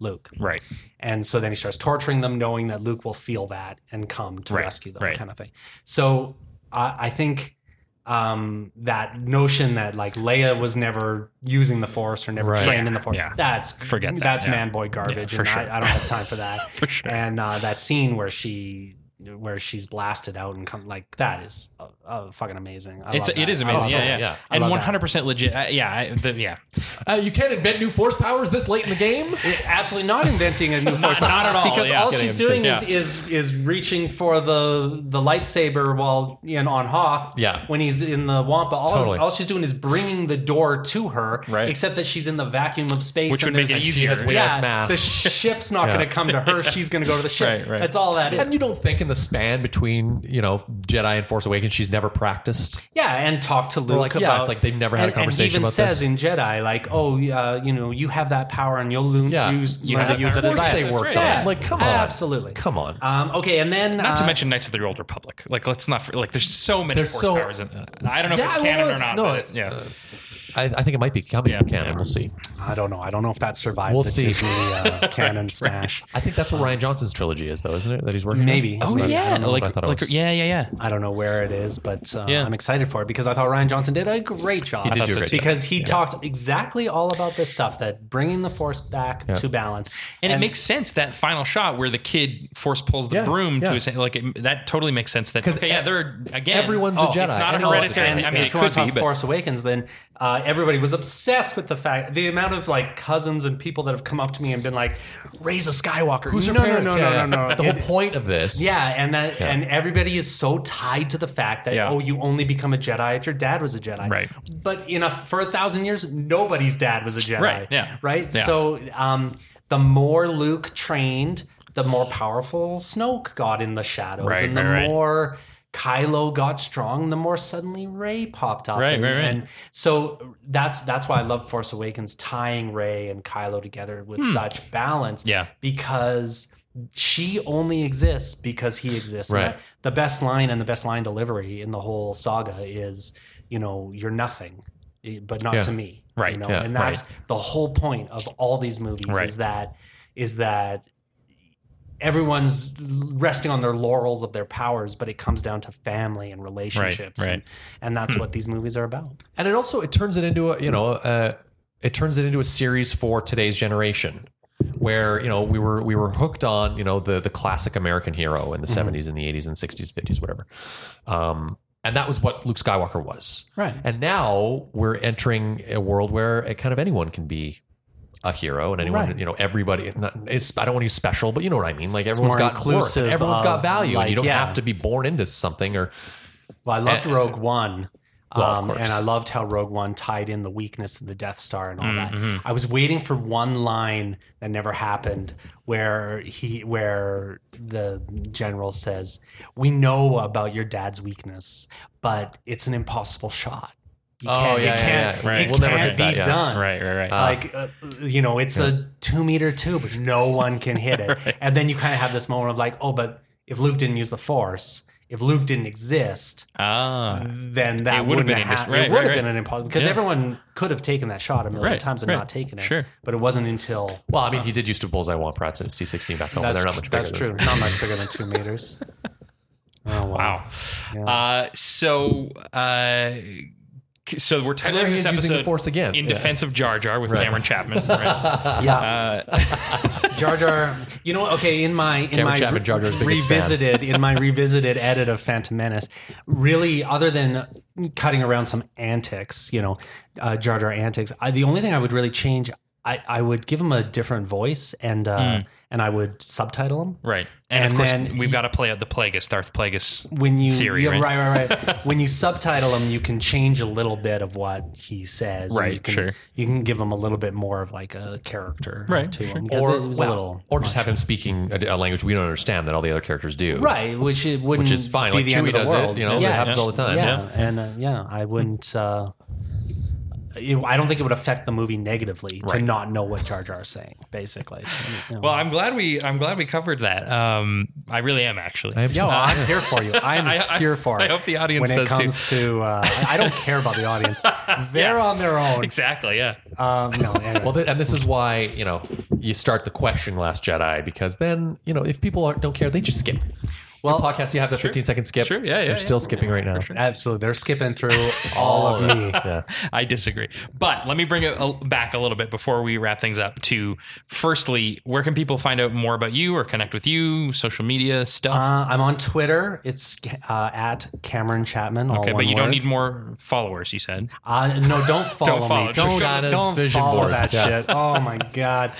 Speaker 4: Luke.
Speaker 1: Right.
Speaker 4: And so then he starts torturing them, knowing that Luke will feel that and come to
Speaker 1: Right,
Speaker 4: rescue them,
Speaker 1: right.
Speaker 4: kind of thing. So I I think um, that notion that like Leia was never using the Force or never
Speaker 2: Right.
Speaker 4: trained in the Force,
Speaker 1: yeah.
Speaker 4: that's
Speaker 1: Forget that,
Speaker 4: That's
Speaker 1: yeah.
Speaker 4: man boy garbage,
Speaker 1: Yeah, for
Speaker 4: and
Speaker 1: sure.
Speaker 4: I, I don't have time for that.
Speaker 1: <laughs> For sure.
Speaker 4: And uh, that scene where she where she's blasted out and come like that is uh, uh, fucking amazing. I
Speaker 1: It's
Speaker 4: love
Speaker 1: it
Speaker 4: that.
Speaker 1: is
Speaker 4: I
Speaker 1: amazing.
Speaker 4: love
Speaker 1: Yeah,
Speaker 4: that.
Speaker 1: yeah,
Speaker 2: yeah.
Speaker 4: I
Speaker 1: And
Speaker 4: love that.
Speaker 1: one hundred percent legit. Uh, yeah, I, the, yeah.
Speaker 2: Uh, you can't invent new force powers this late in the game.
Speaker 4: absolutely not inventing a new force, not at all. Because
Speaker 1: yeah.
Speaker 4: all
Speaker 1: Kidding,
Speaker 4: she's
Speaker 1: I'm just
Speaker 4: doing is, is is reaching for the the lightsaber while in on Hoth.
Speaker 2: Yeah.
Speaker 4: when he's in the Wampa, all
Speaker 2: Totally.
Speaker 4: all she's doing is bringing the door to her.
Speaker 1: Right.
Speaker 4: Except that she's in the vacuum of space,
Speaker 1: Which
Speaker 4: and
Speaker 1: would make
Speaker 4: there's
Speaker 1: it
Speaker 4: a-
Speaker 1: easier.
Speaker 2: has way
Speaker 4: Yeah,
Speaker 2: less mass.
Speaker 4: the ship's not
Speaker 2: Yeah.
Speaker 4: going to come to her. She's going to go to the ship.
Speaker 1: Right, right.
Speaker 4: That's all that is.
Speaker 2: And you don't think in the span between, you know, Jedi and Force Awakens, she's never practiced.
Speaker 4: Yeah, and talk to Luke
Speaker 2: like,
Speaker 4: about.
Speaker 2: yeah, it's like they've never had a
Speaker 4: and-
Speaker 2: conversation
Speaker 4: And he even
Speaker 2: about
Speaker 4: says
Speaker 2: this.
Speaker 4: in Jedi, like, "Oh, uh, you know, you have that power, and you'll lo-
Speaker 2: Yeah.
Speaker 4: use
Speaker 2: You
Speaker 4: learn
Speaker 1: have that
Speaker 4: to use
Speaker 1: power.
Speaker 4: it
Speaker 1: Of
Speaker 4: as
Speaker 1: course
Speaker 4: I
Speaker 1: they
Speaker 4: am."
Speaker 1: worked on it.
Speaker 4: Yeah.
Speaker 2: Like, come on.
Speaker 4: absolutely,
Speaker 2: Come on.
Speaker 4: Um, okay, and then
Speaker 1: Not to
Speaker 4: uh,
Speaker 1: mention Knights of the Old Republic. Like, let's not. Like, there's so many
Speaker 2: There's
Speaker 1: force
Speaker 2: so-
Speaker 1: powers. In, uh, I don't know if
Speaker 2: Yeah,
Speaker 1: it's
Speaker 2: well,
Speaker 1: canon
Speaker 2: it's-
Speaker 1: or not.
Speaker 2: no,
Speaker 1: but
Speaker 2: it's-
Speaker 1: yeah.
Speaker 2: I, I think it might be coming
Speaker 1: Yeah.
Speaker 2: up canon. We'll see.
Speaker 4: I don't know. I don't know if that survived
Speaker 2: We'll
Speaker 4: the
Speaker 2: see.
Speaker 4: Disney uh,
Speaker 2: <laughs>
Speaker 4: canon smash.
Speaker 2: I think that's what Ryan Johnson's trilogy is, though, isn't it? That he's working on?
Speaker 4: Maybe.
Speaker 2: That's
Speaker 1: Oh
Speaker 2: what I- I
Speaker 1: yeah.
Speaker 2: don't know what
Speaker 1: Like,
Speaker 2: I thought it
Speaker 1: like
Speaker 2: was.
Speaker 1: yeah, yeah, yeah.
Speaker 4: I don't know where it is, but uh,
Speaker 1: Yeah.
Speaker 4: I'm excited for it because I thought Ryan Johnson did a great job.
Speaker 2: did do a great job.
Speaker 4: because he talked exactly all about this stuff that bringing the force back to balance,
Speaker 1: And, it makes sense that final shot where the kid force pulls the
Speaker 2: Yeah,
Speaker 1: broom
Speaker 2: yeah.
Speaker 1: to his hand. Like it, that totally makes sense. That
Speaker 2: 'Cause e-
Speaker 1: okay, yeah, they're again. oh,
Speaker 2: everyone's a Jedi.
Speaker 1: It's not a
Speaker 2: Everyone's a
Speaker 1: hereditary.
Speaker 2: Jedi.
Speaker 1: thing. I
Speaker 4: And
Speaker 1: mean,
Speaker 4: if
Speaker 1: it
Speaker 4: you
Speaker 1: could
Speaker 4: want to talk
Speaker 1: be, but
Speaker 4: Force Awakens, then uh, everybody was obsessed with the fact the amount of like cousins and people that have come up to me and been like, "Raise a Skywalker."
Speaker 2: Who's her
Speaker 4: no, no,
Speaker 2: parents?
Speaker 4: no,
Speaker 2: Yeah,
Speaker 4: no,
Speaker 2: yeah.
Speaker 4: no, no,
Speaker 2: The
Speaker 4: It-
Speaker 2: whole point of this.
Speaker 4: Yeah, and that and everybody is so tied to the fact that
Speaker 1: Yeah.
Speaker 4: oh, you only become a Jedi if your dad was a Jedi.
Speaker 1: Right.
Speaker 4: But in a for a thousand years, nobody's dad was a Jedi.
Speaker 1: Right, yeah.
Speaker 4: Right.
Speaker 1: Yeah.
Speaker 4: So um, the more Luke trained, the more powerful Snoke got in the shadows,
Speaker 1: Right,
Speaker 4: and the
Speaker 1: right, right.
Speaker 4: more. Kylo got strong, the more suddenly Ray popped up.
Speaker 1: Right,
Speaker 4: and,
Speaker 1: right, right.
Speaker 4: and so that's that's why I love Force Awakens tying Ray and Kylo together with
Speaker 1: Hmm.
Speaker 4: such balance
Speaker 1: Yeah.
Speaker 4: because she only exists because he exists. And
Speaker 2: Right.
Speaker 4: that- The best line and the best line delivery in the whole saga is, you know, you're nothing, eh, but not
Speaker 2: Yeah.
Speaker 4: to me.
Speaker 1: Right,
Speaker 4: You know?
Speaker 2: yeah,
Speaker 4: and that's the whole point of all these movies
Speaker 1: Right.
Speaker 4: is that is that everyone's resting on their laurels of their powers, but it comes down to family and relationships.
Speaker 1: right.
Speaker 4: And, and that's
Speaker 2: Hmm.
Speaker 4: what these movies are about.
Speaker 2: and it also it turns it into a you know uh, it turns it into a series for today's generation where you know we were we were hooked on
Speaker 4: Mm-hmm.
Speaker 2: you know the the classic american hero in the 70s and the 80s and 60s 50s whatever um And that was what Luke Skywalker was.
Speaker 6: Right.
Speaker 2: And now we're entering a world where it kind of anyone can be a hero and anyone,
Speaker 6: Right.
Speaker 2: you know, everybody, not, it's, I don't want to use special, but you know what I mean? Like everyone's
Speaker 4: more
Speaker 2: got worth
Speaker 4: inclusive
Speaker 2: and everyone's got
Speaker 4: of,
Speaker 2: value and
Speaker 4: like,
Speaker 2: you don't
Speaker 4: yeah.
Speaker 2: have to be born into something or
Speaker 4: Well, I loved
Speaker 2: And-
Speaker 4: Rogue One.
Speaker 2: Well, of
Speaker 4: um,
Speaker 2: course.
Speaker 4: and I loved how Rogue One tied in the weakness of the Death Star
Speaker 2: Mm-hmm.
Speaker 4: and all
Speaker 1: Mm-hmm.
Speaker 4: that. I was waiting for one line that never happened, where he, where the general says, "We know about your dad's weakness, but it's an impossible shot. You
Speaker 2: Oh,
Speaker 4: can't,
Speaker 2: yeah,
Speaker 4: it
Speaker 2: yeah,
Speaker 4: can't,
Speaker 2: yeah. Right.
Speaker 4: it
Speaker 2: We'll never
Speaker 4: can't
Speaker 2: hit
Speaker 4: be
Speaker 2: that, yeah.
Speaker 4: done.
Speaker 7: Right, right, right.
Speaker 4: like uh, you know it's a two meter tube no one can hit it and then you kind of have this moment of like oh but if luke didn't use the force if luke didn't exist
Speaker 1: Ah,
Speaker 4: then that
Speaker 1: It
Speaker 4: would
Speaker 1: would've
Speaker 4: have been,
Speaker 1: been indis-
Speaker 4: ha-
Speaker 1: right,
Speaker 4: it would have
Speaker 1: right,
Speaker 4: been
Speaker 1: right.
Speaker 4: an impossible because
Speaker 1: Yeah.
Speaker 4: everyone could have taken that shot a million
Speaker 1: Right,
Speaker 4: times and
Speaker 1: right.
Speaker 4: not taken it
Speaker 1: Sure.
Speaker 4: but it wasn't until
Speaker 2: Well, I mean, he did used to bullseye Juan Pratt's in his C16 back home, but
Speaker 4: that's,
Speaker 2: they're not much bigger.
Speaker 4: that's
Speaker 2: than-
Speaker 4: true not much
Speaker 2: <laughs>
Speaker 4: bigger than two meters oh
Speaker 1: wow. Uh, so, uh, c- so we're
Speaker 2: And there
Speaker 1: titling
Speaker 2: he
Speaker 1: this
Speaker 2: is using the
Speaker 1: episode
Speaker 2: Force again.
Speaker 1: "In
Speaker 2: Yeah.
Speaker 1: Defense of Jar Jar" with Cameron Chapman. Right?
Speaker 4: yeah
Speaker 1: uh,
Speaker 2: <laughs>
Speaker 4: Jar Jar. You know, what? okay, in my in
Speaker 2: Cameron
Speaker 4: my
Speaker 2: Chapman, Jar Jar's biggest fan.
Speaker 4: revisited
Speaker 2: <laughs>
Speaker 4: in my revisited edit of Phantom Menace, really, other than cutting around some antics, you know, uh, Jar Jar antics, I, the only thing I would really change, I, I would give him a different voice and uh,
Speaker 2: Hmm.
Speaker 4: and I would subtitle him.
Speaker 1: right. And,
Speaker 4: And
Speaker 1: of course,
Speaker 4: then-
Speaker 1: we've got to play out the Plagueis, Darth Plagueis.
Speaker 4: When you
Speaker 1: Theory,
Speaker 4: yeah,
Speaker 1: right?
Speaker 4: right,
Speaker 1: <laughs>
Speaker 4: right, right. when you subtitle him, you can change a little bit of what he says. and
Speaker 1: Right,
Speaker 4: you can,
Speaker 1: sure.
Speaker 4: You can give him a little bit more of like a character,
Speaker 1: Right,
Speaker 4: to
Speaker 1: sure.
Speaker 4: him
Speaker 2: Or,
Speaker 4: it was
Speaker 2: well,
Speaker 4: a little
Speaker 2: or just have him speaking a, a language we don't understand that all the other characters do.
Speaker 4: Right, which it wouldn't
Speaker 2: Which is fine.
Speaker 4: Be
Speaker 2: Like
Speaker 4: the end
Speaker 2: Chewie
Speaker 4: of the
Speaker 2: does
Speaker 4: world.
Speaker 2: it. You know, it happens all the time.
Speaker 4: Yeah, and uh, yeah, I wouldn't. Uh, it, I don't think it would affect the movie negatively to not know what Jar Jar is saying. Basically, You know.
Speaker 1: Well, I'm glad we I'm glad we covered that. Um, I really am actually.
Speaker 2: I have-
Speaker 4: Yo, I'm <laughs> here for you. I'm
Speaker 1: I- I-
Speaker 4: here for
Speaker 1: I
Speaker 4: it.
Speaker 1: hope the audience
Speaker 4: when
Speaker 1: does
Speaker 4: it
Speaker 1: too.
Speaker 4: comes to. Uh, I don't care about the
Speaker 1: <laughs>
Speaker 4: audience. They're on their
Speaker 1: <laughs>
Speaker 4: own.
Speaker 1: exactly. Yeah.
Speaker 4: Um, no, anyway.
Speaker 2: Well, th- and this is why you know you start the question Last Jedi because then you know if people aren't, don't care, they just skip. Well, podcast you have the 15 second skip.
Speaker 1: Sure, yeah, yeah,
Speaker 2: They're
Speaker 1: yeah.
Speaker 2: still skipping right now.
Speaker 4: absolutely, they're
Speaker 1: <laughs>
Speaker 4: skipping through all of me.
Speaker 1: I disagree. But let me bring it a- back a little bit before we wrap things up to firstly, where can people find out more about you or connect with you, social media stuff?
Speaker 4: Uh, I'm on Twitter. It's uh, at Cameron Chapman. all
Speaker 1: okay, but
Speaker 4: one
Speaker 1: you don't
Speaker 4: word.
Speaker 1: need more followers, you said.
Speaker 4: Uh, no,
Speaker 1: <laughs>
Speaker 4: don't follow
Speaker 1: follow.
Speaker 4: me.
Speaker 1: Just
Speaker 4: Don't,
Speaker 2: go to his
Speaker 4: don't
Speaker 2: vision
Speaker 4: follow
Speaker 2: board.
Speaker 4: that
Speaker 2: Yeah.
Speaker 4: shit.
Speaker 1: <laughs>
Speaker 4: Oh my god.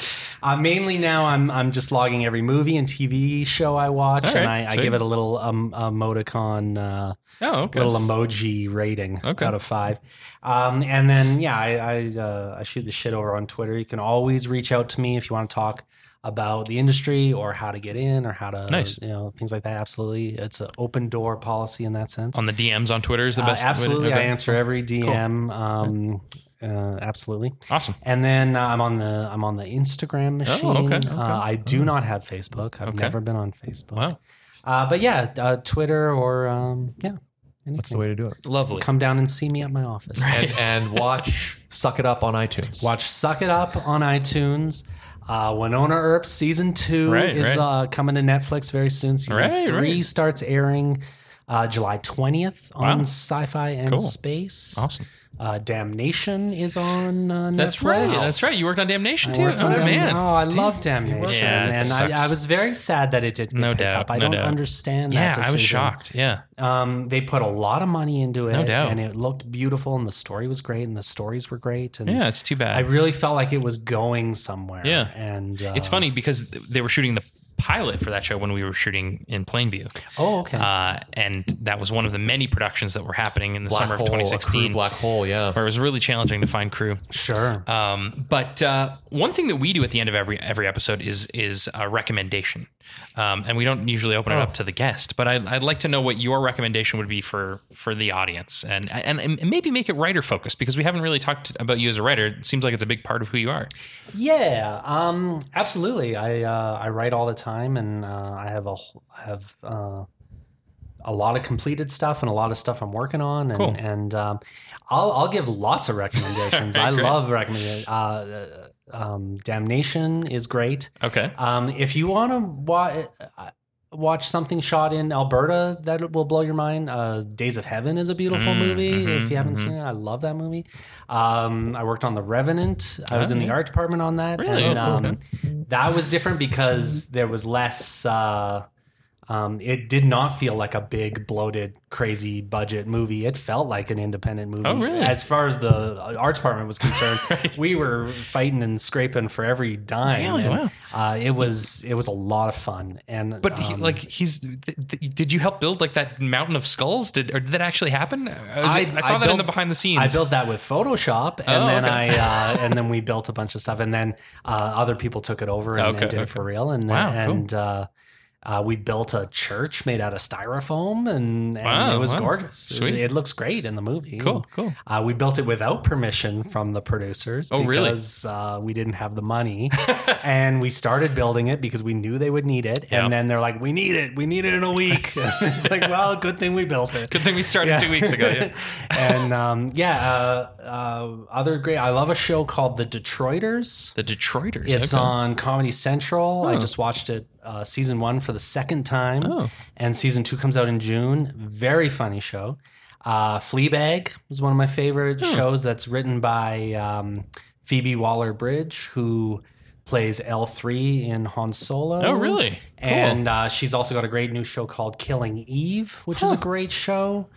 Speaker 4: Uh, mainly now, I'm I'm just logging every movie and TV show I watch,
Speaker 1: All
Speaker 4: and
Speaker 1: right,
Speaker 4: I, I
Speaker 1: sweet.
Speaker 4: give it a little um, emoticon, uh,
Speaker 1: Oh, okay.
Speaker 4: little emoji rating
Speaker 1: Okay.
Speaker 4: out of five. Um, and then yeah, I I, uh, I shoot the shit over on Twitter. You can always reach out to me if you want to talk about the industry or how to get in or how to
Speaker 1: Nice.
Speaker 4: you know things like that. Absolutely, it's an open door policy in that sense.
Speaker 1: on the DMs on Twitter is the
Speaker 4: Uh,
Speaker 1: best. way to-
Speaker 4: absolutely, I
Speaker 1: okay.
Speaker 4: answer every DM. Um, uh, absolutely,
Speaker 1: Awesome.
Speaker 4: and then uh, I'm on the I'm on the Instagram machine.
Speaker 1: Oh, okay, okay. Oh.
Speaker 4: Uh, I do not have Facebook. I've
Speaker 1: Okay.
Speaker 4: never been on Facebook.
Speaker 1: Wow.
Speaker 4: Uh, but yeah, uh, Twitter or um, yeah,
Speaker 2: That's the way to do it.
Speaker 1: Lovely.
Speaker 4: come down and see me at my office.
Speaker 2: And and watch Suck It Up on iTunes.
Speaker 4: Watch Suck It Up on iTunes. Uh, Winona Earp season two
Speaker 1: Right,
Speaker 4: is
Speaker 1: right.
Speaker 4: Uh, coming to Netflix very soon. Season
Speaker 1: Right,
Speaker 4: three
Speaker 1: right.
Speaker 4: starts airing uh, July twentieth on
Speaker 1: Wow.
Speaker 4: Sci-Fi and
Speaker 1: Cool.
Speaker 4: Space.
Speaker 1: Awesome.
Speaker 4: Uh, Damnation is on uh,
Speaker 1: That's
Speaker 4: Netflix.
Speaker 1: right. That's right. You worked on Damnation
Speaker 4: I
Speaker 1: too.
Speaker 4: worked
Speaker 1: Oh
Speaker 4: on Damn-
Speaker 1: man.
Speaker 4: Oh, I love Damnation,
Speaker 1: Yeah, it
Speaker 4: and I, I
Speaker 1: sucks.
Speaker 4: was very sad that it did get
Speaker 1: No
Speaker 4: picked
Speaker 1: doubt,
Speaker 4: up. I
Speaker 1: no
Speaker 4: don't
Speaker 1: doubt.
Speaker 4: understand
Speaker 1: yeah,
Speaker 4: that.
Speaker 1: I was
Speaker 4: decision.
Speaker 1: shocked. Yeah.
Speaker 4: Um, they put a lot of money into it,
Speaker 1: doubt.
Speaker 4: and it looked beautiful, and the story was great, and the stories were great, and
Speaker 1: Yeah, it's too bad.
Speaker 4: I really felt like it was going somewhere.
Speaker 1: Yeah.
Speaker 4: and uh,
Speaker 1: it's funny because th- they were shooting the pilot for that show when we were shooting in Plainview.
Speaker 4: Oh, okay.
Speaker 1: Uh, and that was one of the many productions that were happening in the
Speaker 2: Black
Speaker 1: summer of
Speaker 2: Hole, a crew
Speaker 1: 2016,
Speaker 2: Black Hole, yeah.
Speaker 1: where it was really challenging to find crew.
Speaker 4: sure.
Speaker 1: Um, but uh, one thing that we do at the end of every every episode is is a recommendation, um, and we don't usually open
Speaker 2: Oh.
Speaker 1: it up to the guest. But I'd, I'd like to know what your recommendation would be for for the audience, and and, and maybe make it writer focused because we haven't really talked about you as a writer. It seems like it's a big part of who you are.
Speaker 4: yeah, um, absolutely. I uh, I write all the time, and uh, I have a wh- I have uh, a lot of completed stuff and a lot of stuff I'm working on, and
Speaker 1: Cool.
Speaker 4: and um, I'll I'll give lots of
Speaker 1: <laughs>
Speaker 4: recommendations. I
Speaker 1: Great.
Speaker 4: love recommendations. Uh, uh, um, Damnation is great.
Speaker 1: Okay.
Speaker 4: Um, if you want to wa- uh, watch something shot in Alberta that will blow your mind, uh, Days of Heaven is a beautiful
Speaker 1: Mm,
Speaker 4: movie.
Speaker 1: mhm,
Speaker 4: if you haven't
Speaker 1: mhm.
Speaker 4: seen it, I love that movie. Um, I worked on The Revenant. I was in the
Speaker 1: Okay.
Speaker 4: art department on that.
Speaker 1: Uh-huh. Really?
Speaker 4: And,
Speaker 1: Oh,
Speaker 4: um, that was different because there was less. Uh, Um, it did not feel like a big, bloated, crazy budget movie. It felt like an independent movie.
Speaker 1: Oh, really?
Speaker 4: As far as the uh, art department was
Speaker 1: <laughs>
Speaker 4: concerned, we were fighting and scraping for every dime.
Speaker 1: Really?
Speaker 4: and, uh, it was it was a lot of fun. And
Speaker 1: But he,
Speaker 4: um,
Speaker 1: like he's, th- th- did you help build like that mountain of skulls? Did or did that actually happen? I, was- I saw that in
Speaker 4: built-
Speaker 1: the behind the scenes.
Speaker 4: I built that with Photoshop, and
Speaker 1: Oh,
Speaker 4: then
Speaker 1: okay.
Speaker 4: I uh, and then
Speaker 1: <laughs>
Speaker 4: we built a bunch of stuff, and then uh, other people took it over and, and
Speaker 1: Okay,
Speaker 4: did it
Speaker 1: okay.
Speaker 4: for real, and
Speaker 1: Wow, cool.
Speaker 4: and uh, uh, we built a church made out of styrofoam, and, and
Speaker 1: Wow,
Speaker 4: it was
Speaker 1: wow.
Speaker 4: gorgeous.
Speaker 1: Sweet.
Speaker 4: It, it looks great in the movie.
Speaker 1: cool, cool.
Speaker 4: Uh, we built it without permission from the producers.
Speaker 1: Oh, really?
Speaker 4: Because uh, we didn't have the
Speaker 1: <laughs>
Speaker 4: money, and we started building it because we knew they would need it.
Speaker 1: Yep.
Speaker 4: And then they're like, "We need it. We need it in a week." <laughs> it's like, well, good thing we built it.
Speaker 1: Good thing we started
Speaker 4: Yeah.
Speaker 1: two weeks ago.
Speaker 4: <laughs>
Speaker 1: Yeah.
Speaker 4: and um, yeah, uh, uh, other great. I love a show called The Detroiters.
Speaker 1: The Detroiters.
Speaker 4: It's um,
Speaker 1: okay.
Speaker 4: on Comedy Central. I
Speaker 1: Oh.
Speaker 4: just watched it uh, season one for the second time,
Speaker 1: Oh.
Speaker 4: and season two comes out in June. Very funny show. Uh, Fleabag is one of my favorite shows. That's written by um, Phoebe Waller Bridge, who plays L three in Han Solo.
Speaker 1: Oh, really? Cool.
Speaker 4: And uh, she's also got a great new show called Killing Eve, which is a
Speaker 1: Huh.
Speaker 4: great show.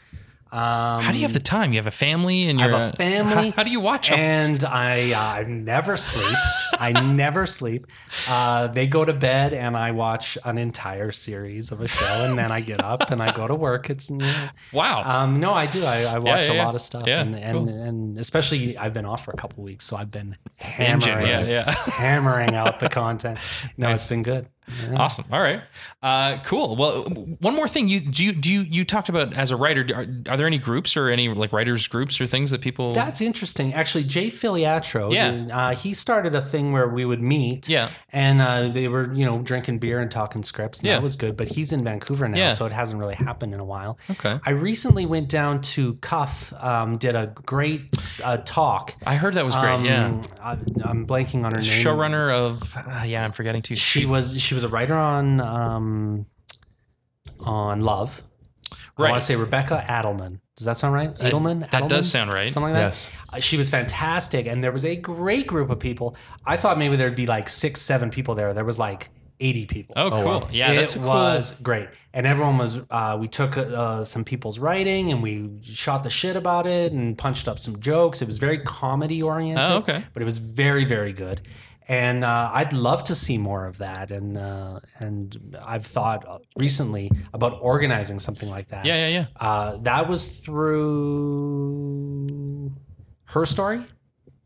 Speaker 4: Um,
Speaker 1: How do you have the time? You have a <laughs> family and
Speaker 4: I
Speaker 1: you're
Speaker 4: have a family.
Speaker 1: How, how do you watch all this?
Speaker 4: and I, uh, I never sleep. I never sleep. Uh, they go to bed, and I watch an entire series of a show, and then I get up and I go to work. It's you know,
Speaker 1: Wow.
Speaker 4: um, no, I do. I, I watch
Speaker 1: yeah,
Speaker 4: a
Speaker 1: yeah.
Speaker 4: lot of stuff,
Speaker 1: Yeah,
Speaker 4: and and,
Speaker 1: cool.
Speaker 4: and especially I've been off for a couple weeks, so I've been
Speaker 1: Engine,
Speaker 4: hammering,
Speaker 1: yeah, yeah. <laughs>
Speaker 4: hammering out the content. No, it's been good. Yeah.
Speaker 1: Awesome. All right. Uh, cool. Well, one more thing. You do you do you, you talked about as a writer. Are, are there any groups or any like writers groups or things that people?
Speaker 4: That's interesting. Actually, Jay Filiatro,
Speaker 1: Yeah.
Speaker 4: uh, he started a thing where we would meet.
Speaker 1: Yeah.
Speaker 4: And uh, they were, you know, drinking beer and talking scripts. And
Speaker 1: Yeah.
Speaker 4: That was good. But he's in Vancouver now,
Speaker 1: Yeah.
Speaker 4: so it hasn't really happened in a while.
Speaker 1: Okay.
Speaker 4: I recently went down to Cuff, um, did a great uh, talk.
Speaker 1: I heard that was great.
Speaker 4: Um,
Speaker 1: yeah.
Speaker 4: I, I'm blanking on her name.
Speaker 1: Showrunner of uh, yeah, I'm forgetting too.
Speaker 4: She was she was a writer on um, on Love. I
Speaker 1: Right. Uh,
Speaker 4: want to say Rebecca Adelman. Does that sound right? Edelman.
Speaker 1: that does
Speaker 4: Adelman?
Speaker 1: sound right.
Speaker 4: Something like that.
Speaker 2: Yes.
Speaker 4: Uh, She was fantastic, and there was a great group of people. I thought maybe there'd be like six, seven people there. There was like eighty people.
Speaker 1: Oh, cool. Yeah,
Speaker 4: it
Speaker 1: that's a cool.
Speaker 4: was great, and everyone was. Uh, we took uh, some people's writing, and we shot the shit about it, and punched up some jokes. It was very comedy oriented.
Speaker 1: Oh, okay.
Speaker 4: but it was very, very good. And uh, I'd love to see more of that. And uh, and I've thought uh, recently about organizing something like that.
Speaker 1: Yeah, yeah, yeah.
Speaker 4: Uh, that was through her story.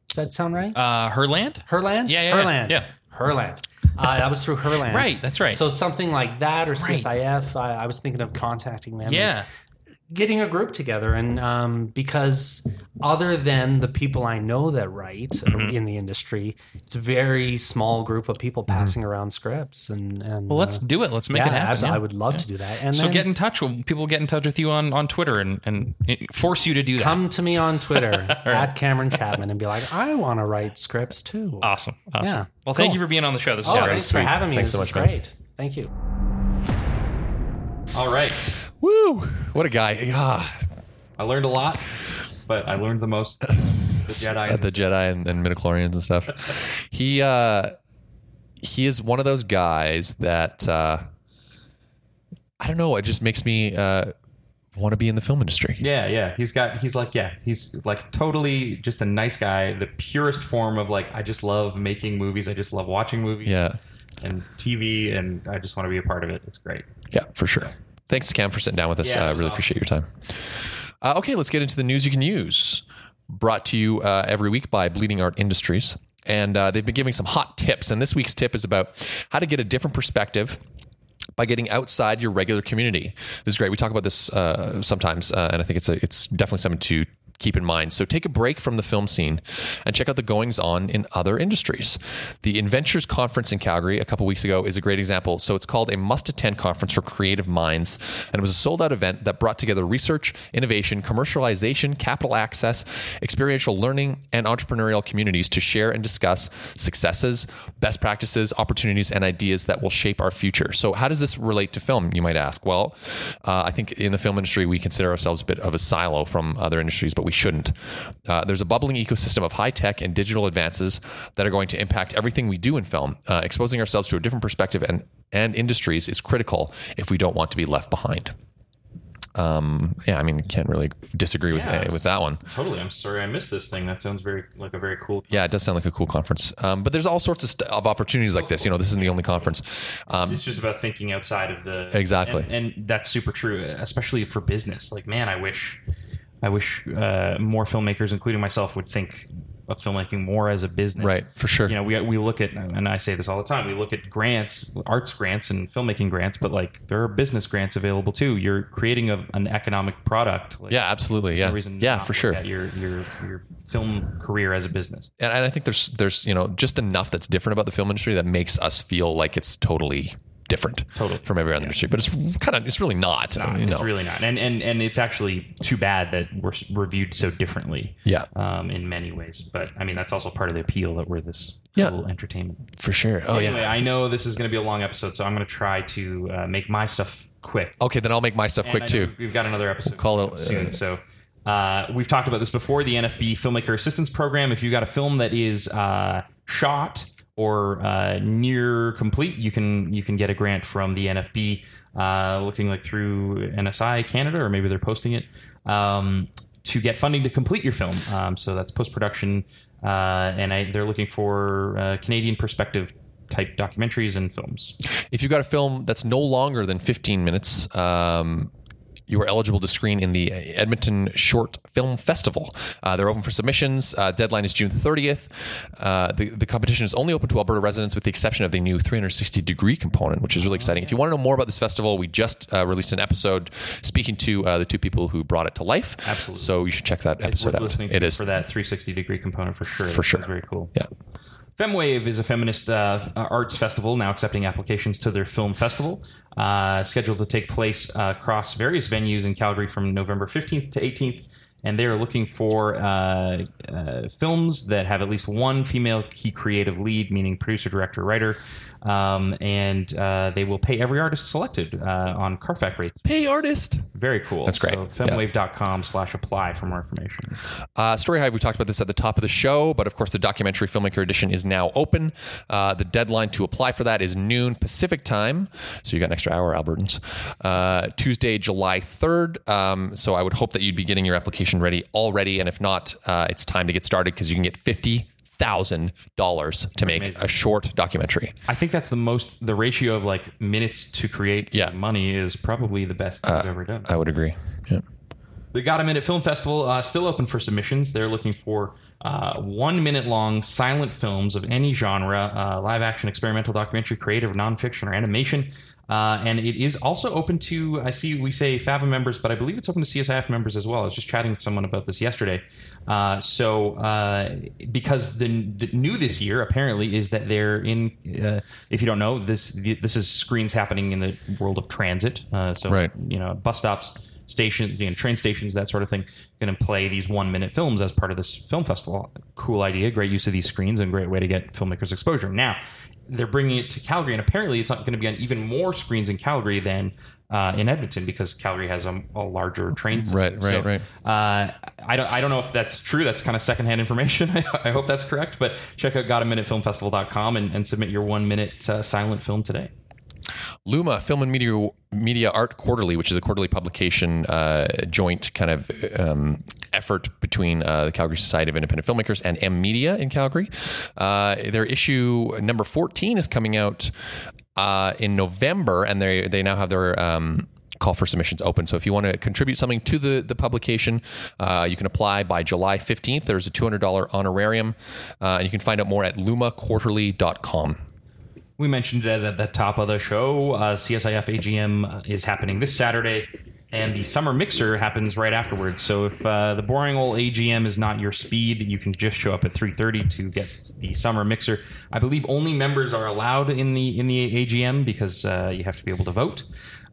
Speaker 4: Does that sound right?
Speaker 1: Uh, Herland.
Speaker 4: Herland.
Speaker 1: yeah, yeah, yeah,
Speaker 4: Herland.
Speaker 1: yeah.
Speaker 4: Herland. Uh, that was through Herland.
Speaker 1: Right. That's right.
Speaker 4: So something like that, or
Speaker 1: Right.
Speaker 4: CSIF. I, I was thinking of contacting them. and
Speaker 1: yeah.
Speaker 4: getting a group together, and um, because other than the people I know that write uh,
Speaker 1: Mm-hmm.
Speaker 4: in the industry, it's a very small group of people passing around scripts. And, and
Speaker 1: Well, let's
Speaker 4: uh,
Speaker 1: do it. Let's make
Speaker 4: yeah,
Speaker 1: it happen.
Speaker 4: abso-
Speaker 1: yeah.
Speaker 4: I would love to do that. And
Speaker 1: so
Speaker 4: then,
Speaker 1: get in touch. with People get in touch with you on, on Twitter and, and force you to do that.
Speaker 4: come to me
Speaker 2: <laughs>
Speaker 4: on Twitter at Cameron Chapman and be like, I want to write scripts too.
Speaker 1: awesome. Awesome.
Speaker 4: Yeah.
Speaker 1: Well, thank
Speaker 4: Cool.
Speaker 1: you for being on the show. This is
Speaker 4: oh,
Speaker 1: great.
Speaker 4: thanks for having me.
Speaker 2: Thanks so
Speaker 4: this is
Speaker 2: much, man.
Speaker 4: great. Thank you.
Speaker 3: All right.
Speaker 2: Woo! What a guy. Ah,
Speaker 3: I learned a lot, but I learned the most. The Jedi.
Speaker 2: at the Jedi and, and midichlorians and
Speaker 3: <laughs>
Speaker 2: stuff. he uh, he is one of those guys that uh, I don't know. It just makes me uh, want to be in the film industry.
Speaker 3: Yeah, yeah. He's got he's like yeah, he's like totally just a nice guy, the purest form of like I just love making movies, I just love watching movies
Speaker 2: yeah,
Speaker 3: and TV and I just want to be a part of it. It's great.
Speaker 2: Yeah, for sure. Thanks, Cam, for sitting down with us.
Speaker 3: Yeah,
Speaker 2: I
Speaker 3: it was
Speaker 2: really
Speaker 3: awesome.
Speaker 2: appreciate your time. Uh, okay, let's get into the news you can use. Brought to you uh, every week by Bleeding Art Industries. And uh, they've been giving some hot tips. And this week's tip is about how to get a different perspective by getting outside your regular community. This is great. We talk about this uh, sometimes, uh, and I think it's a, it's definitely something to keep in mind. So take a break from the film scene and check out the goings on in other industries. The Inventures Conference in Calgary a couple weeks ago is a great example. So it's called a must attend conference for creative minds, and it was a sold out event that brought together research, innovation, commercialization, capital access, experiential learning, and entrepreneurial communities to share and discuss successes, best practices, opportunities, and ideas that will shape our future. So, how does this relate to film, you might ask? Well, uh, I think in the film industry, we consider ourselves a bit of a silo from other industries, but we shouldn't. Uh, there's a bubbling ecosystem of high tech and digital advances that are going to impact everything we do in film. Uh, exposing ourselves to a different perspective and, and industries is critical if we don't want to be left behind. Um, yeah, I mean, can't really disagree with eh,
Speaker 3: Yeah.
Speaker 2: with that one.
Speaker 3: Totally. I'm sorry I missed this thing. That sounds very like a very cool.
Speaker 2: Yeah, it does sound like a cool conference. Um, but there's all sorts of, st- of opportunities like this. You know, this isn't the only conference. Um,
Speaker 3: It's just about thinking outside of the
Speaker 2: Exactly.
Speaker 3: and, and that's super true, especially for business. Like, man, I wish, I wish uh, more filmmakers, including myself, would think of filmmaking more as a business.
Speaker 2: Right, for sure.
Speaker 3: You know, we we look at, and I say this all the time. We look at grants, arts grants, and filmmaking grants, but like there are business grants available too. You're creating a, an economic product. Like,
Speaker 2: yeah, absolutely. Yeah,
Speaker 3: no reason
Speaker 2: yeah,
Speaker 3: not to
Speaker 2: for sure.
Speaker 3: look at your your your film career as a business.
Speaker 2: and, and I think there's there's you know just enough that's different about the film industry that makes us feel like it's totally different
Speaker 3: Totally.
Speaker 2: from every other industry. But it's kind of it's really not. you know.
Speaker 3: It's really not, and and and it's actually too bad that we're s- reviewed so differently.
Speaker 2: Yeah.
Speaker 3: um, in many ways. But I mean, that's also part of the appeal that we're this
Speaker 2: Yeah.
Speaker 3: cool entertainment.
Speaker 2: for sure. Oh
Speaker 3: Anyway,
Speaker 2: yeah.
Speaker 3: I know this is going to be a long episode, so I'm going to try to uh, make my stuff quick.
Speaker 2: Okay, then I'll make my stuff
Speaker 3: And
Speaker 2: Oh, quick
Speaker 3: I
Speaker 2: too.
Speaker 3: know we've- We've got another episode
Speaker 2: call it,
Speaker 3: coming up soon, so. Uh, we've talked about this before the NFB Filmmaker Assistance Program. If you got a film that is uh, shot or uh, near complete, you can you can get a grant from the NFB, uh, looking like through NSI Canada or maybe they're posting it um, to get funding to complete your film. Um, so that's post production, uh, and I, they're looking for uh, Canadian perspective type documentaries and films.
Speaker 2: If you've got a film that's no longer than 15 minutes, um, you are eligible to screen in the Edmonton Short Film Festival. Uh, they're open for submissions. Uh, deadline is June 30th. Uh, the, the competition is only open to Alberta residents, with the exception of the new 360 degree component, which is really exciting. If you want to know more about this festival, we just uh, released an episode speaking to uh, the two people who brought it to life.
Speaker 3: Absolutely.
Speaker 2: So you should check that
Speaker 3: It's
Speaker 2: episode
Speaker 3: worth
Speaker 2: out.
Speaker 3: listening to
Speaker 2: it is
Speaker 3: for that 360 degree component for sure.
Speaker 2: For sure.
Speaker 3: That's very cool.
Speaker 2: Yeah.
Speaker 3: Femwave is a feminist uh, arts festival now accepting applications to their film festival, uh, scheduled to take place uh, across various venues in Calgary from November 15th to 18th. And they are looking for uh, uh, films that have at least one female key creative lead, meaning producer, director, writer. Um, and uh, they will pay every artist selected uh, on Carfax rates.
Speaker 2: Pay artist.
Speaker 3: Very cool.
Speaker 2: That's great.
Speaker 3: So femwave.com slash apply for more information.
Speaker 2: Uh, Story Hive, we talked about this at the top of the show, but of course, the documentary filmmaker edition is now open. Uh, the deadline to apply for that is noon Pacific time. So you got an extra hour, Albertans. Uh, Tuesday, July 3rd. Um, so I would hope that you'd be getting your application ready already. And if not, uh, it's time to get started because you can get $50,000 to make a short documentary.
Speaker 3: I think that's the most the ratio of like minutes to create to
Speaker 2: Yeah.
Speaker 3: money is probably the best thing I've ever done.
Speaker 2: I would agree. Yeah.
Speaker 3: the Got a Minute Film Festival uh, still open for submissions. They're looking for uh, one minute long silent films of any genre, uh, live action, experimental, documentary, creative, nonfiction, or animation. Uh, and it is also open to I see we say Fathom members, but I believe it's open to CSIF members as well. I was just chatting with someone about this yesterday. Uh, so uh, because the, the new this year apparently is that they're in. Uh, if you don't know this, this is screens happening in the world of transit. Uh, so
Speaker 2: Right.
Speaker 3: you know bus stops stations you know, train stations that sort of thing going to play these one minute films as part of this film festival cool idea great use of these screens and great way to get filmmakers exposure now they're bringing it to calgary and apparently it's not going to be on even more screens in calgary than uh, in edmonton because calgary has a, a larger train system.
Speaker 2: Right, right,
Speaker 3: So,
Speaker 2: right.
Speaker 3: uh, I don't, I don't know if that's true. That's kind of secondhand information. <laughs> I, I hope that's correct. But check out gotaminutefilmfestival.com and, and submit your one minute uh, silent film today.
Speaker 2: Luma Film and Media Media Art Quarterly, which is a quarterly publication uh, joint kind of um, effort between uh, the Calgary Society of Independent Filmmakers and M Media in Calgary. Uh, their issue number fourteen is coming out uh, in November, and they they now have their um, call for submissions open. So if you want to contribute something to the, the publication, uh, you can apply by July 15th. There's a $200 honorarium. Uh, and you can find out more at lumaquarterly.com.
Speaker 3: We mentioned it at the top of the show. Uh, CSIF AGM is happening this Saturday, and the summer mixer happens right afterwards. So if uh, the boring old AGM is not your speed, you can just show up at 3:30 to get the summer mixer. I believe only members are allowed in the in the AGM because uh, you have to be able to vote.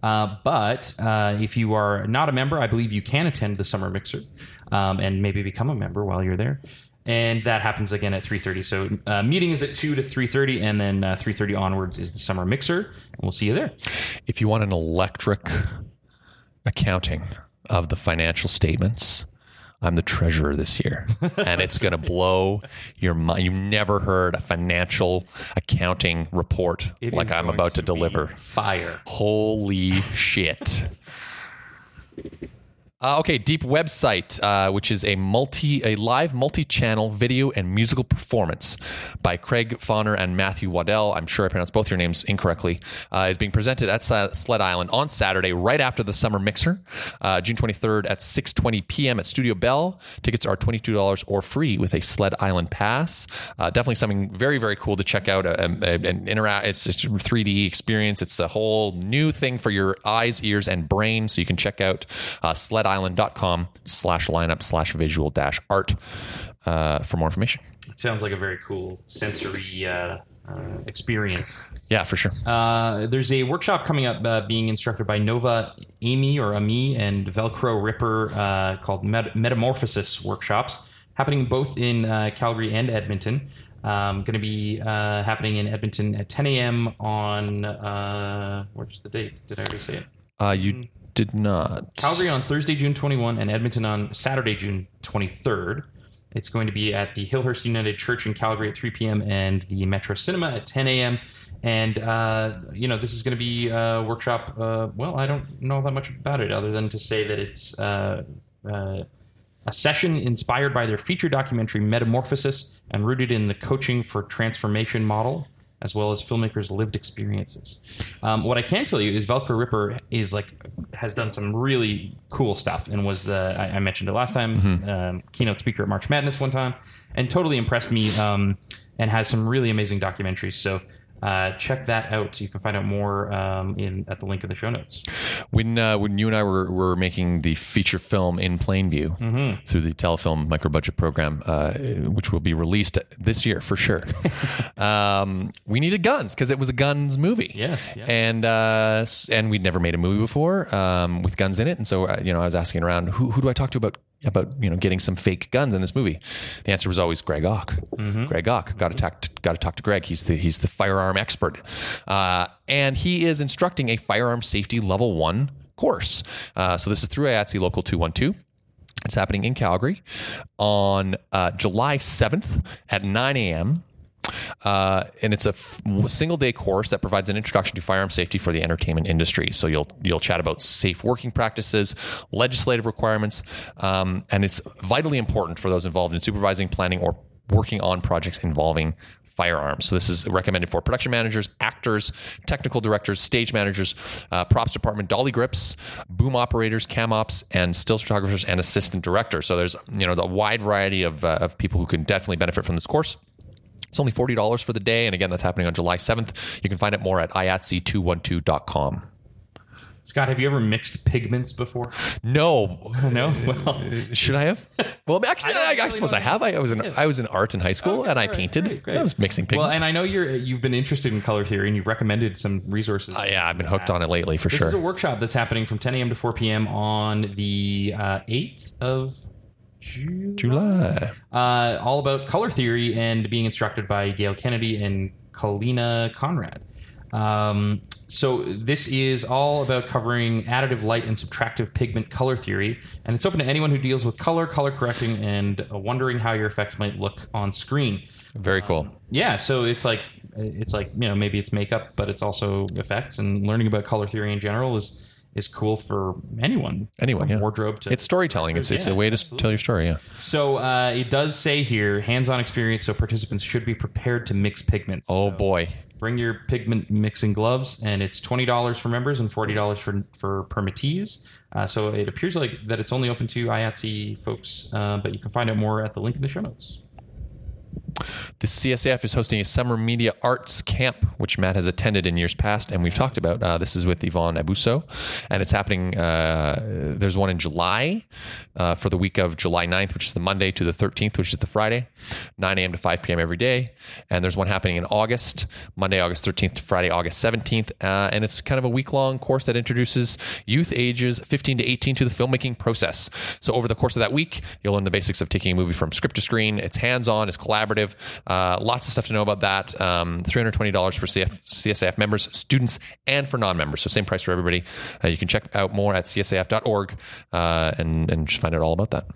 Speaker 3: Uh, but uh, if you are not a member, I believe you can attend the summer mixer um, and maybe become a member while you're there and that happens again at 3.30 so uh, meeting is at 2 to 3.30 and then uh, 3.30 onwards is the summer mixer and we'll see you there
Speaker 2: if you want an electric accounting of the financial statements I'm the treasurer this
Speaker 3: <laughs>
Speaker 2: year, and it's going to blow your mind. You've never heard a financial accounting report
Speaker 3: It
Speaker 2: like
Speaker 3: is
Speaker 2: I'm
Speaker 3: going
Speaker 2: about to,
Speaker 3: be
Speaker 2: deliver.
Speaker 3: fire.
Speaker 2: Holy shit. Uh, okay, Deep Website, uh, which is a multi, a live multi-channel video and musical performance by Craig Fauner and Matthew Waddell. I'm sure I pronounced both your names incorrectly. Uh, is being presented at Sa- Sled Island on Saturday, right after the summer mixer, uh, June 23rd at 6:20 p.m. at Studio Bell. Tickets are $22 or free with a Sled Island pass. Uh, definitely something very, very cool to check out. Um, uh, and interact. It's, it's 3D experience. It's a whole new thing for your eyes, ears, and brain. So you can check out uh, sledisland.com slash lineup slash visual dash art uh, for more information.
Speaker 3: It sounds like a very cool sensory uh, uh, experience.
Speaker 2: Yeah, for sure.
Speaker 3: Uh, there's a workshop coming up uh, being instructed by Nova Amy or Ami and Velcro Ripper uh, called Met- Metamorphosis Workshops, happening both in uh, Calgary and Edmonton. Um, going to be uh, happening in Edmonton at 10 a.m. on uh, what's the date? Did I already say it?
Speaker 2: Uh, you did not.
Speaker 3: Calgary on Thursday, June 21, and Edmonton on Saturday, June 23rd. It's going to be at the Hillhurst United Church in Calgary at 3 p.m. and the Metro Cinema at 10 a.m. And, uh, you know, this is going to be a workshop. Uh, well, I don't know that much about it other than to say that it's uh, uh, a session inspired by their feature documentary Metamorphosis and rooted in the coaching for transformation model, as well as filmmakers' lived experiences. Um, what I can tell you is Velcro Ripper is like has done some really cool stuff and was the I, I mentioned it last time um, keynote speaker at March Madness one time and totally impressed me um, and has some really amazing documentaries. So. Uh, check that out. You can find out more um, in at the link in the show notes.
Speaker 2: When uh, when you and I were, were making the feature film in Plainview
Speaker 3: Mm-hmm.
Speaker 2: through the Telefilm microbudget program, uh, which will be released this year for
Speaker 3: <laughs>
Speaker 2: sure, um, we needed guns because it was a guns movie.
Speaker 3: Yes, yeah.
Speaker 2: and uh, s- and we'd never made a movie before um, with guns in it, and so uh, you know I was asking around who who do I talk to about about you know getting some fake guns in this movie. The answer was always Greg Ock. Greg Ock. Got to talk. Got to talk to Greg. He's the he's the firearm expert, uh, and he is instructing a firearm safety level one course. Uh, so this is through IATSE Local two one two. It's happening in Calgary on uh, July 7th at 9 a.m. Uh, and it's a f- single day course that provides an introduction to firearm safety for the entertainment industry. So you'll you'll chat about safe working practices, legislative requirements, um, and it's vitally important for those involved in supervising, planning, or working on projects involving firearms. So this is recommended for production managers, actors, technical directors, stage managers, uh, props department, dolly grips, boom operators, cam ops, and still photographers and assistant directors. So there's you know the wide variety of uh, of people who can definitely benefit from this course. It's only $40 for the day. And again, that's happening on July 7th. You can find it more at iatsi212.com.
Speaker 3: Scott, have you ever mixed pigments before?
Speaker 2: No, <laughs>
Speaker 3: No. <laughs> Well,
Speaker 2: should I have? Well, actually, I, I suppose I have. I, I was in I was in art in high school, and I painted. I was mixing pigments.
Speaker 3: Well, and I know you're you've been interested in color theory, and you've recommended some resources.
Speaker 2: Uh, yeah, I've been hooked on it lately for
Speaker 3: This
Speaker 2: sure.
Speaker 3: is a workshop that's happening from 10 a.m. to 4 p.m. on the uh, 8th of June.
Speaker 2: July.
Speaker 3: Uh, all about color theory and being instructed by Gail Kennedy and Kalina Conrad. Um, so this is all about covering additive light and subtractive pigment color theory, and it's open to anyone who deals with color, color correcting, and uh, wondering how your effects might look on screen.
Speaker 2: Very cool.
Speaker 3: yeah so it's like it's like you know maybe it's makeup but it's also effects and learning about color theory in general is is cool for anyone
Speaker 2: Anyone,
Speaker 3: From
Speaker 2: yeah.
Speaker 3: wardrobe to
Speaker 2: It's storytelling. It's it's a
Speaker 3: Yeah,
Speaker 2: way to s- tell your story. Yeah.
Speaker 3: so uh, it does say here hands-on experience so participants should be prepared to mix pigments
Speaker 2: Oh boy.
Speaker 3: bring your pigment mixing gloves and it's $20 for members and $40 for for permittees uh, so it appears like that it's only open to IATSE folks uh, but you can find out more at the link in the show notes
Speaker 2: The CSAF is hosting a summer media arts camp, which Matt has attended in years past, and we've talked about. Uh, this is with Yvonne Abuso, and it's happening. Uh, there's one in July uh, for the week of July 9th, which is the Monday, to the 13th, which is the Friday, 9 a.m. to 5 p.m. every day. And there's one happening in August, Monday, August 13th to Friday, August 17th. Uh, and it's kind of a week long course that introduces youth ages 15 to 18 to the filmmaking process. So over the course of that week, you'll learn the basics of taking a movie from script to screen. It's hands on, it's collaborative. Uh, lots of stuff to know about that. Um, $320 for CF, CSAF members, students, and for non members. So same price for everybody. Uh, you can check out more at csaf.org uh, and, and just find out all about that.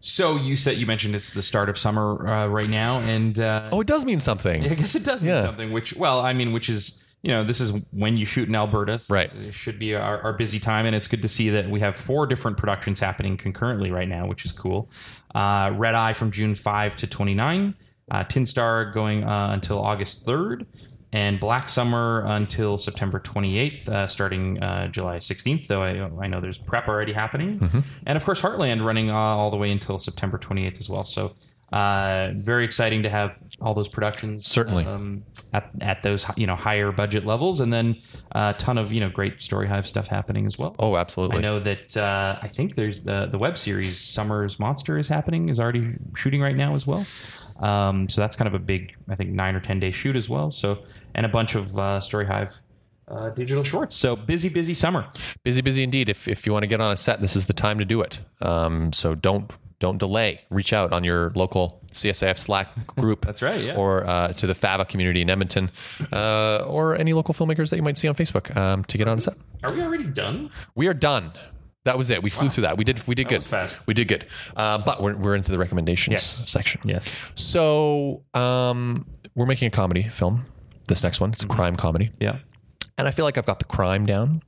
Speaker 3: So you said you mentioned it's the start of summer uh, right now, and uh,
Speaker 2: Oh, it does mean something.
Speaker 3: I guess it does mean
Speaker 2: Yeah.
Speaker 3: something. Which, well, I mean, which is you know, this is when you shoot in Alberta, so
Speaker 2: Right.
Speaker 3: It should be our, our busy time, and it's good to see that we have four different productions happening concurrently right now, which is cool. Uh, Red Eye from June five to twenty nine, uh, Tin Star going uh, until August third. And Black Summer until September 28th, uh, starting uh, July 16th, though I, I know there's prep already happening.
Speaker 2: Mm-hmm.
Speaker 3: And of course, Heartland running uh, all the way until September 28th as well. So, uh, very exciting to have all those productions
Speaker 2: Certainly.
Speaker 3: um, at, at those you know higher budget levels, and then uh, a ton of you know great Story Hive stuff happening as well.
Speaker 2: Oh, absolutely.
Speaker 3: I know that uh, I think there's the the web series Summer's Monster is happening is already shooting right now as well. Um, so that's kind of a big I think nine or ten day shoot as well. So and a bunch of uh, Story Hive uh, digital shorts. So busy, busy summer.
Speaker 2: Busy, busy indeed. If, if you want to get on a set, this is the time to do it. Um, so don't don't delay. Reach out on your local CSAF
Speaker 3: <laughs>
Speaker 2: Slack group. That's
Speaker 3: right, yeah.
Speaker 2: Or uh, to the FAVA community in Edmonton, uh, or any local filmmakers that you might see on Facebook um, to get on a set.
Speaker 3: Are we already done?
Speaker 2: We are done. That was it. We flew through that. We did. We did good.
Speaker 3: was fast.
Speaker 2: We did good. Uh, but we're, we're into the recommendations
Speaker 3: Yes.
Speaker 2: section.
Speaker 3: Yes.
Speaker 2: So um, we're making a comedy film. This next one, it's
Speaker 3: Mm-hmm.
Speaker 2: a crime comedy
Speaker 3: Yeah.
Speaker 2: and I feel like I've got the crime down,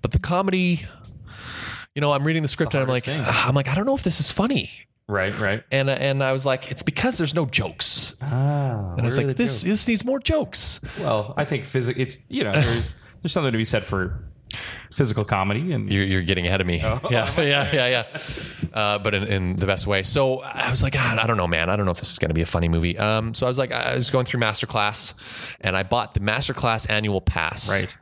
Speaker 2: but the comedy, you know, I'm reading the script and I'm like,
Speaker 3: hardest
Speaker 2: "Ah," I'm like, I don't know if this is funny,
Speaker 3: Right. Right.
Speaker 2: and and I was like, it's because there's no jokes, and
Speaker 3: Ah,
Speaker 2: I was like, this this needs more jokes.
Speaker 3: Well, I think physic. It's you know there's there's something to be said for physical comedy and
Speaker 2: You're, you're getting ahead of me.
Speaker 3: Oh.
Speaker 2: <laughs>
Speaker 3: <laughs>
Speaker 2: Yeah, yeah, yeah, yeah. Uh, but in, in the best way. So I was like, God, I don't know, man. I don't know if this is going to be a funny movie. Um, so I was like, I was going through Masterclass, and I bought the Masterclass annual pass.
Speaker 3: Right.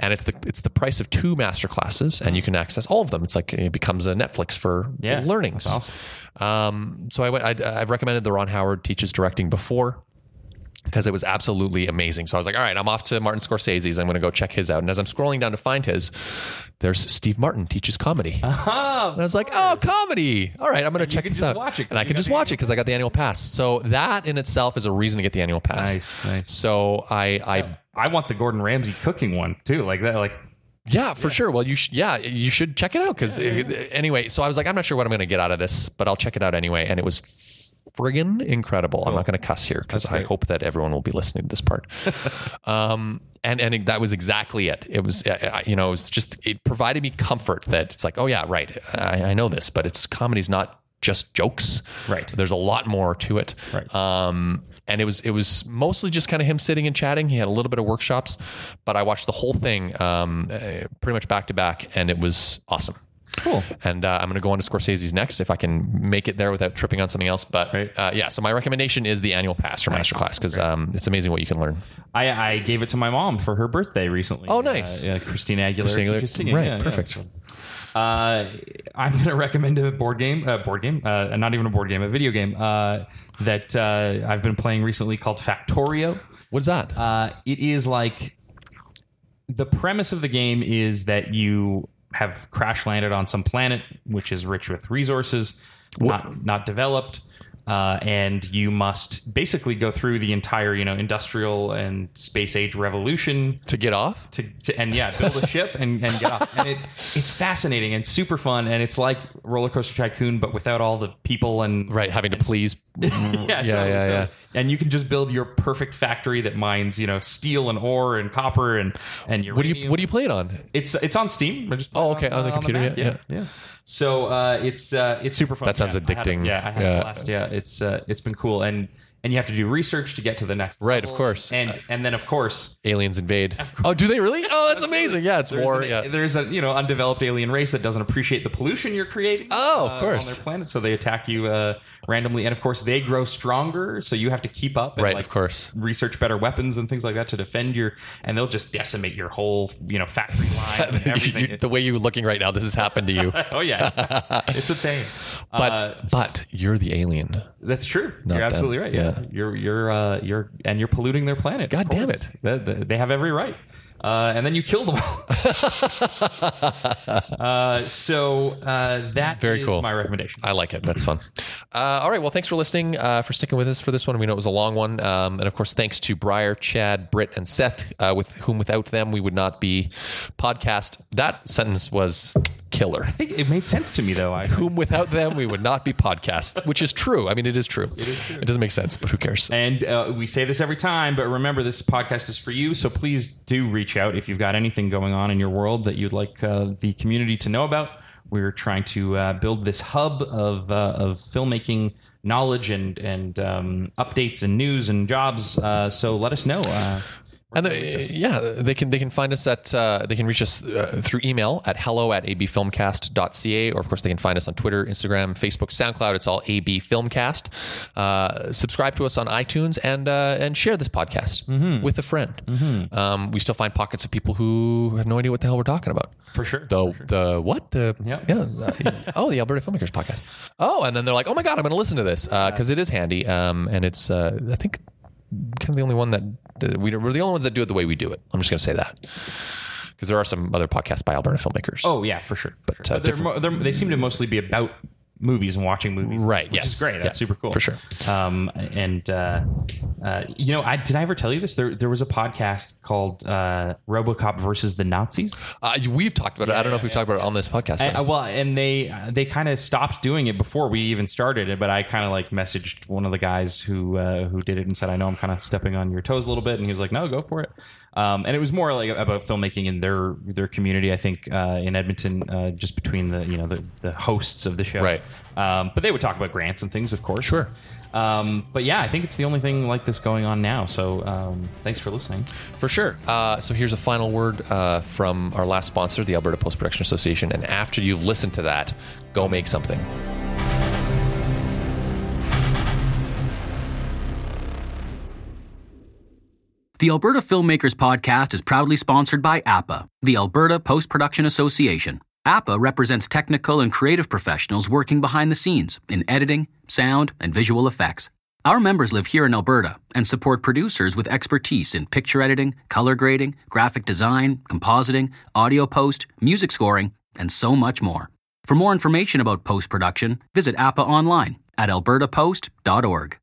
Speaker 2: And it's the it's the price of two master classes, and you can access all of them. It's like it becomes a Netflix for
Speaker 3: Yeah,
Speaker 2: learnings.
Speaker 3: that's
Speaker 2: Um, so I went. I, I've recommended the Ron Howard teaches directing before because it was absolutely amazing. So I was like, all right, I'm off to Martin Scorsese's. I'm going to go check his out. And as I'm scrolling down to find his, there's Steve Martin teaches
Speaker 3: <laughs> Oh,
Speaker 2: comedy. and I was like, oh, comedy. All right, I'm going to check
Speaker 3: can
Speaker 2: this
Speaker 3: just
Speaker 2: out.
Speaker 3: watch it 'cause
Speaker 2: and I
Speaker 3: you
Speaker 2: can
Speaker 3: got
Speaker 2: just
Speaker 3: the
Speaker 2: watch it because I got the annual pass. So that in itself is a reason to get the annual pass.
Speaker 3: Nice, nice.
Speaker 2: So I, I
Speaker 3: I want the Gordon Ramsay cooking one too, like that. Like
Speaker 2: Yeah, for sure. Well, you should, yeah, you should check it out because anyway. So I was like, I'm not sure what I'm going to get out of this, but I'll check it out anyway. And it was friggin' incredible. I'm not going to cuss here because I hope that everyone will be listening to this part. um, and and it- that was exactly it. It was uh, you know it was just it provided me comfort that it's like oh yeah right I, I know this, but it's comedy's not just jokes.
Speaker 3: Right.
Speaker 2: There's a lot more to it.
Speaker 3: Right.
Speaker 2: Um, and it was it was mostly just kind of him sitting and chatting. He had a little bit of workshops, but I watched the whole thing um, uh, pretty much back to back, and it was awesome.
Speaker 3: cool.
Speaker 2: And uh, I'm going to go on to Scorsese's next if I can make it there without tripping on something else. But
Speaker 3: Right.
Speaker 2: uh, yeah, so my recommendation is the annual pass for Masterclass because um, it's amazing what you can learn.
Speaker 3: I, I gave it to my mom for her birthday recently.
Speaker 2: Oh, nice.
Speaker 3: Uh, yeah, Christina Aguilera.
Speaker 2: Singular-
Speaker 3: teaches singing.
Speaker 2: right,
Speaker 3: Yeah, yeah.
Speaker 2: perfect.
Speaker 3: Uh, I'm going to <laughs> recommend a board game, a board game, uh, not even a board game, a video game uh, that uh, I've been playing recently called Factorio.
Speaker 2: What is that?
Speaker 3: Uh, it is like the premise of the game is that you have crash landed on some planet which is rich with resources, not, not developed, uh, and you must basically go through the entire you know industrial and space age revolution
Speaker 2: to get off?
Speaker 3: to, to and yeah, build a ship and, and get off. And it, it's fascinating and super fun, and it's like Roller Coaster Tycoon, but without all the people and
Speaker 2: Right, having to please.
Speaker 3: <laughs> yeah,
Speaker 2: yeah, yeah.
Speaker 3: And you can just build your perfect factory that mines, you know, steel and ore and copper and and your.
Speaker 2: What do you What do you play it on?
Speaker 3: It's it's on uh, Steam. I just
Speaker 2: Oh, okay, on the computer,
Speaker 3: Mac.
Speaker 2: yeah,
Speaker 3: yeah, So uh, it's uh, it's super fun.
Speaker 2: That sounds
Speaker 3: Yeah, I had it-
Speaker 2: addicting.
Speaker 3: yeah, I had
Speaker 2: Yeah.
Speaker 3: it last. Yeah, it's uh, it's been cool, and and you have to do research to get to the next.
Speaker 2: Right,
Speaker 3: level.
Speaker 2: of course.
Speaker 3: and and then of course
Speaker 2: Aliens invade. Oh, do they really? Oh, that's amazing. Yeah, it's
Speaker 3: there's
Speaker 2: war.
Speaker 3: an-
Speaker 2: yeah.
Speaker 3: there's a you know undeveloped alien race that doesn't appreciate the pollution you're creating.
Speaker 2: Oh, of
Speaker 3: uh,
Speaker 2: course.
Speaker 3: on their planet, so they attack you uh, randomly, and of course they grow stronger, so you have to keep up. And,
Speaker 2: Right,
Speaker 3: like,
Speaker 2: of course.
Speaker 3: Research better weapons and things like that to defend your, and they'll just decimate your whole you know factory lines
Speaker 2: <laughs>
Speaker 3: and
Speaker 2: You-
Speaker 3: everything.
Speaker 2: the way you're looking right now, this has happened to
Speaker 3: <laughs>
Speaker 2: you. <laughs>
Speaker 3: oh yeah, it's a thing.
Speaker 2: But
Speaker 3: Uh,
Speaker 2: but you're the alien.
Speaker 3: that's true.
Speaker 2: Not
Speaker 3: you're
Speaker 2: them.
Speaker 3: absolutely right.
Speaker 2: Yeah.
Speaker 3: you're you're uh, you're and you're polluting their planet. of
Speaker 2: God damn
Speaker 3: course.
Speaker 2: it.
Speaker 3: They, they- they have every right. Uh, and then you kill
Speaker 2: <laughs>
Speaker 3: them all. uh, so uh, that
Speaker 2: Very
Speaker 3: is
Speaker 2: cool.
Speaker 3: my recommendation.
Speaker 2: I like it. That's fun. Uh, all right. Well, thanks for listening, uh, for sticking with us for this one. We know it was a long one. Um, and of course, thanks to Briar, Chad, Britt, and Seth, uh, with whom without them we would not be podcast. That sentence was killer.
Speaker 3: I think it made sense to me
Speaker 2: <laughs>
Speaker 3: though. I
Speaker 2: Whom without them we would not be podcast, which is true. I mean, it is true. It is true. It doesn't make sense, but who cares?
Speaker 3: And uh, we say this every time, but remember, this podcast is for you. So please do reach out if you've got anything going on in your world that you'd like uh, the community to know about. We're trying to uh, build this hub of, uh, of filmmaking knowledge and, and um, updates and news and jobs. Uh, so let us know. Uh,
Speaker 2: And they, yeah, they can they can find us at uh, they can reach us uh, through email at hello at abfilmcast.ca or of course they can find us on Twitter, Instagram, Facebook, SoundCloud. It's all abfilmcast. Uh, subscribe to us on iTunes and uh, and share this podcast with a friend. Um, we still find pockets of people who have no idea what the hell we're talking about.
Speaker 3: for sure.
Speaker 2: The the what the
Speaker 3: Yep.
Speaker 2: yeah uh, oh the Alberta filmmakers podcast oh and then they're like oh my god I'm going to listen to this because it is handy um, and it's uh, I think kind of the only one that uh, we we're the only ones that do it the way we do it I'm just going to say that because there are some other podcasts by Alberta filmmakers
Speaker 3: Oh, yeah, for sure. For sure.
Speaker 2: uh,
Speaker 3: But they're mo- they're- they seem to mostly be about movies and watching movies.
Speaker 2: Right,
Speaker 3: Which
Speaker 2: yes.
Speaker 3: is great. That's
Speaker 2: Yeah,
Speaker 3: super cool.
Speaker 2: for sure.
Speaker 3: Um, and, uh, uh, you know, I, did I ever tell you this? There, there was a podcast called uh, Robocop versus the Nazis.
Speaker 2: uh, we've talked about it I don't know if we've talked about it on this podcast
Speaker 3: I-
Speaker 2: though.
Speaker 3: I- well, and they uh, they kind of stopped doing it before we even started it. But I kind of like messaged one of the guys who uh, who did it and said, "I know I'm kind of stepping on your toes a little bit," and he was like, "No, go for it." Um, and it was more like about filmmaking in their their community. I think uh, in Edmonton, uh, just between the you know the, the hosts of the show,
Speaker 2: Right.
Speaker 3: Um, but they would talk about grants and things, of course. Sure. Um, but yeah, I think it's the only thing like this going on now. So um, thanks for listening.
Speaker 2: For sure. Uh, so here's a final word uh, from our last sponsor, the Alberta Post Production Association. And after you've listened to that, go make something.
Speaker 8: The Alberta Filmmakers Podcast is proudly sponsored by APPA, the Alberta Post Production Association. APPA represents technical and creative professionals working behind the scenes in editing, sound, and visual effects. Our members live here in Alberta and support producers with expertise in picture editing, color grading, graphic design, compositing, audio post, music scoring, and so much more. For more information about post production, visit APPA online at albertapost.org.